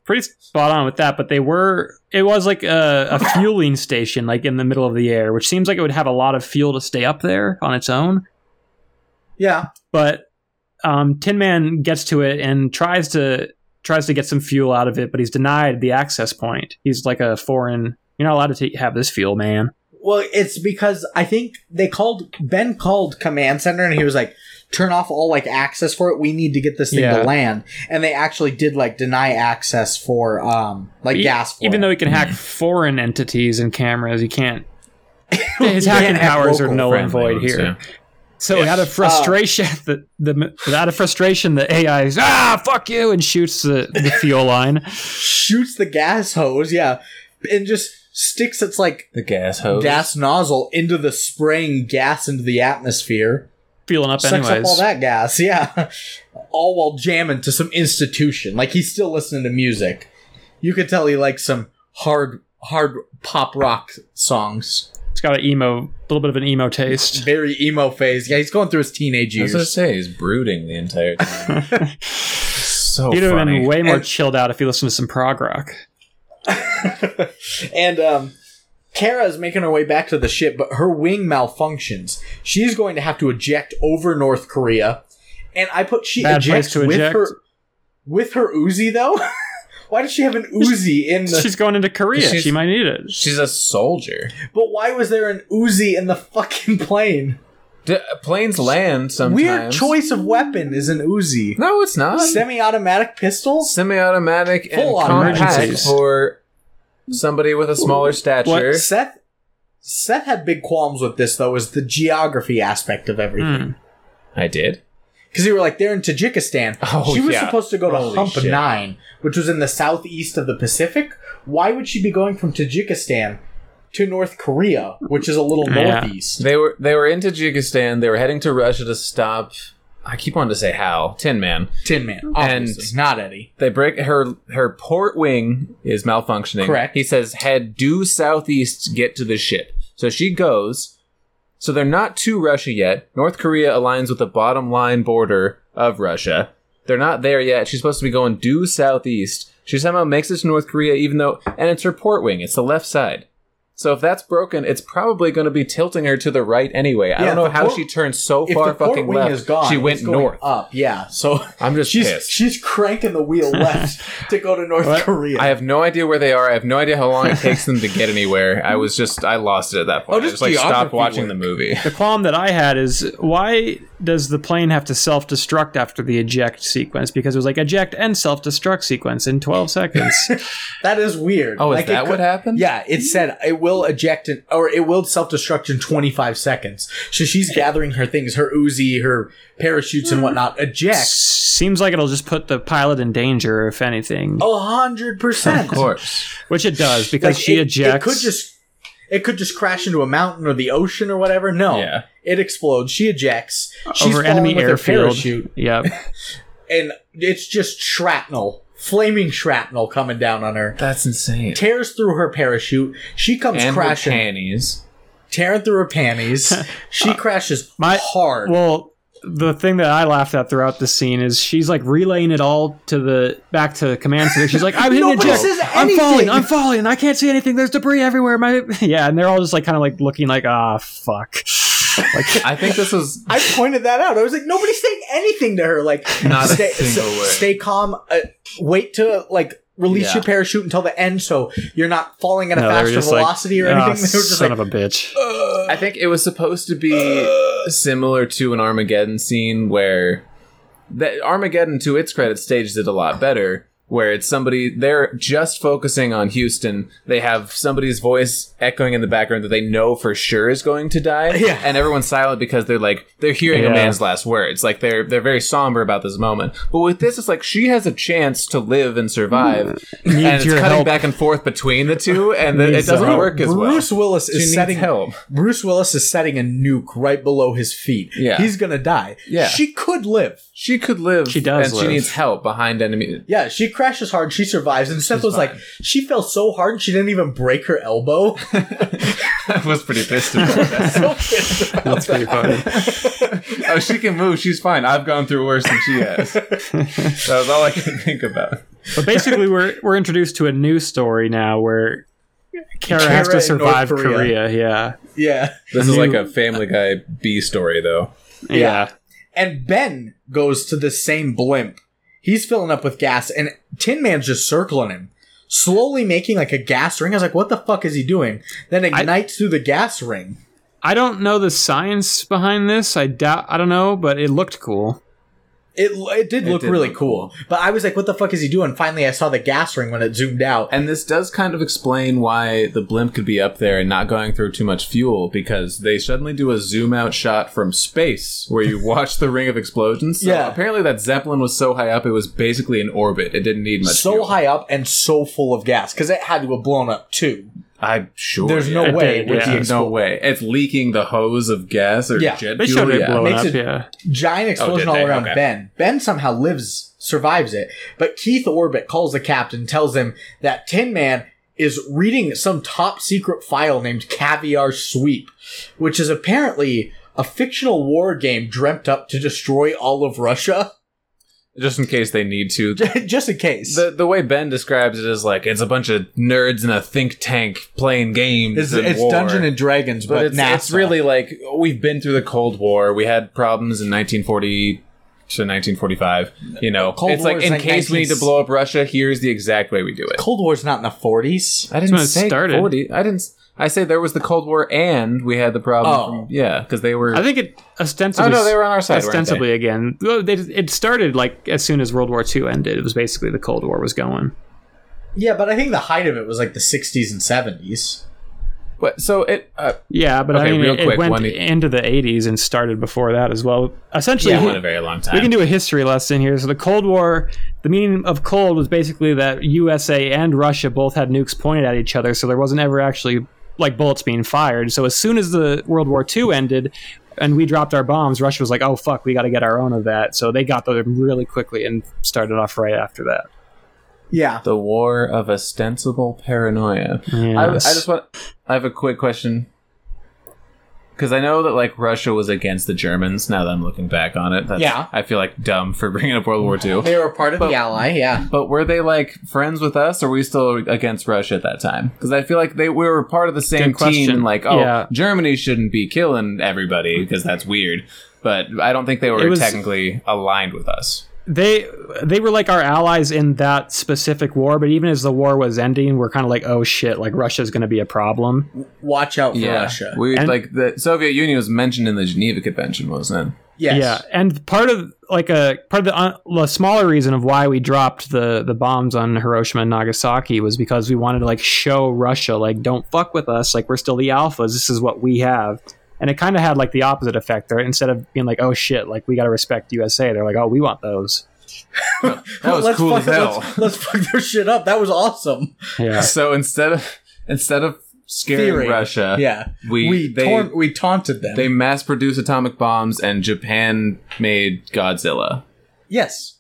S4: pretty spot on with that. But they were it was like a, a fueling station like in the middle of the air, which seems like it would have a lot of fuel to stay up there on its own.
S2: yeah,
S4: But um, Tin Man gets to it and tries to tries to get some fuel out of it, but he's denied the access point. He's like a foreign. You're not allowed to take, have this fuel, man.
S2: Well, it's because I think they called Ben called command center and he was like, "Turn off all like access for it. We need to get this thing
S4: Yeah.
S2: to land." And they actually did like deny access for um like
S4: E-
S2: gas. For
S4: even
S2: it.
S4: though he can hack foreign entities and cameras, he can't. His hacking
S2: can't hack
S4: powers are
S2: local
S4: null and
S3: Friendly
S4: void
S3: ones,
S4: here.
S3: yeah.
S4: So out of frustration, the, the out of frustration, the AI is ah fuck you and shoots the, the fuel line.
S2: shoots the gas hose, yeah, and just sticks its like
S3: The gas hose.
S2: gas nozzle into the spraying gas into the atmosphere.
S4: Fueling up
S2: Sucks up all
S4: anyways.
S2: that gas, yeah. All while jamming to some institution. Like he's still listening to music. You could tell he likes some hard hard pop rock songs.
S4: It's got an emo, a little bit of an emo taste.
S2: Very emo phase. Yeah, he's going through his teenage
S3: I was gonna
S2: years.
S3: say he's brooding the entire time. so
S4: He'd have been
S3: funny.
S4: way more
S2: And-
S4: chilled out if he listened to some prog rock.
S2: And um Kara is making her way back to the ship, but her wing malfunctions. She's going to have to eject over North Korea. And I put she
S4: Bad place
S2: ejects
S4: to
S2: with
S4: eject.
S2: her with her Uzi though. Why does she have an Uzi in the
S4: She's going into Korea.
S3: She's-
S4: She might need it.
S3: She's a soldier.
S2: But why was there an Uzi in the fucking plane?
S3: D- planes land sometimes.
S2: Weird choice of weapon is an Uzi.
S3: No, it's not.
S2: Semi-automatic pistols?
S3: Semi-automatic and
S2: Full-on
S3: compact
S4: emergencies.
S3: for somebody with a smaller stature.
S2: Seth Seth had big qualms with this though, is the geography aspect of everything.
S4: Hmm.
S3: I did.
S2: Because they were like, they're in Tajikistan.
S3: Oh,
S2: she was
S3: yeah.
S2: supposed to go to
S3: Holy
S2: Hump
S3: shit.
S2: Nine, which was in the southeast of the Pacific. Why would she be going from Tajikistan to North Korea, which is a little
S4: Yeah.
S2: northeast?
S3: They were they were in Tajikistan. They were heading to Russia to stop. I keep wanting to say how Tin Man.
S2: Tin Man, obviously. not Eddie.
S3: They break her her port wing is malfunctioning.
S2: Correct.
S3: He says head due southeast, get to the ship. So she goes. So they're not to Russia yet. North Korea aligns with the bottom line border of Russia. They're not there yet. She's supposed to be going due southeast. She somehow makes it to North Korea, even though, and it's her port wing. It's the left side. So if that's broken, it's probably going to be tilting her to the right anyway. I
S2: Yeah,
S3: don't know
S2: the
S3: how
S2: port-
S3: she turned so
S2: If
S3: far
S2: the port
S3: fucking
S2: wing
S3: left.
S2: is gone,
S3: she
S2: it's
S3: went
S2: going
S3: north.
S2: up. Yeah, so
S3: I'm just
S2: she's
S3: pissed.
S2: she's cranking the wheel left to go to North
S4: What?
S2: Korea.
S3: I have no idea where they are. I have no idea how long it takes them to get anywhere. I was just I lost it at that point.
S2: Oh, just
S3: I just like stopped
S2: geography
S3: watching
S2: work.
S3: the movie.
S4: The qualm that I had is why does the plane have to self destruct after the eject sequence? Because it was like eject and self destruct sequence in 12 seconds.
S2: that is weird.
S3: Oh, is
S2: it
S3: that what happened?
S2: Yeah, it said it will eject in, or it will self destruct in 25 seconds. So she's gathering her things, her Uzi, her parachutes,
S3: Hmm.
S2: and whatnot. Eject.
S4: Seems like it'll just put the pilot in danger, if anything,
S2: A hundred percent.
S3: Of course.
S4: which it does because she
S2: it,
S4: ejects.
S2: It could just it could just crash into a mountain or the ocean or whatever. No,
S3: Yeah.
S2: it explodes. She ejects. She's
S4: over enemy
S2: falling with Her
S4: airfield.
S2: parachute.
S4: Yep.
S2: and it's just shrapnel, flaming shrapnel coming down on her.
S3: That's insane.
S2: Tears through her parachute. She comes
S3: And her
S2: crashing,
S3: panties.
S2: tearing through her panties. she crashes
S4: Uh, My
S2: hard.
S4: Well, the thing that I laughed at throughout this scene is she's like relaying it all to the back to the command center. She's like, I'm hitting a
S2: Nobody
S4: jet.
S2: says
S4: I'm falling.
S2: anything."
S4: I'm falling. I can't see anything. There's debris everywhere. My yeah, and they're all just like kind of like looking like ah fuck.
S3: I think this is
S2: I pointed that out. I was like, nobody's saying anything to her. Like,
S3: Not a
S2: stay,
S3: single word.
S2: stay calm. Uh, wait to like release
S3: Yeah.
S2: your parachute until the end, so you're not falling at a
S4: No, they were
S2: faster
S4: just like,
S2: velocity or
S4: "Ah,
S2: anything. They were just
S4: son
S2: like,
S4: of a bitch.
S3: I think it was supposed to be similar to an Armageddon scene where that Armageddon, to its credit, staged it a lot better. Where it's somebody they're just focusing on Houston. They have somebody's voice echoing in the background that they know for sure is going to die.
S2: Yeah.
S3: and everyone's silent because they're like they're hearing a
S4: Yeah.
S3: man's last words. Like they're they're very somber about this moment. But with this, it's like she has a chance to live and survive, and it's
S4: your
S3: cutting
S4: help.
S3: back and forth between the two, and then it
S4: Needs
S3: doesn't
S4: help.
S3: work as well.
S2: Bruce Willis
S3: She needs
S2: is setting
S3: help.
S2: Bruce Willis is setting a nuke right below his feet.
S3: Yeah.
S2: he's gonna die.
S3: Yeah.
S2: she could live.
S3: She could live.
S4: She does
S3: and
S4: live.
S3: she needs help behind enemy.
S2: Yeah, she crashes hard. She survives. And Seth was like,
S3: fine.
S2: she fell so hard she didn't even break her elbow.
S3: I was pretty pissed about that.
S4: That's pretty funny.
S3: oh, she can move. She's fine. I've gone through worse than she has. that was all I could think about.
S4: But basically, we're we're introduced to a new story now where Kara, has
S2: Kara
S4: to
S2: in
S4: survive
S2: North Korea.
S4: Korea. Yeah.
S2: yeah.
S3: This is like a Family Guy B story, though.
S4: yeah,
S2: And Ben goes to the same blimp. He's filling up with gas, and Tin Man's just circling him, slowly making like a gas ring. I was like, what the fuck is he doing? Then ignites through the gas ring.
S4: I don't know the science behind this. I doubt. I don't know, but it looked cool.
S2: It, it did look
S3: did
S2: really
S3: look
S2: cool. But I was like, what the fuck is he doing? Finally, I saw the gas ring when it zoomed out.
S3: And this does kind of explain why the blimp could be up there and not going through too much fuel because they suddenly do a zoom out shot from space where you watch the ring of explosions. So
S2: Yeah.
S3: Apparently, that Zeppelin was so high up it was basically in orbit. It didn't need much.
S2: so
S3: fuel.
S2: high up and so full of gas because it had to have blown up too.
S3: I'm sure.
S2: There's
S3: yeah.
S2: no
S4: It
S2: way
S4: did,
S2: with
S4: yeah.
S2: the
S3: There's no
S2: explosion.
S3: way. It's leaking the hose of gas or
S2: Yeah.
S3: jet
S4: They
S3: fuel.
S4: showed it
S3: yeah.
S4: blowing
S2: Makes
S4: up.
S2: it-
S4: yeah.
S2: giant explosion
S3: Oh, did
S2: all
S3: they?
S2: around
S3: Okay.
S2: Ben. Ben somehow lives, survives it, but Keith Orbit calls the captain, tells him that Tin Man is reading some top secret file named Caviar Sweep, which is apparently a fictional war game dreamt up to destroy all of Russia,
S3: Just in case they need to.
S2: just in case.
S3: The, the way Ben describes it is like it's a bunch of nerds in a think tank playing games.
S2: it's
S3: and
S2: it's
S3: war.
S2: Dungeon and Dragons,
S3: but
S2: but,
S3: it's,
S2: NASA.
S3: it's really like we've been through the Cold War. We had problems in 1940 to 1945. You know,
S2: Cold
S3: it's
S2: War
S3: like
S2: is
S3: in
S2: like
S3: case we need to
S2: 19s.
S3: blow up Russia, here's the exact way we do it.
S2: Cold War's not in the 40s.
S3: I didn't
S4: when it
S3: say
S4: started.
S3: 40. I didn't. s- I say there was the Cold War and we had the problem.
S2: Oh.
S3: From, yeah, because they were.
S4: I think it
S3: oh
S4: ostensibly.
S3: no, they were on our side. weren't they?
S4: Ostensibly again, Well, they- it started like as soon as World War II ended. It was basically the Cold War was going.
S2: Yeah, but I think the height of it was like the 60s and 70s.
S3: But so it uh,
S4: Yeah, but
S3: Okay,
S4: I mean,
S3: real
S4: it,
S3: quick,
S4: it went
S3: one- e-
S4: into the '80s and started before that as well. Essentially,
S3: went a very long time.
S4: We can do a history lesson here. So the Cold War, the meaning of cold was basically that USA and Russia both had nukes pointed at each other, so there wasn't ever actually like bullets being fired. So as soon as the World War II ended and we dropped our bombs, Russia was like, "Oh fuck, we got to get our own of that." So they got there really quickly and started off right after that.
S2: Yeah.
S3: the war of ostensible paranoia. I, I
S4: Yes.
S3: just want. I have a quick question because I know that like Russia was against the Germans. Now that I'm looking back on it, that's,
S2: Yeah.
S3: I feel like dumb for bringing up World War II.
S2: They were part of the ally, yeah.
S3: But were they like friends with us, or were we still against Russia at that time? Because I feel like they we were part of the same
S4: Good
S3: team.
S4: question.
S3: And like, oh,
S4: Yeah.
S3: Germany shouldn't be killing everybody because that's weird. But I don't think they were
S4: It was-
S3: technically aligned with us.
S4: They they were like our allies in that specific war, but even as the war was ending, we're kind of like, "Oh shit, like Russia's going to be a problem."
S2: Watch out for Russia.
S3: we
S4: And-
S3: like the Soviet Union was mentioned in the Geneva Convention, wasn't it?
S2: Yes.
S4: Yeah, and part of like a part of the, uh, the smaller reason of why we dropped the the bombs on Hiroshima and Nagasaki was because we wanted to like show Russia like don't fuck with us like we're still the alphas this is what we have and it kind of had like the opposite effect there instead of being like oh shit like we got to respect USA they're like oh we want those
S3: That was cool as
S2: fuck,
S3: hell.
S2: Let's, let's fuck their shit up. That was awesome.
S4: yeah
S3: So instead of instead of scaring
S2: Theory.
S3: Russia,
S2: Yeah,
S3: we,
S2: we
S3: they
S2: taunt, we taunted them.
S3: they mass produce atomic bombs, and Japan made Godzilla,
S2: yes.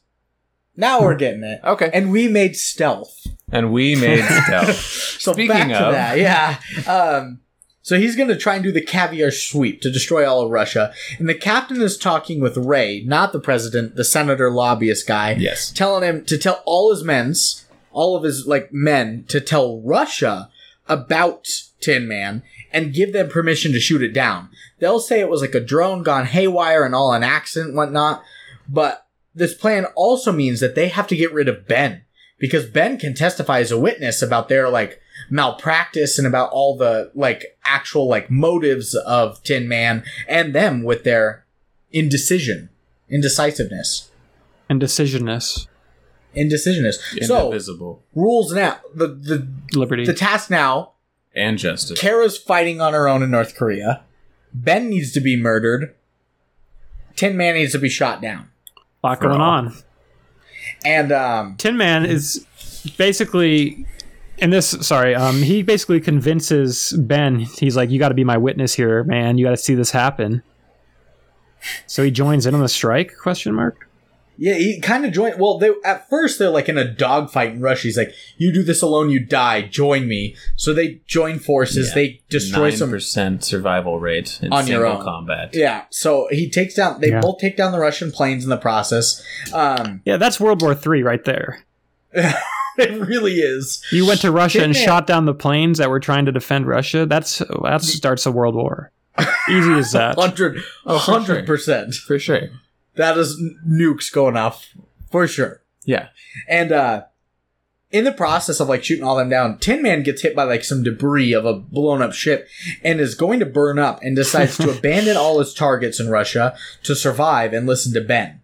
S2: Now we're getting it.
S3: Okay.
S2: And we made stealth.
S3: and we made stealth.
S2: So
S3: Speaking
S2: back to
S3: of-
S2: that, yeah. Um, So he's going to try and do the caviar sweep to destroy all of Russia. And the captain is talking with Ray, not the president, the senator lobbyist guy.
S1: Yes.
S2: Telling him to tell all his men's, all of his, like, men, to tell Russia about Tin Man and give them permission to shoot it down. They'll say it was like a drone gone haywire and all an accident and whatnot. But this plan also means that they have to get rid of Ben because Ben can testify as a witness about their like malpractice and about all the like actual like motives of Tin Man and them with their indecision, indecisiveness,
S4: and decisionness,
S2: indecisiveness. So
S3: Indivisible
S2: rules now the the
S4: liberty.
S2: the task now.
S3: and justice.
S2: Kara's fighting on her own in North Korea. Ben needs to be murdered. Tin Man needs to be shot down.
S4: a lot going on.
S2: And um
S4: Tin Man is basically in this sorry, um he basically convinces Ben, he's like, You gotta be my witness here, man, you gotta see this happen. So he joins in on the strike, question mark?
S2: Yeah, he kind of joined. Well, they at first they're like in a dogfight in Russia. He's like, "You do this alone, you die. Join me." So they join forces.
S3: Yeah.
S2: They destroy some.
S3: percent survival rate in
S2: On your
S3: single
S2: own.
S3: combat.
S2: Yeah. So he takes down. They
S4: Yeah.
S2: both take down the Russian planes in the process. Um,
S4: Yeah, that's World War Three right there.
S2: it really is.
S4: You went to Russia and
S2: Tin Man-
S4: shot down the planes that were trying to defend Russia. That's that starts a world war. Easy as that.
S2: 100
S3: Oh, for
S2: 100 percent.
S3: For sure.
S2: That is n- nukes going off for sure.
S3: Yeah.
S2: And uh in the process of like shooting all them down, Tin Man gets hit by like some debris of a blown up ship and is going to burn up and decides to abandon all his targets in Russia to survive and listen to Ben.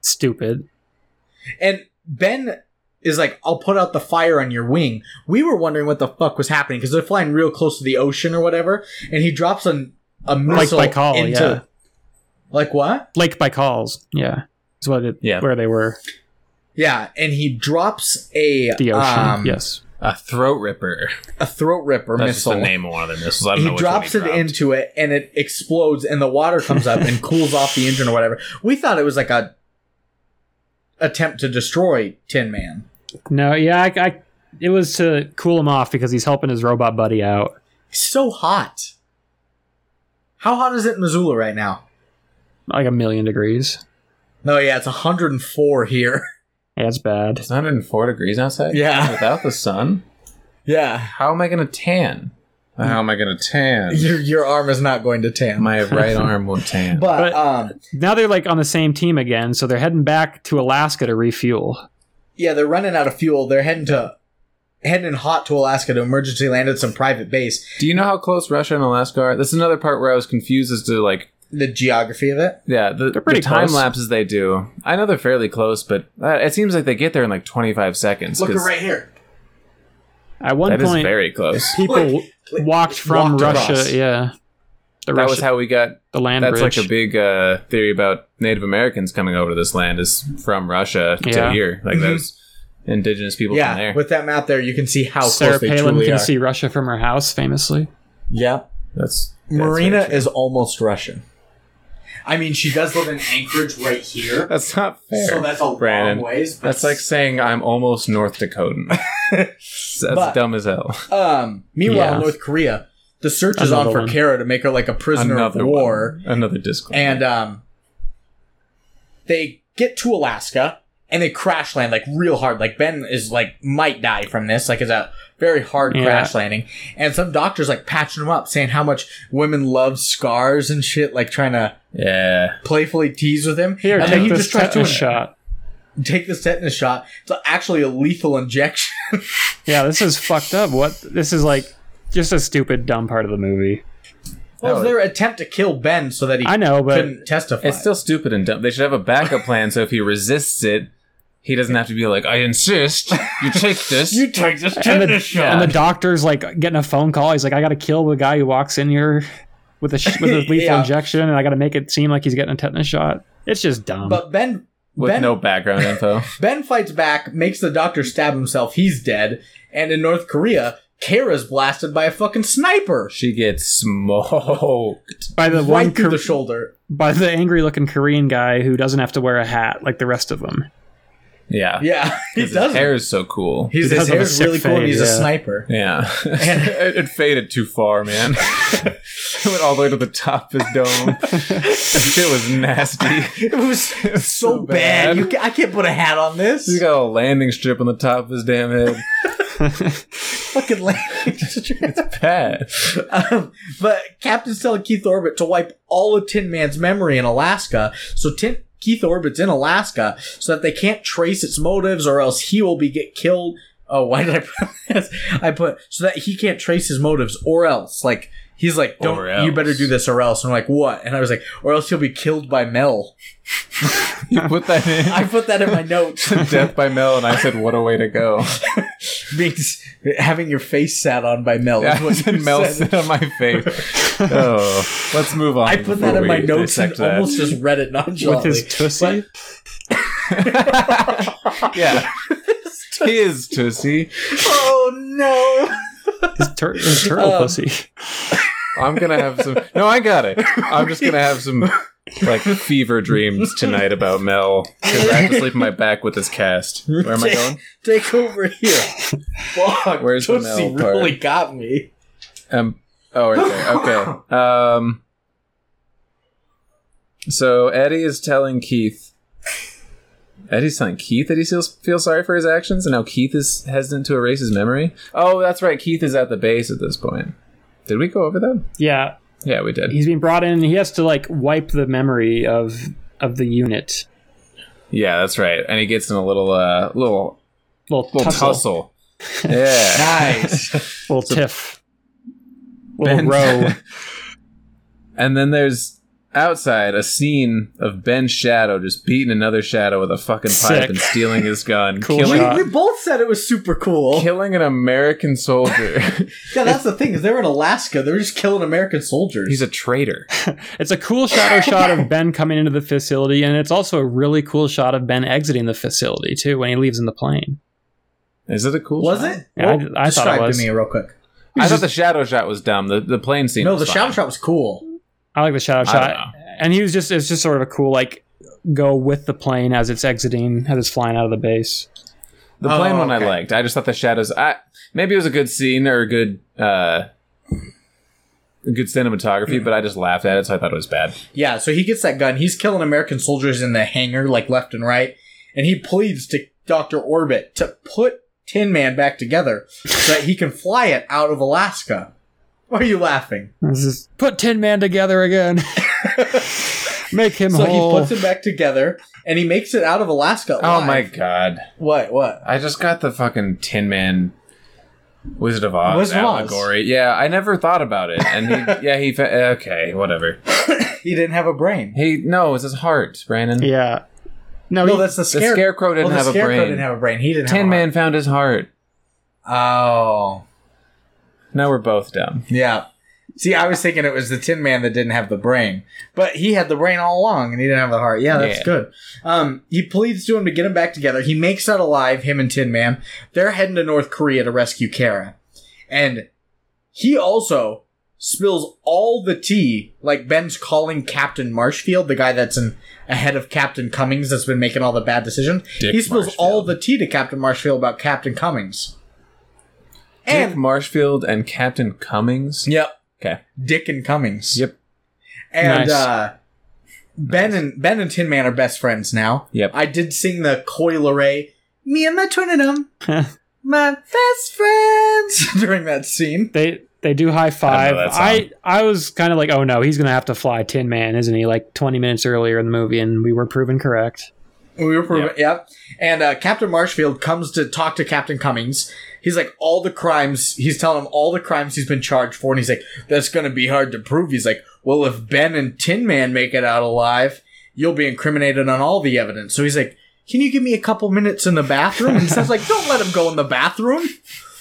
S4: Stupid.
S2: And Ben is like, I'll put out the fire on your wing. We were wondering what the fuck was happening because they're flying real close to the ocean or whatever, and he drops a, a missile
S4: Baikal,
S2: into.
S4: yeah.
S2: Like what?
S4: Lake by calls. Yeah. Is what it
S3: Yeah.
S4: where they were.
S2: Yeah, and he drops a
S4: The ocean.
S2: um,
S4: yes.
S3: A throat ripper.
S2: a throat ripper
S3: That's
S2: missile.
S3: just the name of one of their missiles. I don't know
S2: he
S3: which one
S2: drops it
S3: dropped.
S2: into it and it explodes and the water comes up and cools off the engine or whatever. We thought it was like a attempt to destroy Tin Man.
S4: No, yeah, I, I- it was to cool him off because he's helping his robot buddy out.
S2: It's so hot. How hot is it in Missoula right now?
S4: Like a million degrees.
S2: No, yeah, it's 104 here.
S4: Yeah, it's bad.
S3: It's 104 degrees outside.
S2: Yeah.
S3: Without the sun,
S2: Yeah.
S3: how am I going to tan? How am I going to tan?
S2: Your your arm is not going to tan.
S3: My right arm won't tan.
S2: but
S4: But-
S2: um
S4: Now they're like on the same team again, so they're heading back to Alaska to refuel.
S2: yeah, they're running out of fuel. They're heading to heading hot to Alaska to emergency land at some private base.
S3: Do you know how close Russia and Alaska are? That's another part where I was confused as to like,
S2: The geography of it.
S3: yeah, the,
S4: They're pretty
S3: the time
S4: close.
S3: lapses they do. I know they're fairly close, but uh, it seems like they get there in like 25 seconds.
S2: Look
S3: 'cause
S2: right here.
S4: At one
S3: That is
S4: point,
S3: very close.
S4: people walked from
S2: walked
S4: Russia.
S2: across.
S4: Yeah, the
S3: That
S4: Russia,
S3: was how we got.
S4: the land
S3: That's
S4: bridge.
S3: like a big uh, theory about Native Americans coming over to this land is from Russia to
S4: Yeah.
S3: here, like
S2: Mhm.
S3: those indigenous people
S2: yeah,
S3: from there.
S2: with that map there, you can see how
S4: Sarah
S2: close they
S4: Palin
S2: truly
S4: can
S2: are.
S4: see Russia from her house, famously.
S2: Yep.
S3: that's, that's
S2: Marina
S3: very true.
S2: is almost Russian. I mean, she does live in Anchorage right here,
S3: That's not fair.
S2: so that's a
S3: Brandon.
S2: long ways. But
S3: That's like saying I'm almost North Dakotan. that's
S2: But-
S3: dumb as hell.
S2: um. Meanwhile,
S4: Yeah.
S2: North Korea, the search is on
S4: Another
S2: for
S4: one.
S2: Kara to make her like a prisoner
S3: Another
S2: of war,
S3: one. Another disclaimer.
S2: and um, they get to Alaska and they crash land like real hard. Like Ben is like might die from this. Like it's a very hard
S4: Yeah.
S2: crash landing, and some doctors like patching him up, saying how much women love scars and shit, like trying to
S3: yeah,
S2: playfully tease with him.
S4: Here,
S2: and
S4: take
S2: then he
S4: this
S2: just tries to
S4: tetanus shot.
S2: take this tetanus shot. It's actually a lethal injection.
S4: Yeah, this is fucked up. What? This is like just a stupid, dumb part of the movie.
S2: Well, it was their attempt to kill Ben so that he
S4: I know, but
S2: couldn't testify.
S3: it's still stupid and dumb. They should have a backup plan so if he resists it, he doesn't have to be like, "I insist, you take this."
S2: take this
S4: and the, and the doctor's like getting a phone call. He's like, I got to kill the guy who walks in here with a sh- with a lethal
S2: Yeah.
S4: injection, and I got to make it seem like he's getting a tetanus shot. It's just dumb.
S2: But Ben.
S3: with
S2: Ben,
S3: no background info.
S2: ben fights back, makes the doctor stab himself. He's dead. And in North Korea, Kara's blasted by a fucking sniper
S3: She gets smoked.
S4: by the
S2: right
S4: one
S2: through
S4: Kor-
S2: the shoulder.
S4: by the angry looking Korean guy who doesn't have to wear a hat like the rest of them.
S3: Yeah.
S2: Yeah, he
S3: 'Cause His
S2: does.
S3: hair is so cool.
S2: He's,
S4: does
S2: his
S4: have a
S2: hair's
S4: sick
S2: really cool. and
S4: fade,
S2: he's a
S4: yeah.
S2: sniper.
S3: Yeah. it, it faded too far, man. it went all the way to the top of his dome. it was nasty.
S2: It was so,
S3: So
S2: bad.
S3: bad.
S2: You ca I can't put a hat on this.
S3: He's got a landing strip on the top of his damn head.
S2: fucking land.
S3: Pat.
S2: um, but Captain's telling Keith Orbit to wipe all of Tin Man's memory in Alaska. So Tin Keith Orbit's in Alaska so that they can't trace its motives or else he will be get killed. Oh, why did I put this? I put so that he can't trace his motives or else. Like he's like,
S3: Or
S2: don't
S3: else.
S2: you better do this or else. And I'm like, what? And I was like, or else he'll be killed by Mel.
S3: You put that in.
S2: I put that in my notes.
S3: Death by Mel, and I said, "What a way to go!"
S2: Means having your face sat on by Mel. is
S3: Yeah,
S2: what you
S3: and Mel
S2: said.
S3: sit on my face. Oh, let's move on.
S2: I put that
S3: before
S2: in my
S3: we
S2: notes and
S3: dissect that.
S2: almost just read it nonchalantly.
S4: with his tussie.
S3: yeah. he is Tussie.
S2: oh no!
S4: His, tur- his turtle pussy.
S3: I'm gonna have some. No, I got it. I'm just gonna have some like fever dreams tonight about Mel because I have to sleep on my back with this cast. Where am I going?
S2: Take over here. Fuck,
S3: Where's the
S2: Tootsie
S3: Mel part?
S2: really got me.
S3: Um. Oh, right there. Okay. Um. So Eddie is telling Keith. Eddie's telling Keith that he feels feels sorry for his actions, and now Keith is hesitant to erase his memory. Oh, that's right. Keith is at the base at this point. Did we go over that?
S4: Yeah,
S3: Yeah, we did.
S4: he's being brought in. and He has to like wipe the memory of of the unit.
S3: Yeah, that's right. And he gets in a little uh little
S4: Little,
S3: little
S4: tussle,
S3: tussle. Yeah.
S2: Nice.
S4: little tiff, little row.
S3: and then there's outside a scene of Ben's shadow just beating another shadow with a fucking pipe
S4: Sick.
S3: and stealing his gun,
S4: Cool
S3: killing
S4: shot.
S2: we, we both said it was super cool.
S3: killing an American soldier.
S2: yeah, that's the thing is they're in Alaska. They're just killing American soldiers.
S3: He's a traitor.
S4: It's a cool shadow shot of Ben coming into the facility, and it's also a really cool shot of Ben exiting the facility too when he leaves in the plane.
S3: Is it a cool?
S2: was
S3: shot?
S2: it?
S4: Yeah, I- I thought it
S2: describe
S4: was.
S2: to me real quick.
S3: I thought the shadow shot was dumb. The the plane scene.
S2: No,
S3: was
S2: the
S3: fine.
S2: shadow shot was cool.
S4: I like the shadow
S3: I
S4: shot,
S3: don't know.
S4: and he was just it's just sort of a cool like go with the plane as it's exiting as it's flying out of the base.
S3: The
S2: Oh,
S3: plane one
S2: okay.
S3: I liked. I just thought the shadows. I maybe it was a good scene or a good. uh a Good cinematography, but I just laughed at it, so I thought it was bad.
S2: Yeah, so he gets that gun. He's killing American soldiers in the hangar, like left and right, and he pleads to Doctor Orbit to put Tin Man back together so that he can fly it out of Alaska. Why are you laughing?
S4: This is put Tin Man together again. Make him
S2: So
S4: whole.
S2: he puts it back together and he makes it out of Alaska.
S3: Oh
S2: alive.
S3: my god!
S2: What? What?
S3: I just got the fucking Tin Man, Wizard of Oz
S2: Wizard of Oz.
S3: allegory. Yeah, I never thought about it, and he, yeah, he. fa- Okay, whatever.
S2: He didn't have a brain.
S3: He no, it's his heart, Brandon.
S4: yeah. No,
S2: No,
S4: he-
S2: that's the, scare-
S3: scarecrow didn't
S2: well, the
S3: have a
S2: scarecrow
S3: brain.
S2: Didn't have a brain. He didn't. have
S3: Tin
S2: a
S3: Man found his heart.
S2: heart. Oh,
S3: Now we're both dumb.
S2: yeah. See, I was thinking it was the Tin Man that didn't have the brain, but he had the brain all along, and he didn't have the heart. Yeah, that's
S3: Yeah.
S2: good. Um, he pleads to him to get him back together. He makes out alive. Him and Tin Man. They're heading to North Korea to rescue Kara, and he also spills all the tea. Like Ben's calling Captain Marshfield, the guy that's in ahead of Captain Cummings, that's been making all the bad decisions.
S3: Dick
S2: he spills
S3: Marshfield.
S2: all the tea to Captain Marshfield about Captain Cummings.
S3: Dick
S2: And
S3: Marshfield and Captain Cummings.
S2: yep,
S3: Okay.
S2: Dick and Cummings.
S3: Yep.
S2: And
S4: Nice.
S2: uh, Ben and Ben and Tin Man are best friends now.
S3: Yep.
S2: I did sing the coil array. Me and my twinidum, my best friends during that scene.
S4: they they do high five.
S3: that song.
S4: I I was kind of like, oh no, he's gonna have to fly Tin Man, isn't he? Like twenty minutes earlier in the movie, and we were proven correct.
S2: We were proven, yep. And uh, Captain Marshfield comes to talk to Captain Cummings. He's like, all the crimes, he's telling him all the crimes he's been charged for. And he's like, that's going to be hard to prove. He's like, well, if Ben and Tin Man make it out alive, you'll be incriminated on all the evidence. So he's like, can you give me a couple minutes in the bathroom? And Seth's like, don't let him go in the bathroom.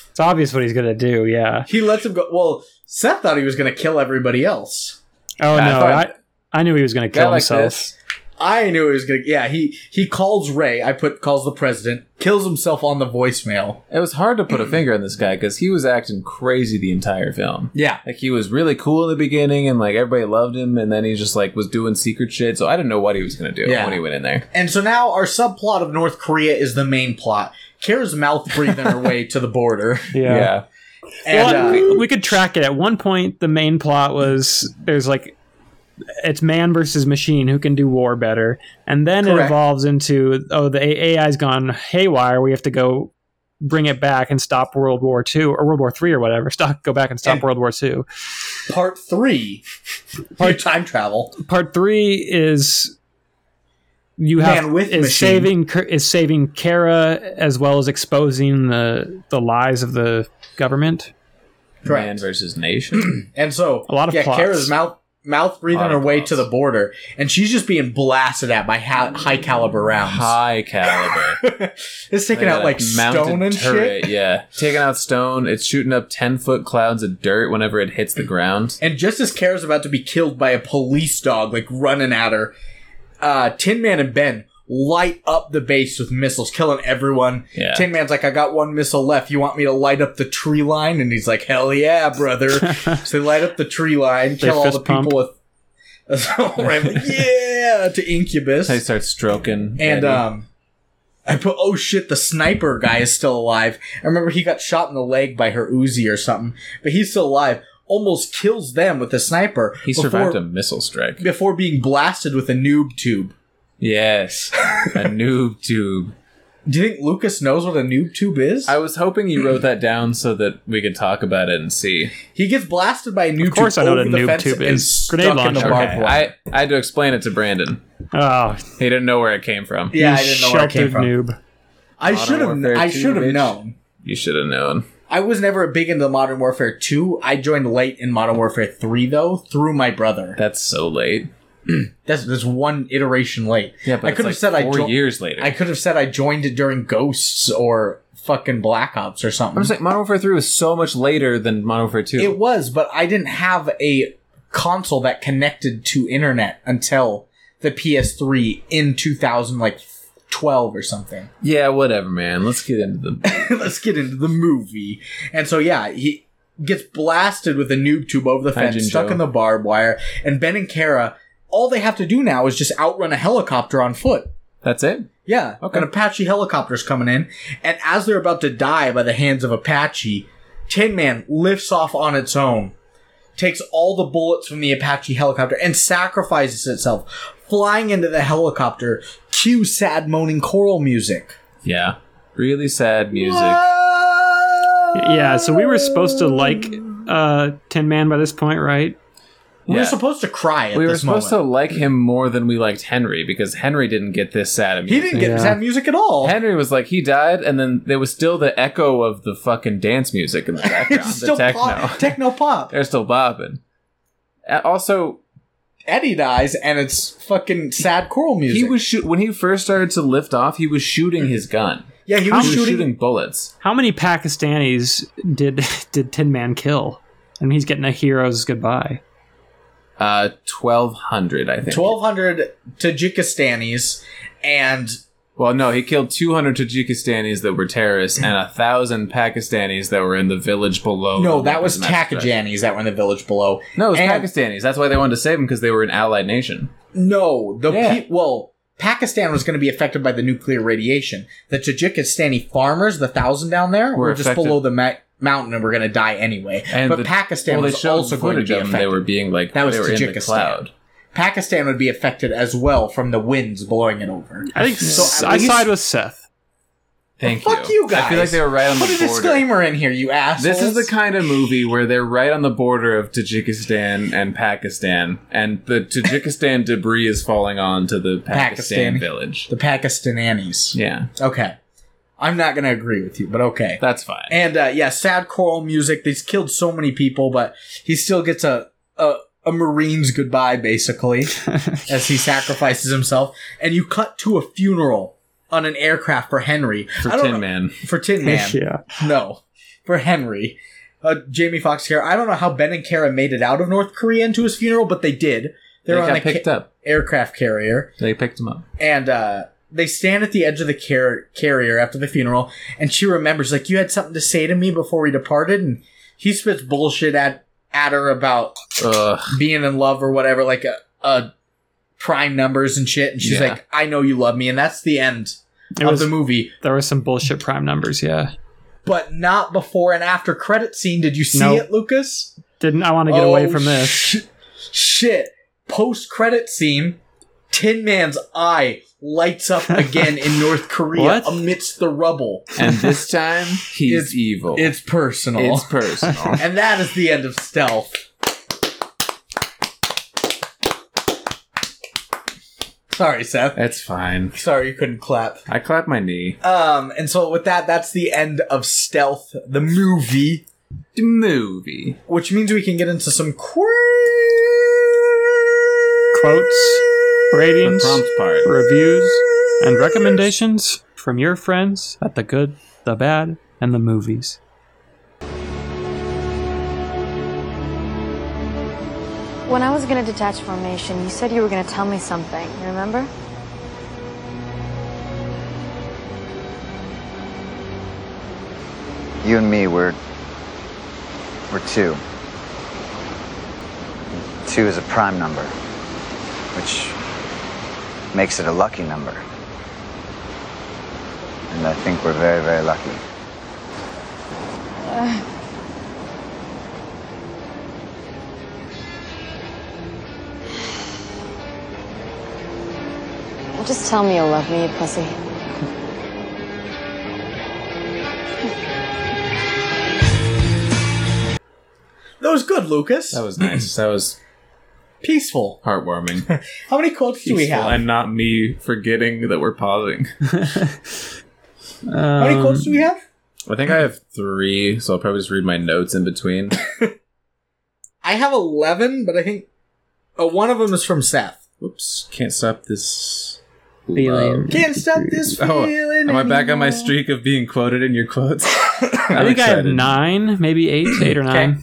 S4: It's obvious what he's gonna do. Yeah.
S2: He lets him go. Well, Seth thought he was going to kill everybody else.
S4: Oh
S3: I
S4: no,
S3: thought-
S4: I I knew he was gonna
S3: Guy
S4: kill
S3: like
S4: himself.
S3: this.
S2: I knew he was gonna. Yeah, he he calls Ray. I put calls the president. Kills himself on the voicemail.
S3: It was hard to put a finger on this guy because he was acting crazy the entire film.
S2: Yeah.
S3: Like he was really cool in the beginning and like everybody loved him and then he just like was doing secret shit. So I didn't know what he was gonna do
S2: Yeah.
S3: when he went in there.
S2: And so now our subplot of North Korea is the main plot. Kara's mouth breathing her way to the border.
S3: Yeah.
S2: And
S4: Well,
S2: uh,
S4: we, we could track it. At one point, the main plot was there's like it's man versus machine who can do war better, and then it
S2: Correct.
S4: evolves into oh the A- AI's gone haywire. We have to go bring it back and stop World War II or World War Three or whatever. Stop, go back and stop
S2: And-
S4: World War II.
S2: uh, part three, part time travel.
S4: Part three is you have
S2: Man with
S4: is
S2: machine.
S4: saving K- is saving Kara as well as exposing the the lies of the government.
S3: Man versus nation.
S2: And so
S4: A lot of
S2: yeah,
S4: plots.
S2: Kara's mouth mouth
S3: A
S2: breathing
S3: lot
S2: her
S3: of
S2: way
S3: plots.
S2: to the border, and she's just being blasted at by ha- high caliber rounds.
S3: High caliber.
S2: It's taking out like
S3: mounted
S2: stone and
S3: turret,
S2: shit.
S3: Yeah. Taking out stone. It's shooting up ten foot clouds of dirt whenever it hits the ground.
S2: And just as Kara's about to be killed by a police dog, like running at her, uh, Tin Man and Ben light up the base with missiles, killing everyone.
S3: Yeah.
S2: Tin Man's like, I got one missile left. You want me to light up the tree line? And he's like, Hell yeah, brother. so they light up the tree line, kill all
S4: fist
S2: the people
S4: pump.
S2: with. yeah, to Incubus.
S3: They start stroking.
S2: And
S3: Eddie.
S2: um I put oh shit, the sniper guy is still alive. I remember he got shot in the leg by her Uzi or something, but he's still alive. Almost kills them with the sniper.
S3: he survived a missile strike.
S2: before being blasted with a noob tube.
S3: Yes. a noob tube.
S2: Do you think Lucas knows what a noob tube is?
S3: I was hoping you wrote that down so that we could talk about it and see.
S2: he gets blasted by a noob tube.
S4: course I know
S2: over
S4: what a
S2: the
S4: noob
S2: fence
S4: tube
S2: and
S4: is.
S2: stuck
S4: Grenade
S2: in the
S4: launcher.
S2: barbed
S3: Okay,
S2: wire.
S3: I, I had to explain it to Brandon.
S4: Oh,
S3: He didn't know where it came from.
S2: yeah, I
S4: you
S2: didn't know where it
S4: sheltered
S2: came from.
S4: noob.
S2: I
S3: Modern
S2: should have.
S3: Warfare
S2: I
S3: 2,
S2: should have
S3: bitch.
S2: known.
S3: You should have known.
S2: I was never big into Modern Warfare Two. I joined late in Modern Warfare Three though through my brother.
S3: That's so late.
S2: That's that's one iteration late. I
S3: it's
S2: could
S3: like
S2: have said I
S3: four
S2: jo-
S3: years later.
S2: I could have said I joined it during Ghosts or fucking Black Ops or something.
S3: am just like Modern Warfare Three was so much later than Modern Warfare Two.
S2: it was, but I didn't have a console that connected to internet until the PS3 in 2000 like 12 or something.
S3: yeah, whatever, man. Let's get into the.
S2: Let's get into the movie. And so yeah, he gets blasted with a noob tube over the
S3: Hi,
S2: fence,
S3: Jinjo.
S2: stuck in the barbed wire, and Ben and Kara all they have to do now is just outrun a helicopter on foot.
S3: That's it.
S2: Yeah.
S3: Okay.
S2: An Apache helicopter's coming in, and as they're about to die by the hands of Apache, Tin Man lifts off on its own, takes all the bullets from the Apache helicopter, and sacrifices itself, flying into the helicopter. Cue sad moaning choral music.
S3: Yeah. Really sad music. Uh,
S4: Yeah, so we were supposed to like uh, Tin Man by this point, right?
S2: We
S3: Yeah.
S2: were supposed to cry at
S3: We were
S2: this moment.
S3: supposed to like him more than we liked Henry because Henry didn't get this sad music.
S2: He didn't get
S4: Yeah.
S2: sad music at all.
S3: Henry was like he died, and then there was still the echo of the fucking dance music in the background.
S2: it's
S3: the
S2: still
S3: techno.
S2: pop, techno pop.
S3: They're still bopping. Uh, Also,
S2: Eddie dies, and it's fucking sad choral music.
S3: he was shoot when he first started to lift off. He was shooting his gun.
S2: yeah, he
S3: He
S2: was
S3: was
S2: shooting.
S3: shooting bullets.
S4: How many Pakistanis did did Tin Man kill? And he's getting a hero's goodbye.
S3: Uh, twelve hundred, I think.
S2: 1,200 Tajikistanis, and
S3: Well, no, he killed two hundred Tajikistanis that were terrorists and a thousand Pakistanis that were in the village below.
S2: No,
S3: the
S2: that was
S3: weapons master strike.
S2: Takajanis that were in the village below.
S3: No, it was
S2: And-
S3: Pakistanis. That's why they wanted to save him because they were an allied nation.
S2: No, the
S3: Yeah.
S2: pe- well, Pakistan was going to be affected by the nuclear radiation. The Tajikistani farmers, the thousand down there, were,
S3: Were
S2: just
S3: affected.
S2: below the ma- mountain and were going to die anyway.
S3: And
S2: but
S3: the-
S2: Pakistan
S3: well, they
S2: was
S3: showed
S2: also going to
S3: footage
S2: be
S3: of them.
S2: affected.
S3: They were being like
S2: That was
S3: they were in the
S2: Tajikistan.
S3: cloud.
S2: Pakistan would be affected as well from the winds blowing it over.
S4: I think
S2: So at
S4: I
S2: least-
S4: side with Seth.
S3: Thank you.
S2: Fuck you guys!
S3: I feel like they were right on
S2: Put
S3: the
S2: a
S3: border.
S2: disclaimer in here, you assholes.
S3: This is the kind of movie where they're right on the border of Tajikistan and Pakistan, and the Tajikistan debris is falling onto the
S2: Pakistan.
S3: Pakistan, village.
S2: the Pakistanis.
S3: Yeah,
S2: Okay, I'm not going to agree with you, but okay.
S3: that's fine.
S2: And uh, yeah, sad choral music. They've killed so many people, but he still gets a a, a Marine's goodbye basically as he sacrifices himself. And you cut to a funeral on an aircraft for Henry.
S3: for
S2: I don't
S3: Tin
S2: know-
S3: Man,
S2: For Tin Man.
S4: Yeah.
S2: No, for Henry. Uh, Jamie Foxx here. I don't know how Ben and Kara made it out of North Korea into his funeral, but they did. They're
S3: They
S2: on
S3: got
S2: the
S3: picked
S2: ca-
S3: up.
S2: aircraft carrier,
S3: They picked him up.
S2: and uh, they stand at the edge of the car- carrier after the funeral. And she remembers, like, you had something to say to me before we departed, and he spits bullshit at at her about
S3: Ugh.
S2: being in love or whatever, like a, a prime numbers and shit. And she's
S3: Yeah.
S2: like, I know you love me, and that's the end
S4: It
S2: of
S4: was-
S2: the movie.
S4: There was some bullshit prime numbers, yeah.
S2: But not before and after credit scene. Did you see
S4: No.
S2: it, Lucas?
S4: Didn't I want to get away
S2: Oh,
S4: from this?
S2: sh- shit. Post credit scene, Tin Man's eye lights up again in North Korea
S4: What?
S2: amidst the rubble.
S3: And this time, he's
S2: It's-
S3: evil.
S2: It's personal.
S3: It's personal.
S2: and that is the end of Stealth. Sorry, Seth.
S3: That's fine.
S2: Sorry you couldn't clap.
S3: I clap my knee.
S2: Um, and so with that, that's the end of Stealth, the movie,
S3: Movie.
S2: which means we can get into some quick
S4: Quotes, ratings,
S3: prompt part.
S4: reviews, and recommendations from your friends at the good, the bad, and the movies.
S10: When I was gonna detach formation, you said you were gonna tell me something, you remember?
S8: You and me, we're we're two. Two is a prime number, which makes it a lucky number. And I think we're very, very lucky.
S10: Just tell me you'll love me, you pussy.
S2: That was good, Lucas.
S3: That was nice. That was
S2: peaceful.
S3: heartwarming.
S2: How many quotes do we
S3: Peaceful.
S2: have?
S3: And not me forgetting that we're pausing.
S2: How many
S4: Um,
S2: quotes do we have?
S3: I think I have three, so I'll probably just read my notes in between.
S2: I have eleven, but I think oh, one of them is from Seth.
S3: Whoops. Can't stop this.
S4: Feeling.
S2: Can't stop this feeling.
S3: Oh, am I back on my
S2: anymore.
S3: streak of being quoted in your quotes?
S4: I think I have nine, maybe eight, eight or nine.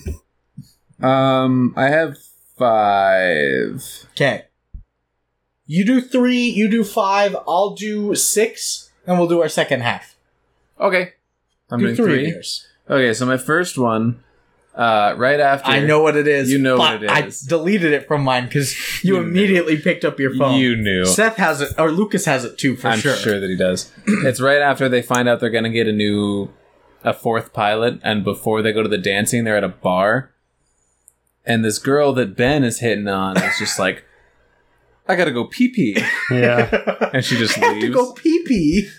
S3: Um, I have five.
S2: Okay. You do three. You do five. I'll do six, and we'll do our second half.
S3: Okay. I'm
S2: do
S3: doing three.
S2: years.
S3: Okay, so my first one, uh, right after
S2: I know what it is.
S3: You know
S2: but
S3: what it is.
S2: I deleted it from mine because you,
S3: You knew.
S2: immediately picked up your phone.
S3: You knew.
S2: Seth has it, or Lucas has it too, for
S3: I'm sure.
S2: sure.
S3: that he does. it's right after they find out they're gonna get a new, a fourth pilot, and before they go to the dancing, they're at a bar, and this girl that Ben is hitting on is just like, I gotta go pee pee,
S4: Yeah.
S3: and she just
S2: I have to
S3: leaves.
S2: go pee pee.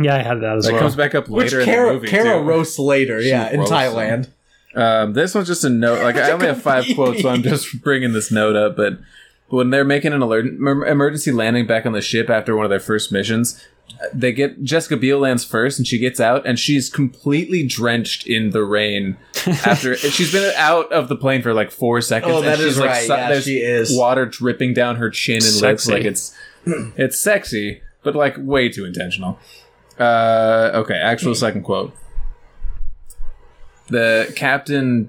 S4: Yeah, I had that as
S3: That
S4: well.
S3: comes back up
S2: Which
S3: later in the
S2: Kara,
S3: movie
S2: Kara
S3: too.
S2: roasts later, yeah, in
S3: roasts
S2: Thailand.
S3: Um, this one's just a note. Like I only have five quotes, so I'm just bringing this note up. But when they're making an alert, em- emergency landing back on the ship after one of their first missions, they get Jessica Biel lands first, and she gets out, and she's completely drenched in the rain. After she's been out of the plane for like four seconds,
S2: Oh, that
S3: and she's
S2: is right.
S3: su-
S2: Yeah,
S3: there's
S2: she is.
S3: water dripping down her chin and lips.
S4: Sexy.
S3: Like it's it's sexy, but like way too intentional. Uh, okay, actual
S4: Hmm.
S3: second quote. The captain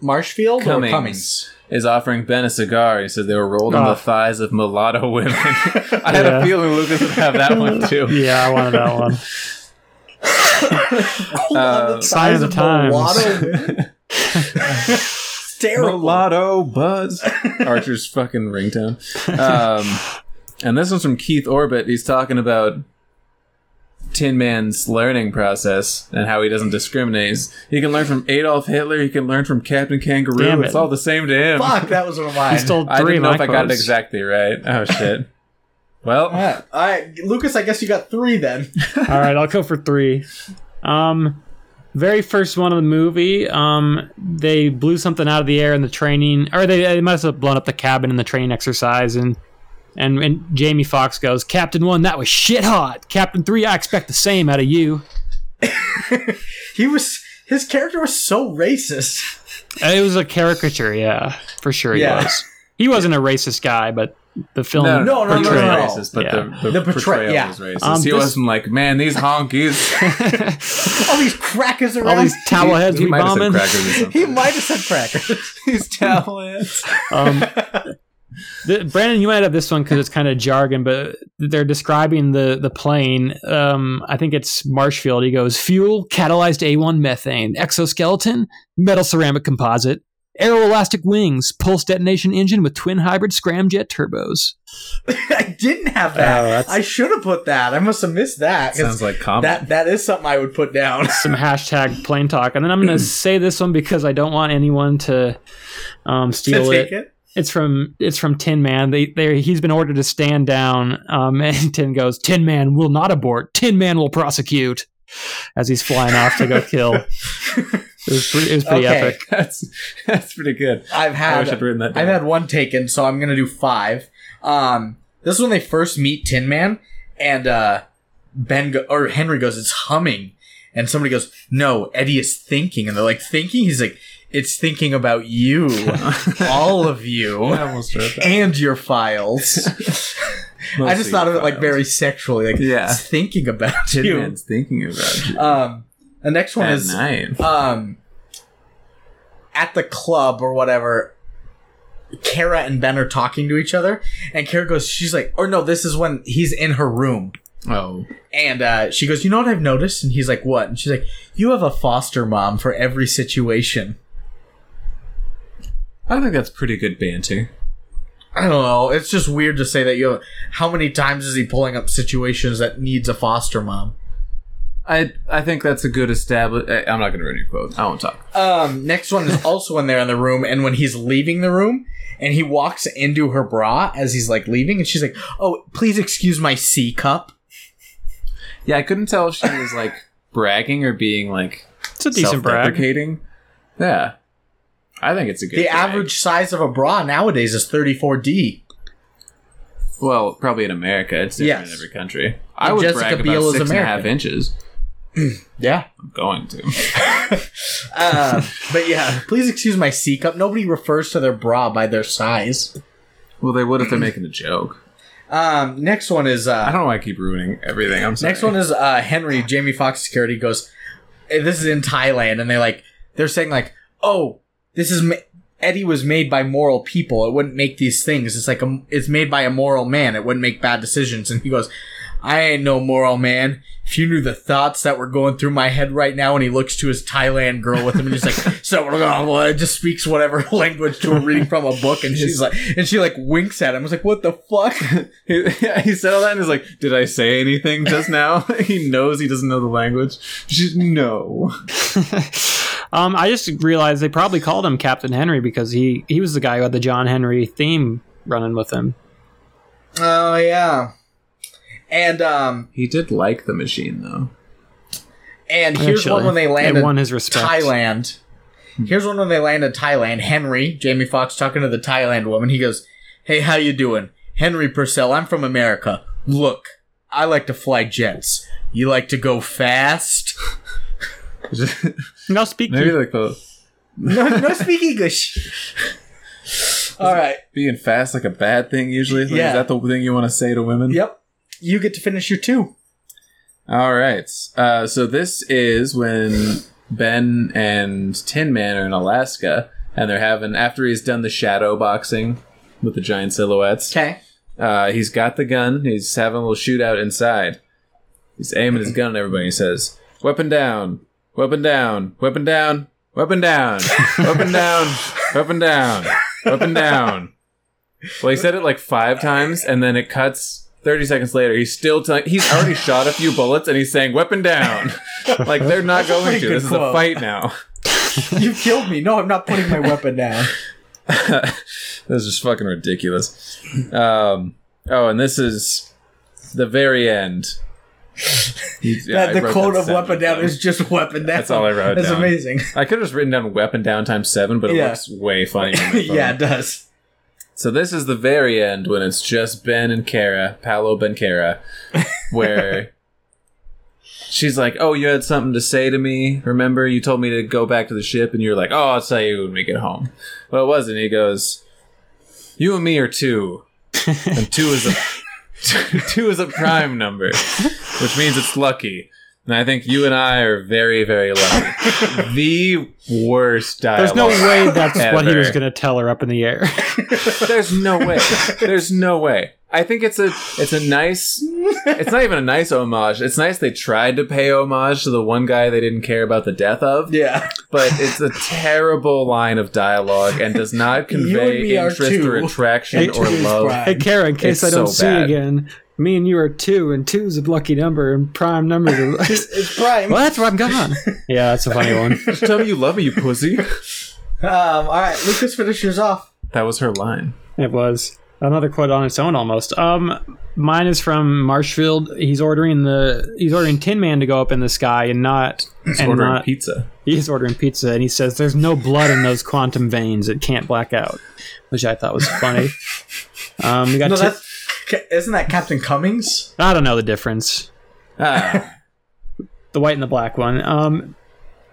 S2: Marshfield
S3: Cummings,
S2: or Cummings?
S3: is offering Ben a cigar. He said they were rolled on
S4: Ah.
S3: the thighs of mulatto women. I had a
S4: Yeah.
S3: feeling Lucas would have that one too.
S4: yeah, I wanted that one.
S3: Uh,
S4: Sign of the times.
S2: It's terrible.
S3: mulatto buzz. Archer's fucking ringtone. Um, and this one's from Keith Orbit. He's talking about Tin Man's learning process and how he doesn't discriminate. He's- He can learn from Adolf Hitler. He can learn from Captain Kangaroo.
S4: Damn it.
S3: it's all the same to him.
S2: Fuck, that was one of mine.
S4: You stole
S3: I
S4: three
S3: didn't
S4: of
S3: know
S4: my
S3: if I got it
S4: quotes.
S3: exactly right. Oh shit. Well,
S2: Yeah. All right, Lucas, I guess you got three then.
S4: All right, I'll go for three. Um, very first one of the movie, um, they blew something out of the air in the training, or they, they must have blown up the cabin in the training exercise, and and and Jamie Fox goes, Captain One, that was shit hot. Captain Three, I expect the same out of you.
S2: He was his character was so racist.
S4: And Uh, it was a caricature, yeah, for sure. He
S2: Yeah.
S4: was. He wasn't a racist guy, but the film.
S3: No,
S2: No, no,
S3: no, no,
S2: no,
S3: portrayal
S2: no, no.
S3: racist, but
S4: Yeah.
S3: the, the,
S2: The portray-
S3: portrayal,
S2: yeah.
S3: was racist.
S4: Um,
S3: he
S4: this-
S3: wasn't like, man, these honkies.
S2: All these crackers around.
S4: All these towel heads
S3: he
S4: we
S3: might have said
S4: bombing.
S3: crackers or
S2: he
S3: something.
S2: might have said crackers.
S3: these towel heads.
S4: Um, The, Brandon, you might have this one because it's kind of jargon, but they're describing the the plane. Um, I think it's Marshfield. He goes fuel catalyzed A1 methane, exoskeleton, metal ceramic composite, aeroelastic wings, pulse detonation engine with twin hybrid scramjet turbos.
S2: I didn't have
S4: Oh,
S2: that. I should have put that. I must have missed that. 'cause
S3: Sounds like common.
S2: that. That is something I would put down.
S4: Some hashtag plane talk, and then I'm going to say this one because I don't want anyone to um, steal
S2: take it.
S4: It's from it's from Tin Man. They they he's been ordered to stand down. Um, and Tin goes, Tin Man will not abort. Tin Man will prosecute. As he's flying off to go kill. it was pretty, it was pretty
S2: Okay.
S4: epic.
S3: That's that's pretty good.
S2: I've had
S3: I wish I'd written that down.
S2: I've had one taken, so I'm gonna do five. Um, this is when they first meet Tin Man, and uh, Ben go- or Henry goes, "It's humming," and somebody goes, "No, Eddie is thinking," and they're like, "Thinking?" He's like, "It's thinking about you, all of you,
S3: I almost wrote that.
S2: and your files." I just
S3: Mostly
S2: thought of it like
S3: files.
S2: very sexually, like
S3: Yeah.
S2: it's thinking about
S3: Tin
S2: you.
S3: Man's thinking about you.
S2: Um, the next one
S3: At
S2: is
S3: night.
S2: um at the club or whatever Kara and Ben are talking to each other and Kara goes she's like or no this is when he's in her room
S3: oh,
S2: and uh, she goes you know what I've noticed and he's like what and she's like you have a foster mom for every situation
S3: I think that's pretty good banter.
S2: I don't know it's just weird to say that you have, how many times is he pulling up situations that needs a foster mom
S3: I I think that's a good establish. I'm not going to ruin your quote. I won't talk.
S2: Um, next one is also in there in the room, and when he's leaving the room, and he walks into her bra as he's like leaving, and she's like, "Oh, please excuse my C cup."
S3: Yeah, I couldn't tell if she was like bragging or being like
S4: It's a decent brag.
S3: self-deprecating. Yeah, I think it's a good.
S2: The
S3: brag.
S2: average size of a bra nowadays is 34D.
S3: well, probably in America, it's
S2: Yes.
S3: different in every country. I
S2: And
S3: would
S2: Jessica
S3: brag about
S2: Biel is
S3: six and a half
S2: American.
S3: inches.
S2: Yeah,
S3: I'm going to.
S2: uh, but yeah, please excuse my C cup. Nobody refers to their bra by their size.
S3: well, they would if they're making a joke.
S2: Um, next one is uh,
S3: I don't know why I keep ruining everything. I'm sorry.
S2: Next one is uh, Henry, Jamie Foxx security goes, eh, this is in Thailand, and they like, they're saying like, oh, this is, ma- Eddie was made by moral people. It wouldn't make these things. It's like, a, it's made by a moral man. It wouldn't make bad decisions. And he goes, I ain't no moral man. If you knew the thoughts that were going through my head right now, and he looks to his Thailand girl with him, and he's like, "So we're gonna blah," just speaks whatever language to her, reading from a book, and she's like, and she like winks at him. I was like, "What the fuck?"
S3: He, he said all that and he's like, Did I say anything just now? he knows he doesn't know the language. She's, no.
S4: Um, I just realized they probably called him Captain Henry because he he was the guy who had the John Henry theme running with him.
S2: Oh yeah. And um
S3: He did like the machine, though.
S2: and here's
S4: Actually,
S2: one when they
S4: they
S2: landed
S4: won his respect.
S2: Thailand. Here's one when they landed Thailand. Henry, Jamie Foxx talking to the Thailand woman. He goes, "Hey, how you doing? Henry Purcell, I'm from America. Look, I like to fly jets. You like to go fast?"
S4: Now speak.
S3: Maybe like the
S2: no, no speak English. All right.
S3: being fast like a bad thing usually. Like,
S2: Yeah.
S3: Is that the thing you want to say to women?
S2: Yep. You get to finish your two.
S3: All right. Uh, so this is when Ben and Tin Man are in Alaska and they're having, after he's done the shadow boxing with the giant silhouettes.
S2: Okay.
S3: Uh, he's got the gun. He's having a little shootout inside. He's aiming his gun at everybody. He says, "Weapon down! Weapon down! Weapon down! Weapon down! Weapon down! Weapon down! Weapon down!" Well, he said it like five times, and then it cuts. Thirty seconds later, he's still telling. He's already shot a few bullets, and he's saying, "Weapon down!" like they're not going to.
S2: good
S3: This is a
S2: quote.
S3: fight now.
S2: You killed me. No, I'm not putting my weapon down.
S3: this is fucking ridiculous. Um, oh, and this is the very end. Yeah, I
S2: that the
S3: wrote
S2: quote
S3: that
S2: of weapon
S3: sentence
S2: down
S3: down.
S2: is just weapon down.
S3: That's all I wrote
S2: That's
S3: down.
S2: amazing.
S3: I could have just written down weapon down times seven, but it
S2: Yeah.
S3: looks way funny.
S2: yeah, it does.
S3: So this is the very end when it's just Ben and Kara, Paolo Ben Kara, where she's like, "Oh, you had something to say to me. Remember, you told me to go back to the ship, and you're like, "Oh, I'll tell you when we get home." Well, it wasn't. He goes, "You and me are two, and two is a two is a prime number, which means it's lucky." And I think you and I are very, very lucky. the worst
S4: There's
S3: dialogue.
S4: no way that's what he
S3: ever.
S4: was going to tell her up in the air.
S3: There's no way. There's no way. I think it's a it's a nice it's not even a nice homage. It's nice they tried to pay homage to the one guy they didn't care about the death of,
S2: Yeah.
S3: but it's a terrible line of dialogue and does not
S2: me
S3: convey
S2: are
S3: interest
S2: two.
S3: or attraction
S4: Hey,
S3: or
S2: two is
S3: love.
S2: prime.
S4: hey, Kara, in case
S3: It's
S4: I don't
S3: so
S4: see you
S3: bad.
S4: again, me and you are two, and two's a lucky number, and prime numbers are.
S2: It's prime.
S4: well, that's where I'm gone. yeah, that's a funny one.
S3: Just tell me you love me, you pussy.
S2: Um, all right, Lucas finishes off.
S3: That was her line.
S4: It was another quote on its own almost. Um, mine is from Marshfield. He's ordering the he's ordering Tin Man to go up in the sky and not and
S3: Ordering
S4: not,
S3: pizza.
S4: He's ordering pizza and he says there's no blood in those quantum veins. It can't black out, which I thought was funny. um, we got
S2: No,
S4: Tin-
S2: that's Ca- isn't that Captain Cummings?
S4: I don't know the difference.
S3: Ah,
S4: the white and the black one. Um,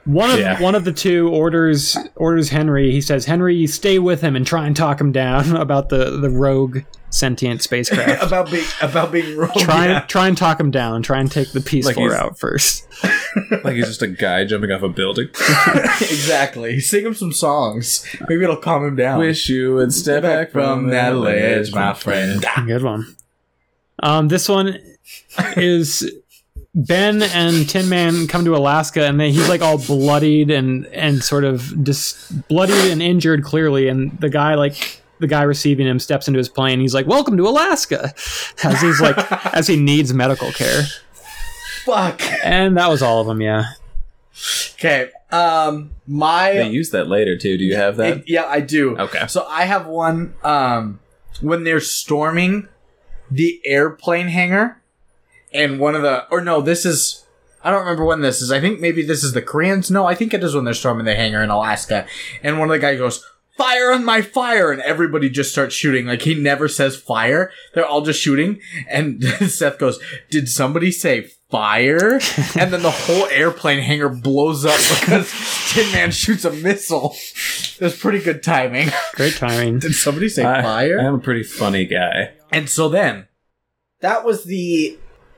S4: one of
S3: Yeah.
S4: one of the two orders orders Henry. He says, "Henry, you stay with him and try and talk him down about the the rogue sentient spacecraft.
S2: about being about being rogue.
S4: try
S2: yeah.
S4: and try and talk him down. Try and take the peaceful
S3: he's-
S4: route first.
S3: like he's just a guy jumping off a building.
S2: exactly. Sing him some songs. Maybe it'll calm him down.
S3: Wish you would step back from that ledge, my friend.
S4: Good one. Um, this one is Ben and Tin Man come to Alaska, and they, he's like all bloodied and and sort of dis- bloodied and injured, clearly. And the guy like the guy receiving him steps into his plane. He's like, "Welcome to Alaska," as he's like as he needs medical care.
S2: Fuck.
S4: And that was all of them. Yeah,
S2: Okay. Um, my
S3: They use that later too. Do you have that?
S2: It- yeah, I do.
S3: Okay.
S2: So I have one um when they're storming the airplane hangar and one of the or no, this is I don't remember when this is. I think maybe this is the Koreans. No, I think it is when they're storming the hangar in Alaska. And one of the guys goes, Fire on my fire! And everybody just starts shooting. Like, he never says fire. They're all just shooting. And Seth goes, Did somebody say fire? And then the whole airplane hangar blows up because Tin Man shoots a missile. It was pretty good timing.
S4: great timing.
S2: Did somebody say
S3: I-
S2: fire?
S3: I'm a pretty funny guy.
S2: And so then, that was the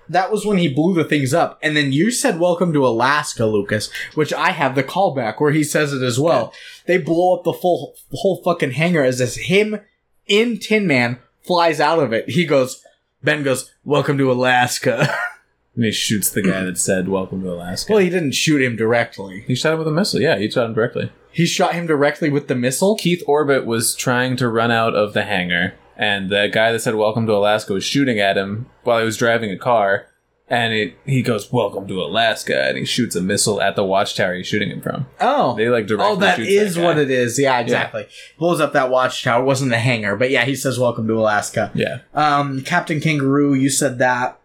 S2: that was when he blew the things up. And then you said "Welcome to Alaska, Lucas," which I have the callback where he says it as well. They blow up the full whole fucking hangar as this him in Tin Man flies out of it. He goes, Ben goes, "Welcome to Alaska."
S3: And he shoots the guy that said, Welcome to Alaska.
S2: well, he didn't shoot him directly.
S3: he shot him with a missile. Yeah, he shot him directly.
S2: He shot him directly with the missile.
S3: Keith Orbit was trying to run out of the hangar, and the guy that said, Welcome to Alaska was shooting at him while he was driving a car. And it, he goes, Welcome to Alaska. And he shoots a missile at the watchtower he's shooting him from.
S2: Oh,
S3: They, like, directly
S2: Oh, that
S3: shoot
S2: is
S3: that guy.
S2: what it is. Yeah, exactly. Blows up that watchtower. It wasn't the hangar, but yeah, he says, "Welcome to Alaska."
S3: Yeah.
S2: Um, Captain Kangaroo, you said that.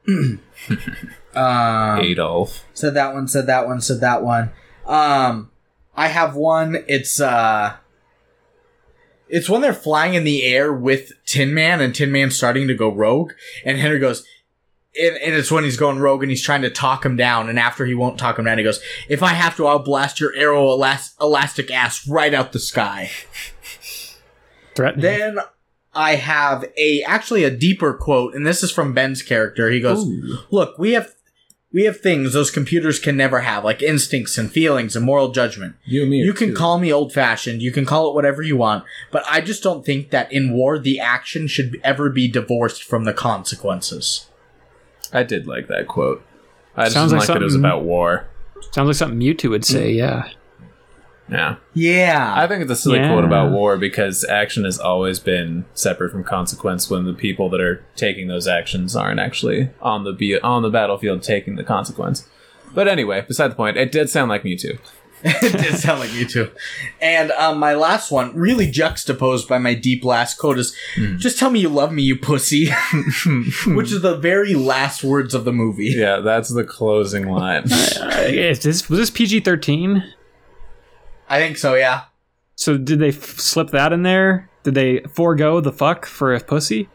S2: um,
S3: Adolf.
S2: said that one. Said that one. Said that one. Um, I have one. It's uh, it's when they're flying in the air with Tin Man, and Tin Man's starting to go rogue, and Henry goes. And, and it's when he's going rogue and he's trying to talk him down. And after he won't talk him down, he goes, If I have to, I'll blast your arrow elas- elastic ass right out the sky.
S4: Threatening.
S2: Then I have a actually a deeper quote, and this is from Ben's character. He goes, "Look, we have we have things those computers can never have, like instincts and feelings and moral judgment.
S3: You and me.
S2: You
S3: are
S2: can
S3: two.
S2: call me old fashioned, you can call it whatever you want, but I just don't think that in war the action should ever be divorced from the consequences."
S3: I did like that quote. I just
S4: Sounds
S3: didn't
S4: like
S3: like that it was
S4: something-
S3: about war.
S4: Sounds like something Mewtwo would say. Yeah,
S3: Yeah.
S2: Yeah,
S3: I think it's a silly
S4: Yeah.
S3: quote about war because action has always been separate from consequence when the people that are taking those actions aren't actually on the be- on the battlefield taking the consequence. But anyway, beside the point, it did sound like Mewtwo.
S2: it did sound like you too. And um, my last one, really juxtaposed by my deep last quote, is
S3: Hmm.
S2: just tell me you love me, you pussy. Which is the very last words of the movie.
S3: Yeah, that's the closing line.
S4: is this was this PG thirteen?
S2: I think so, yeah.
S4: So did they f- slip that in there? Did they forego the fuck for a pussy?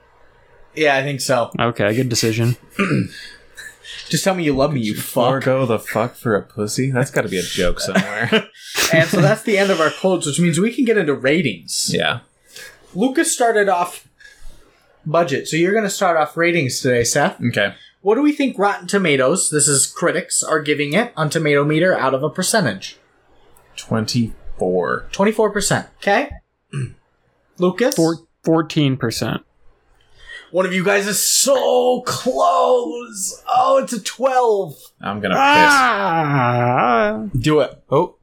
S2: Yeah, I think so.
S4: Okay, good decision.
S2: Just tell me you love me, you fuck.
S3: Fargo the fuck for a pussy? That's got to be a joke somewhere.
S2: and so that's the end of our quotes, which means we can get into ratings.
S3: yeah.
S2: Lucas started off budget, so you're going to start off ratings today, Seth.
S3: Okay.
S2: What do we think Rotten Tomatoes, this is critics, are giving it on Tomato Meter out of a percentage?
S3: 24.
S2: 24%. Okay? Lucas?
S4: Fourteen percent.
S2: One of you guys is so close. Oh, it's a 12.
S3: I'm going to
S4: Ah,
S2: Do it.
S3: piss. Oh.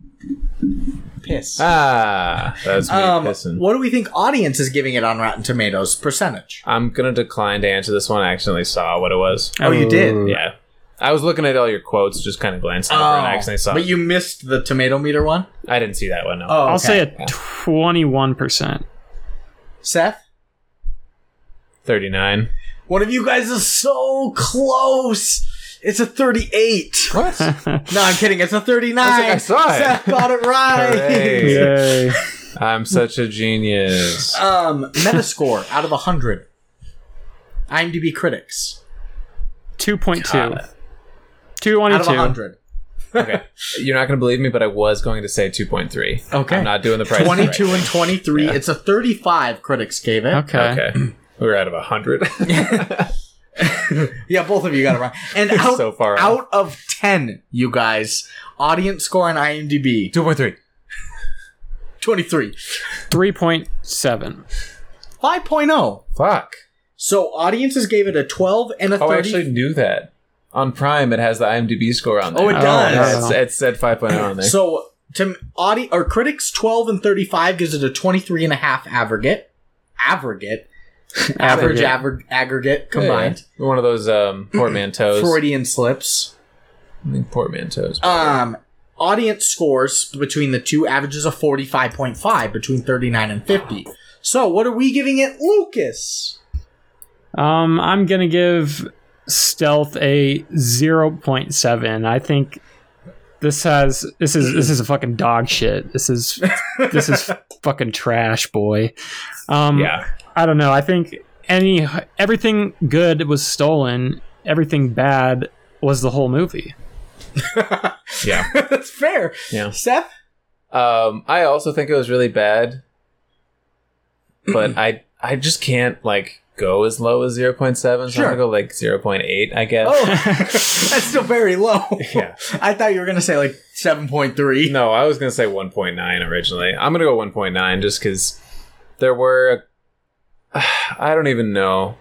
S2: Piss.
S3: Ah. That's me
S2: um,
S3: pissing.
S2: what do we think audience is giving it on Rotten Tomatoes percentage?
S3: I'm going to decline to answer this one. I accidentally saw what it was.
S2: Oh, you did.
S3: Yeah. I was looking at all your quotes, just kind of glancing over, and I
S2: Oh,
S3: accidentally saw.
S2: but you missed the tomato meter one.
S3: I didn't see that one. No.
S2: Oh,
S4: I'll
S2: okay.
S4: say a twenty-one percent.
S2: Seth.
S3: 39.
S2: One of you guys is so close. It's a thirty-eight.
S3: What?
S2: No, I'm kidding. It's a thirty-nine.
S3: I was like, I saw it.
S2: Seth got it right.
S3: Hooray.
S4: Yay!
S3: I'm such a genius.
S2: um, Metascore out of hundred. IMDb critics
S4: Two point two.
S3: God.
S2: out of
S4: Twenty-two.
S2: hundred.
S3: Okay. You're not going to believe me, but I was going to say 2.3.
S2: Okay.
S3: I'm not doing the price. is Right.
S2: Twenty-two and twenty-three. It's a thirty-five. Critics gave it.
S4: Okay.
S3: Okay. We were out of 100.
S2: Yeah, both of you got it wrong. And
S3: You're
S2: out,
S3: so far off.
S2: out of 10, you guys, audience score on IMDb
S3: 2.3.
S2: 23,
S4: Three point seven.
S2: 5.0.
S3: Fuck.
S2: oh. So audiences gave it a 12 and a
S3: Oh,
S2: 30.
S3: I actually knew that. On Prime, it has the IMDb score on there.
S2: Oh, it
S4: Oh,
S2: does.
S4: yeah.
S3: It's- it said 5.0 on there.
S2: So to audi- or critics 12 and 35 gives it a 23 and a half aggregate. Aggregate. Average
S4: Aggregate.
S2: aver- aggregate
S3: Yeah, yeah.
S2: combined.
S3: One of those um, portmanteaus.
S2: Freudian slips.
S3: I think portmanteaus.
S2: Um audience scores between the two averages a 45.5 between 39 and 50. So what are we giving it, Lucas?
S4: Um, I'm gonna give stealth a zero point seven. I think this has this is this is a fucking dog shit. This is this is fucking trash, boy.
S2: Mm.
S4: Um,
S3: yeah.
S4: I don't know. I think any everything good was stolen. Everything bad was the whole movie.
S3: Yeah.
S2: That's fair.
S3: Yeah.
S2: Seth?
S3: Um, I also think it was really bad, but I I just can't like go as low as zero point seven. So
S2: Sure.
S3: I'm gonna go like zero point eight, I guess.
S2: Oh, that's still very low.
S3: Yeah.
S2: I thought you were going to say like 7.3.
S3: No, I was gonna say one point nine originally. I'm gonna go one point nine just because there were. I don't even know.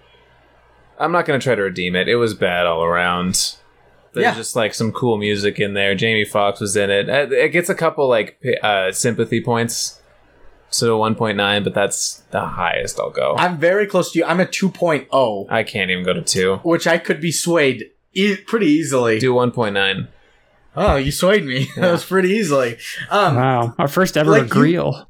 S3: I'm not gonna try to redeem it. It was bad all around. There's
S2: Yeah.
S3: just like some cool music in there. Jamie Foxx was in it. Uh, It gets a couple like p- uh, sympathy points, so 1.9, but that's the highest I'll go.
S2: I'm very close to you. I'm a 2.0,
S3: I can't even go to two.
S2: which I could be swayed e- pretty easily.
S3: Do one point nine.
S2: Oh, you swayed me. that was pretty easily. Um,
S4: Wow, our first ever
S2: Like you-
S4: reveal.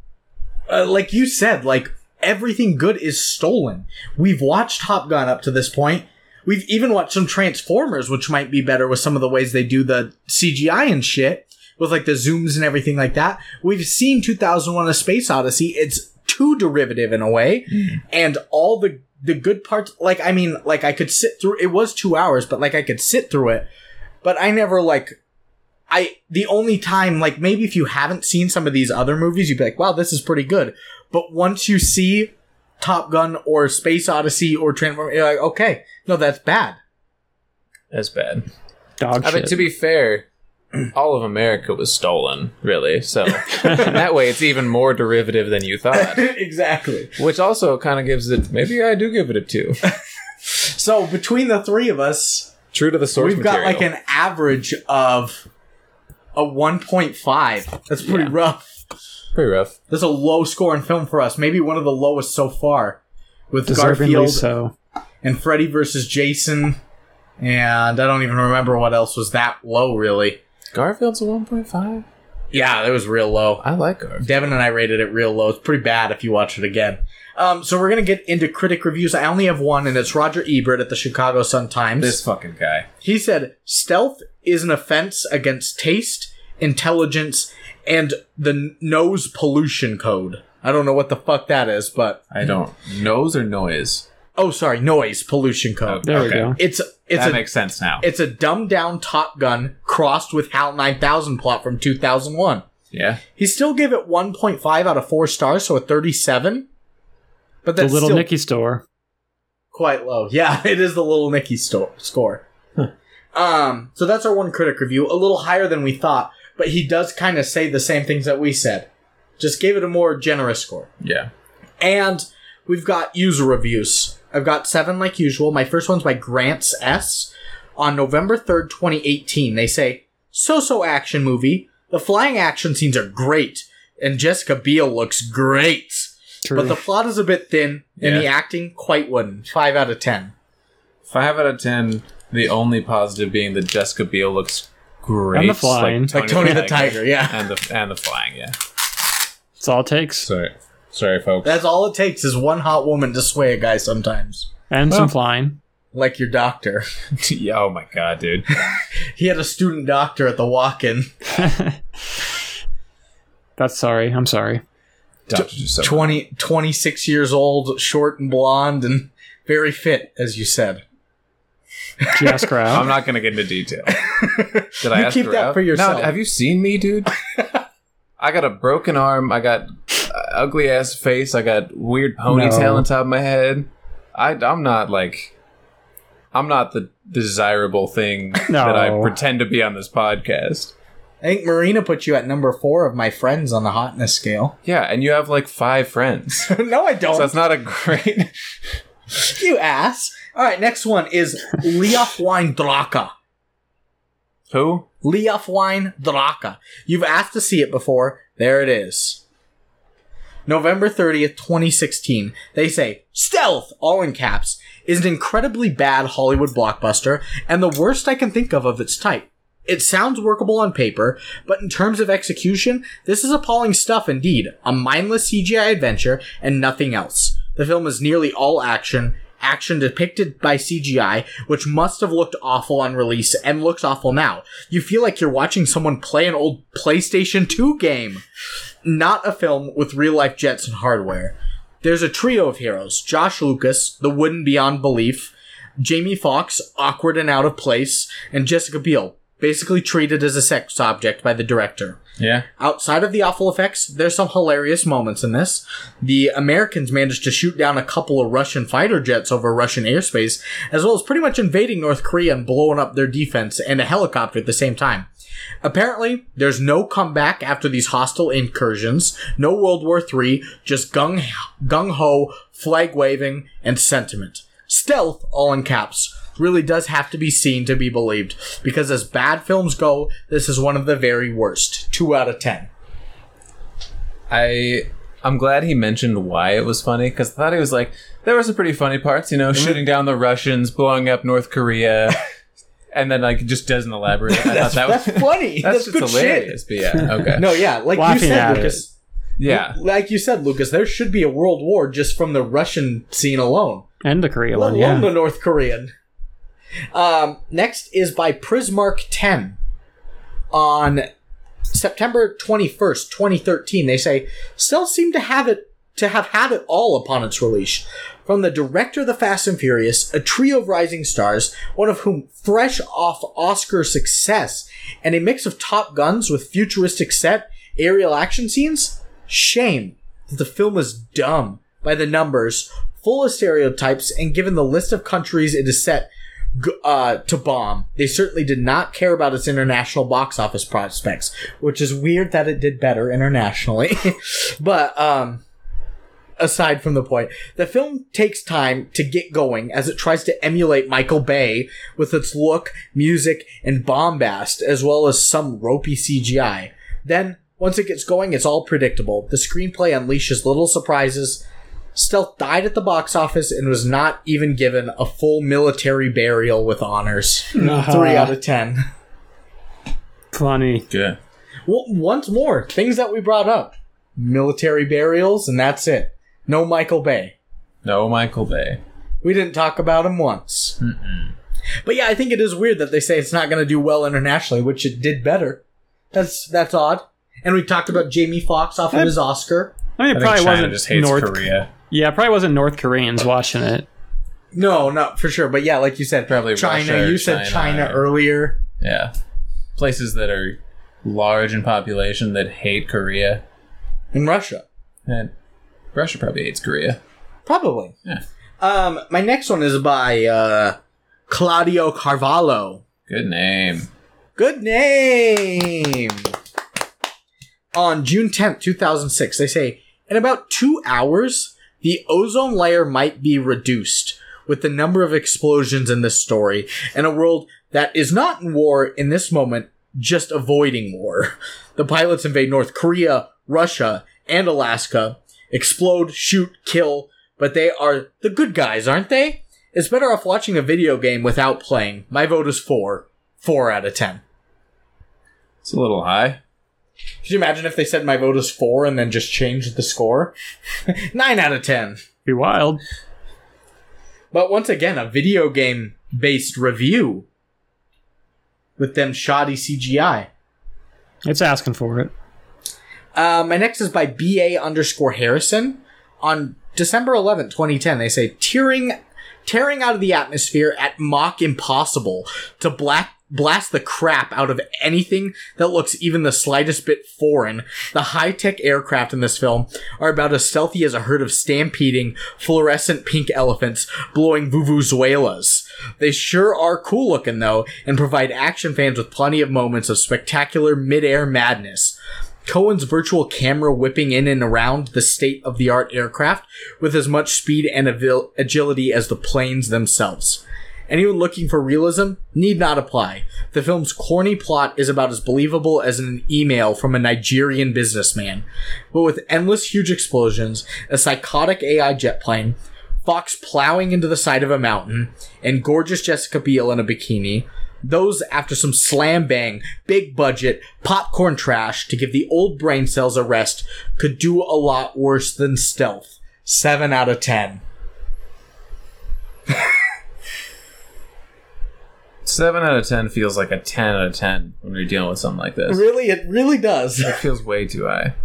S2: uh, like you said, like everything good is stolen. We've watched Top Gun up to this point. We've even watched some Transformers, which might be better with some of the ways they do the CGI and shit, with like the zooms and everything like that. We've seen 2001: A Space Odyssey. It's too derivative in a way, and all the the good parts. Like I mean, like I could sit through. It was two hours, but like I could sit through it. But I never like I the only time like maybe if you haven't seen some of these other movies you'd be like wow this is pretty good but once you see Top Gun or Space Odyssey or Transformers you're like okay no that's bad
S3: That's bad.
S4: Dog
S3: I mean,
S4: shit.
S3: to be fair, all of America was stolen, really. So that way, it's even more derivative than you thought.
S2: exactly
S3: Which also kind of gives it. Maybe I do give it a two.
S2: so between the three of us
S3: True to the source
S2: we've
S3: material.
S2: got like an average of a 1.5 that's pretty rough
S3: pretty rough.
S2: that's a low score in film for us maybe one of the lowest so far with
S4: Deservedly
S2: Garfield
S4: so.
S2: and Freddy versus Jason and I don't even remember what else was that low really
S3: Garfield's a one point five.
S2: Yeah, that was real low.
S3: I like Garfield.
S2: Devin and I rated it real low. It's pretty bad if you watch it again. Um, so we're gonna get into critic reviews. I only have one, and it's Roger Ebert at the Chicago Sun Times.
S3: This fucking guy.
S2: He said, "Stealth is an offense against taste, intelligence, and the n- nose pollution code." I don't know what the fuck that is, but
S3: I don't nose or noise.
S2: oh, sorry, noise pollution code.
S4: There we
S3: Okay.
S4: go.
S2: It's it's
S3: Oh. that
S2: a
S3: makes sense now.
S2: it's a dumbed down Top Gun crossed with HAL 9000 plot from 2001.
S3: yeah.
S2: He still gave it 1.5 out of 4 stars, so a 37. But
S4: The
S2: that's
S4: Little
S2: still
S4: Nicky store.
S2: quite low. Yeah, it is the Little Nicky sto- score. Um, so that's our one critic review, a little higher than we thought, but he does kind of say the same things that we said. Just gave it a more generous score.
S3: Yeah.
S2: And we've got user reviews. I've got seven like usual. My first one's by Grants S. On November 3rd, 2018, they say, so so action movie. The flying action scenes are great, and Jessica Biel looks great.
S4: True.
S2: But the plot is a bit thin, and the
S3: Yeah.
S2: acting quite wooden. Five out of ten.
S3: Five out of ten. The only positive being that Jessica Biel looks great,
S4: And the flying.
S2: Like Tony the Tiger, yeah.
S3: and the and the flying, yeah.
S4: That's all it takes.
S3: Sorry, sorry, folks.
S2: That's all it takes is one hot woman to sway a guy sometimes.
S4: And some flying.
S2: Like your doctor.
S3: Yeah, oh my god, dude.
S2: He had a student doctor at the walk in.
S4: That's sorry. I'm sorry.
S3: Doctor Giuseppe.
S2: 20, 26 years old, short and blonde, and very fit, as you said.
S4: GS crowd.
S3: I'm not gonna get into detail. Did I
S2: You
S3: ask
S2: keep
S3: her
S2: that
S3: out?
S2: for yourself.
S3: No, have you seen me, dude? I got a broken arm. I got ugly ass face. I got weird ponytail
S4: No.
S3: on top of my head. I, I'm not like. I'm not the desirable thing
S4: No.
S3: that I pretend to be on this podcast.
S2: I think Marina put you at number four of my friends on the hotness scale.
S3: Yeah, and you have like five friends.
S2: no, I don't.
S3: So that's not a great.
S2: you ass. All right, next one is Leof Wine Draka.
S3: Who?
S2: Leof Wine Draka. You've asked to see it before. There it is. November 30th, 2016. They say, Stealth, all in caps, is an incredibly bad Hollywood blockbuster and the worst I can think of of its type. It sounds workable on paper, but in terms of execution, this is appalling stuff indeed. A mindless CGI adventure and nothing else. The film is nearly all action, action depicted by CGI, which must have looked awful on release and looks awful now. You feel like you're watching someone play an old PlayStation 2 game not a film with real life jets and hardware. There's a trio of heroes Josh Lucas, the wooden beyond belief, Jamie Foxx, awkward and out of place, and Jessica Biel, basically treated as a sex object by the director.
S3: Yeah.
S2: Outside of the awful effects, there's some hilarious moments in this. The Americans managed to shoot down a couple of Russian fighter jets over Russian airspace, as well as pretty much invading North Korea and blowing up their defense and a helicopter at the same time. Apparently, there's no comeback after these hostile incursions, no World War III, just gung gung ho, flag waving, and sentiment. Stealth, all in caps, really does have to be seen to be believed, because as bad films go, this is one of the very worst. Two out of ten.
S3: I I'm glad he mentioned why it was funny because I thought he was like there were some pretty funny parts, you know,
S2: Mhm.
S3: shooting down the Russians, blowing up North Korea, and then like just doesn't elaborate. I thought that was
S2: That's funny. That's,
S3: that's, just
S2: good
S3: hilarious. But yeah, okay,
S2: shit. No, yeah, like
S4: Laughing
S2: you said,
S4: at
S2: Lucas.
S3: yeah,
S2: Like you said, Lucas, there should be a world war just from the Russian scene alone.
S4: and the Korea
S2: let
S4: one.
S2: alone
S4: Yeah.
S2: the North Korean. Um, next is by Prismark 10. On September 21st, 2013, they say, Stealth seemed to have it to have had it all upon its release. From the director of The Fast and Furious, a trio of rising stars, one of whom fresh off Oscar success, and a mix of Top Guns with futuristic set, aerial action scenes, shame that the film is dumb by the numbers, full of stereotypes, and given the list of countries it is set g- uh, to bomb, they certainly did not care about its international box office prospects, which is weird that it did better internationally. but um, aside from the point, the film takes time to get going as it tries to emulate Michael Bay with its look, music, and bombast, as well as some ropey CGI. Then, once it gets going, it's all predictable. The screenplay unleashes little surprises. Stealth died at the box office and was not even given a full military burial with honors. Three out of ten.
S4: Funny.
S3: good.
S2: Well, once more, things that we brought up military burials, and that's it. No Michael Bay.
S3: No, Michael Bay.
S2: We didn't talk about him once. But yeah, I think it is weird that they say it's not going to do well internationally, which it did better. That's that's odd. And we talked about Jamie Foxx off of his Oscar.
S4: I mean, it
S3: I think
S4: probably
S3: China
S4: wasn't
S3: just hates
S4: North
S3: Korea.
S4: Yeah, it probably wasn't North Koreans watching it.
S2: No, not for sure. But yeah, like you said,
S3: Probably
S2: China.
S3: Russia or
S2: you said China,
S3: China.
S2: earlier.
S3: Yeah, places that are large in population that hate Korea
S2: And Russia.
S3: and Russia probably hates Korea.
S2: Probably.
S3: Yeah.
S2: Um, my next one is by uh, Claudio Carvalho.
S3: Good name.
S2: Good name. On June 10th, 2006, they say in about two hours, the ozone layer might be reduced with the number of explosions in this story in a world that is not in war in this moment, just avoiding war. The pilots invade North Korea, Russia, and Alaska, explode, shoot, kill, but they are the good guys, aren't they? It's better off watching a video game without playing. My vote is four. Four out of ten.
S3: It's a little high.
S2: Could you imagine if they said my vote is four and then just changed the score? Nine out of ten.
S4: Be wild.
S2: But once again, a video game based review with them shoddy CGI.
S4: It's asking for it.
S2: Uh, my next is by BA underscore Harrison. On December 11th, 2010, they say, tearing, tearing out of the atmosphere at mock impossible to black blast the crap out of anything that looks even the slightest bit foreign. The high-tech aircraft in this film are about as stealthy as a herd of stampeding, fluorescent pink elephants blowing vuvuzelas. They sure are cool looking though, and provide action fans with plenty of moments of spectacular mid-air madness. Cohen's virtual camera whipping in and around the state of the art aircraft with as much speed and avil- agility as the planes themselves. Anyone looking for realism need not apply. The film's corny plot is about as believable as an email from a Nigerian businessman. But with endless huge explosions, a psychotic AI jet plane, Fox plowing into the side of a mountain, and gorgeous Jessica Biel in a bikini, those after some slam bang, big budget, popcorn trash to give the old brain cells a rest could do a lot worse than stealth. 7 out of 10.
S3: Seven out of ten feels like a ten out of ten when you're dealing with something like this.
S2: Really, it really does.
S3: It feels way too high.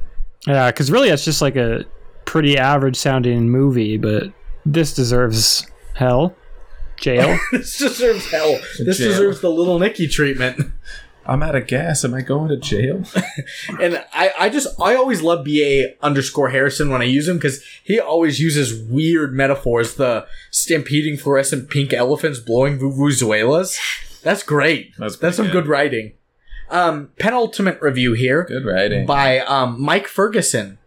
S4: Yeah, because really, it's just like a pretty average sounding movie, but this deserves hell, jail.
S2: this deserves hell. This
S3: Jail.
S2: deserves the little Nicky treatment.
S3: I'm out of gas. Am I going to jail?
S2: And I, I just, I always love BA underscore Harrison when I use him because he always uses weird metaphors. The stampeding fluorescent pink elephants blowing vuvuzelas. That's great.
S3: That's pretty
S2: That's some good
S3: good.
S2: writing. Um, penultimate review here
S3: Good writing.
S2: by um, Mike Ferguson.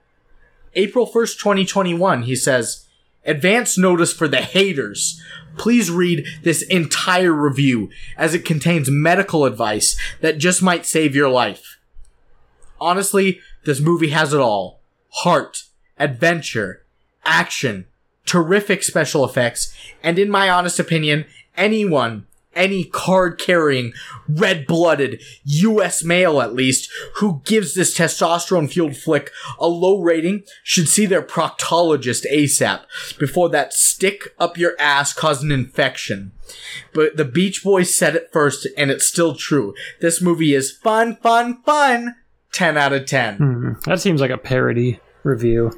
S2: April 1st, 2021, he says, Advance notice for the haters. Please read this entire review as it contains medical advice that just might save your life. Honestly, this movie has it all heart, adventure, action, terrific special effects, and in my honest opinion, anyone, any card carrying, red blooded US male at least, who gives this testosterone fueled flick a low rating should see their proctologist ASAP before that stick up your ass caused an infection. But the Beach Boys said it first, and it's still true. This movie is fun, fun, fun. 10 out of 10.
S4: Hmm. that seems like a parody review.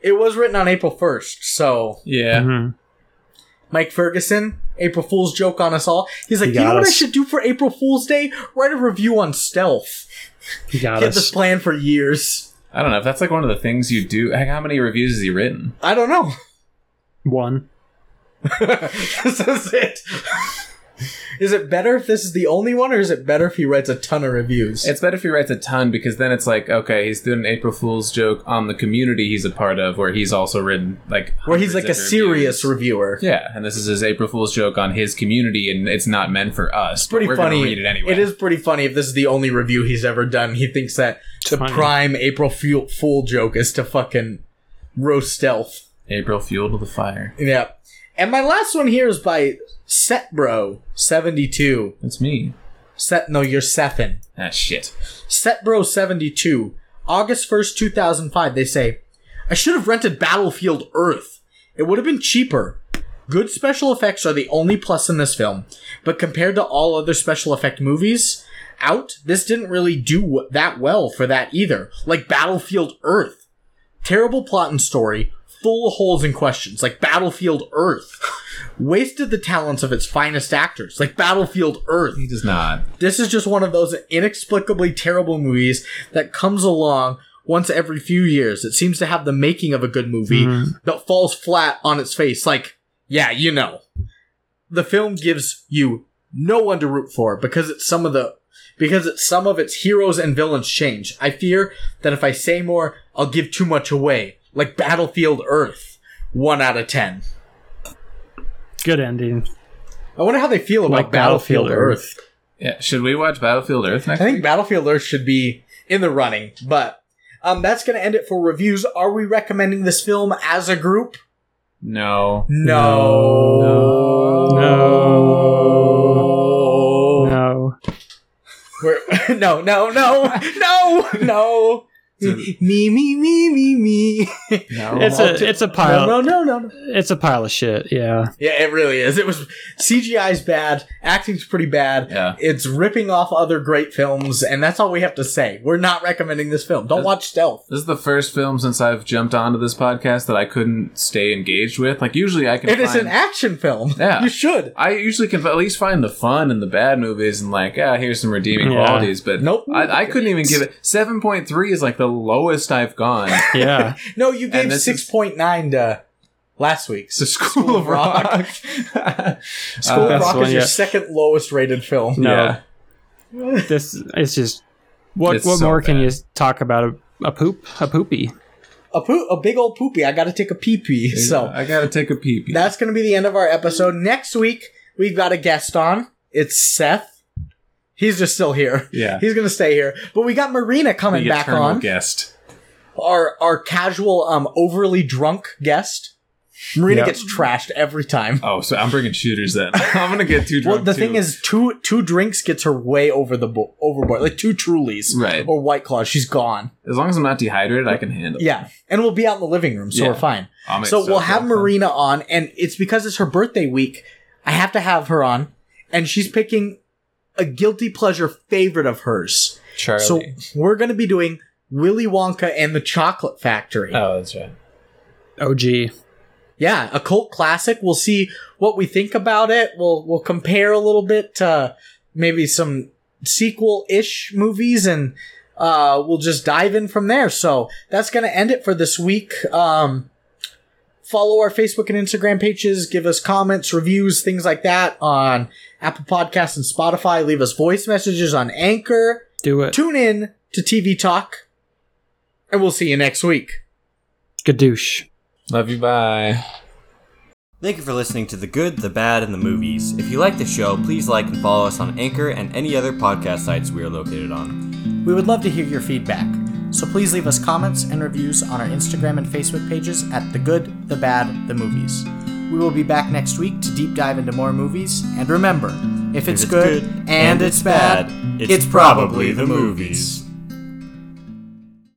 S2: It was written on April 1st, so
S3: yeah.
S2: Mm-hmm.
S4: Mhm.
S2: Mike Ferguson, April Fool's joke on us all. He's like,
S4: He
S2: you know
S4: got
S2: what I
S4: us.
S2: should do for April Fool's Day? Write a review on stealth.
S4: You got
S2: He had this
S4: us.
S2: plan for years.
S3: I don't know if that's like one of the things you do. Heck, How many reviews has he written?
S2: I don't know.
S4: One.
S2: this is it. is it better if this is the only one, or is it better if he writes a ton of reviews?
S3: It's better if he writes a ton because then it's like, okay, he's doing an April Fool's joke on the community he's a part of, where he's also written like
S2: Where he's like a
S3: hundreds of
S2: serious
S3: reviews.
S2: reviewer.
S3: Yeah, and this is his April Fool's joke on his community, and it's not meant for us. but
S2: Pretty
S3: we're gonna
S2: funny.
S3: Read it anyway.
S2: It is pretty funny if this is the only review he's ever done. He thinks that the
S4: Funny.
S2: prime April Fool, Fool joke is to fucking roast stealth.
S3: April fueled with the fire.
S2: Yeah. And my last one here is by Setbro72.
S3: That's me.
S2: Set, no, you're Sethin.
S3: Ah, shit.
S2: Setbro72. August 1st, 2005. They say, I should have rented Battlefield Earth. It would have been cheaper. Good special effects are the only plus in this film, but compared to all other special effect movies out, this didn't really do w- that well for that either. Like Battlefield Earth terrible plot and story, full of holes and questions, like Battlefield Earth. Wasted the talents of its finest actors, like Battlefield Earth.
S3: He does not.
S2: This is just one of those inexplicably terrible movies that comes along once every few years. It seems to have the making of a good movie,
S4: Mm-hmm.
S2: but falls flat on its face. Like, yeah, you know. The film gives you no one to root for because it's some of the because it's some of its heroes and villains change. I fear that if I say more, I'll give too much away. Like Battlefield Earth, one out of ten.
S4: Good ending.
S2: I wonder how they feel about
S4: Like
S2: Battlefield,
S4: Battlefield
S2: Earth.
S3: Yeah, should we watch Battlefield Earth
S2: I
S3: next?
S2: think Battlefield Earth should be in the running, but um, that's going to end it for reviews. Are we recommending this film as a group?
S3: No.
S2: No.
S4: No. No.
S2: We're, no, no, no, no, no. me, me, me, me, me.
S3: No.
S4: It's a it's a
S2: No,
S4: pile.
S2: no, no, no, no.
S4: It's a pile of shit. Yeah.
S2: Yeah, it really is. It was CGI's bad, acting's pretty bad.
S3: Yeah.
S2: It's ripping off other great films, and that's all we have to say. We're not recommending this film. Don't watch Stealth.
S3: This is the first film since I've jumped onto this podcast that I couldn't stay engaged with. Like usually I can.
S2: It is an
S3: find-
S2: action film.
S3: Yeah.
S2: You should.
S3: I usually can at least find the fun in the bad movies and like, ah, here's some redeeming
S4: Yeah.
S3: qualities. But
S2: Nope.
S3: I, I couldn't even give it. Seven point three is like the lowest I've gone.
S4: Yeah.
S2: No, you gave
S3: And this is-
S2: 6.9 to last week's.
S3: It's a School, of Rock.
S2: Rock. School
S3: Uh,
S2: of
S4: that's
S2: Rock
S4: the one,
S2: is your
S4: yeah.
S2: second lowest rated film.
S4: No.
S3: Yeah.
S4: This it's just what
S3: It's
S4: what
S3: so
S4: more can
S3: bad.
S4: you talk about a, a poop a poopy?
S2: A, poo- a big old poopy. I got to take a pee pee. So
S3: I gotta take a peep.
S2: that's going to be the end of our episode. Next week, we've got a guest on. It's Seth. He's just still here.
S3: Yeah.
S2: He's going to stay here. But we got Marina coming
S3: the
S2: back
S3: eternal
S2: on.
S3: guest.
S2: Our our casual um overly drunk guest. Marina gets trashed every time.
S3: Oh, so I'm bringing shooters then. I'm gonna get too drunk.
S2: Well, the
S3: too.
S2: thing is, two two drinks gets her way over the bo- overboard, like two Trulies,
S3: Right.
S2: Or White Claws. She's gone.
S3: as long as I'm not dehydrated, I can handle. it.
S2: Yeah, and we'll be out in the living room, so
S3: Yeah.
S2: we're fine.
S3: I'll make
S2: So
S3: stuff
S2: we'll have
S3: happen.
S2: Marina on, and it's because it's her birthday week. I have to have her on, and she's picking a guilty pleasure favorite of hers.
S3: Charlie.
S2: So we're going to be doing Willy Wonka and the Chocolate Factory.
S3: oh, that's right.
S4: Oh gee.
S2: Yeah, a cult classic. We'll see what we think about it. We'll we'll compare a little bit to maybe some sequel ish movies, and uh, we'll just dive in from there. So that's gonna end it for this week. Um, follow our Facebook and Instagram pages. Give us comments, reviews, things like that on Apple Podcasts and Spotify. Leave us voice messages on Anchor.
S4: Do it.
S2: Tune in to TV Talk, and we'll see you next week.
S4: Gadoosh.
S3: Love you. Bye.
S11: Thank you for listening to The Good, the Bad, and the Movies. If you like the show, please like and follow us on Anchor and any other podcast sites we are located on.
S2: We would love to hear your feedback, so please leave us comments and reviews on our Instagram and Facebook pages at The Good, The Bad, The Movies. We will be back next week to deep dive into more movies, and remember, if it's, good, and it's bad, it's probably the movies.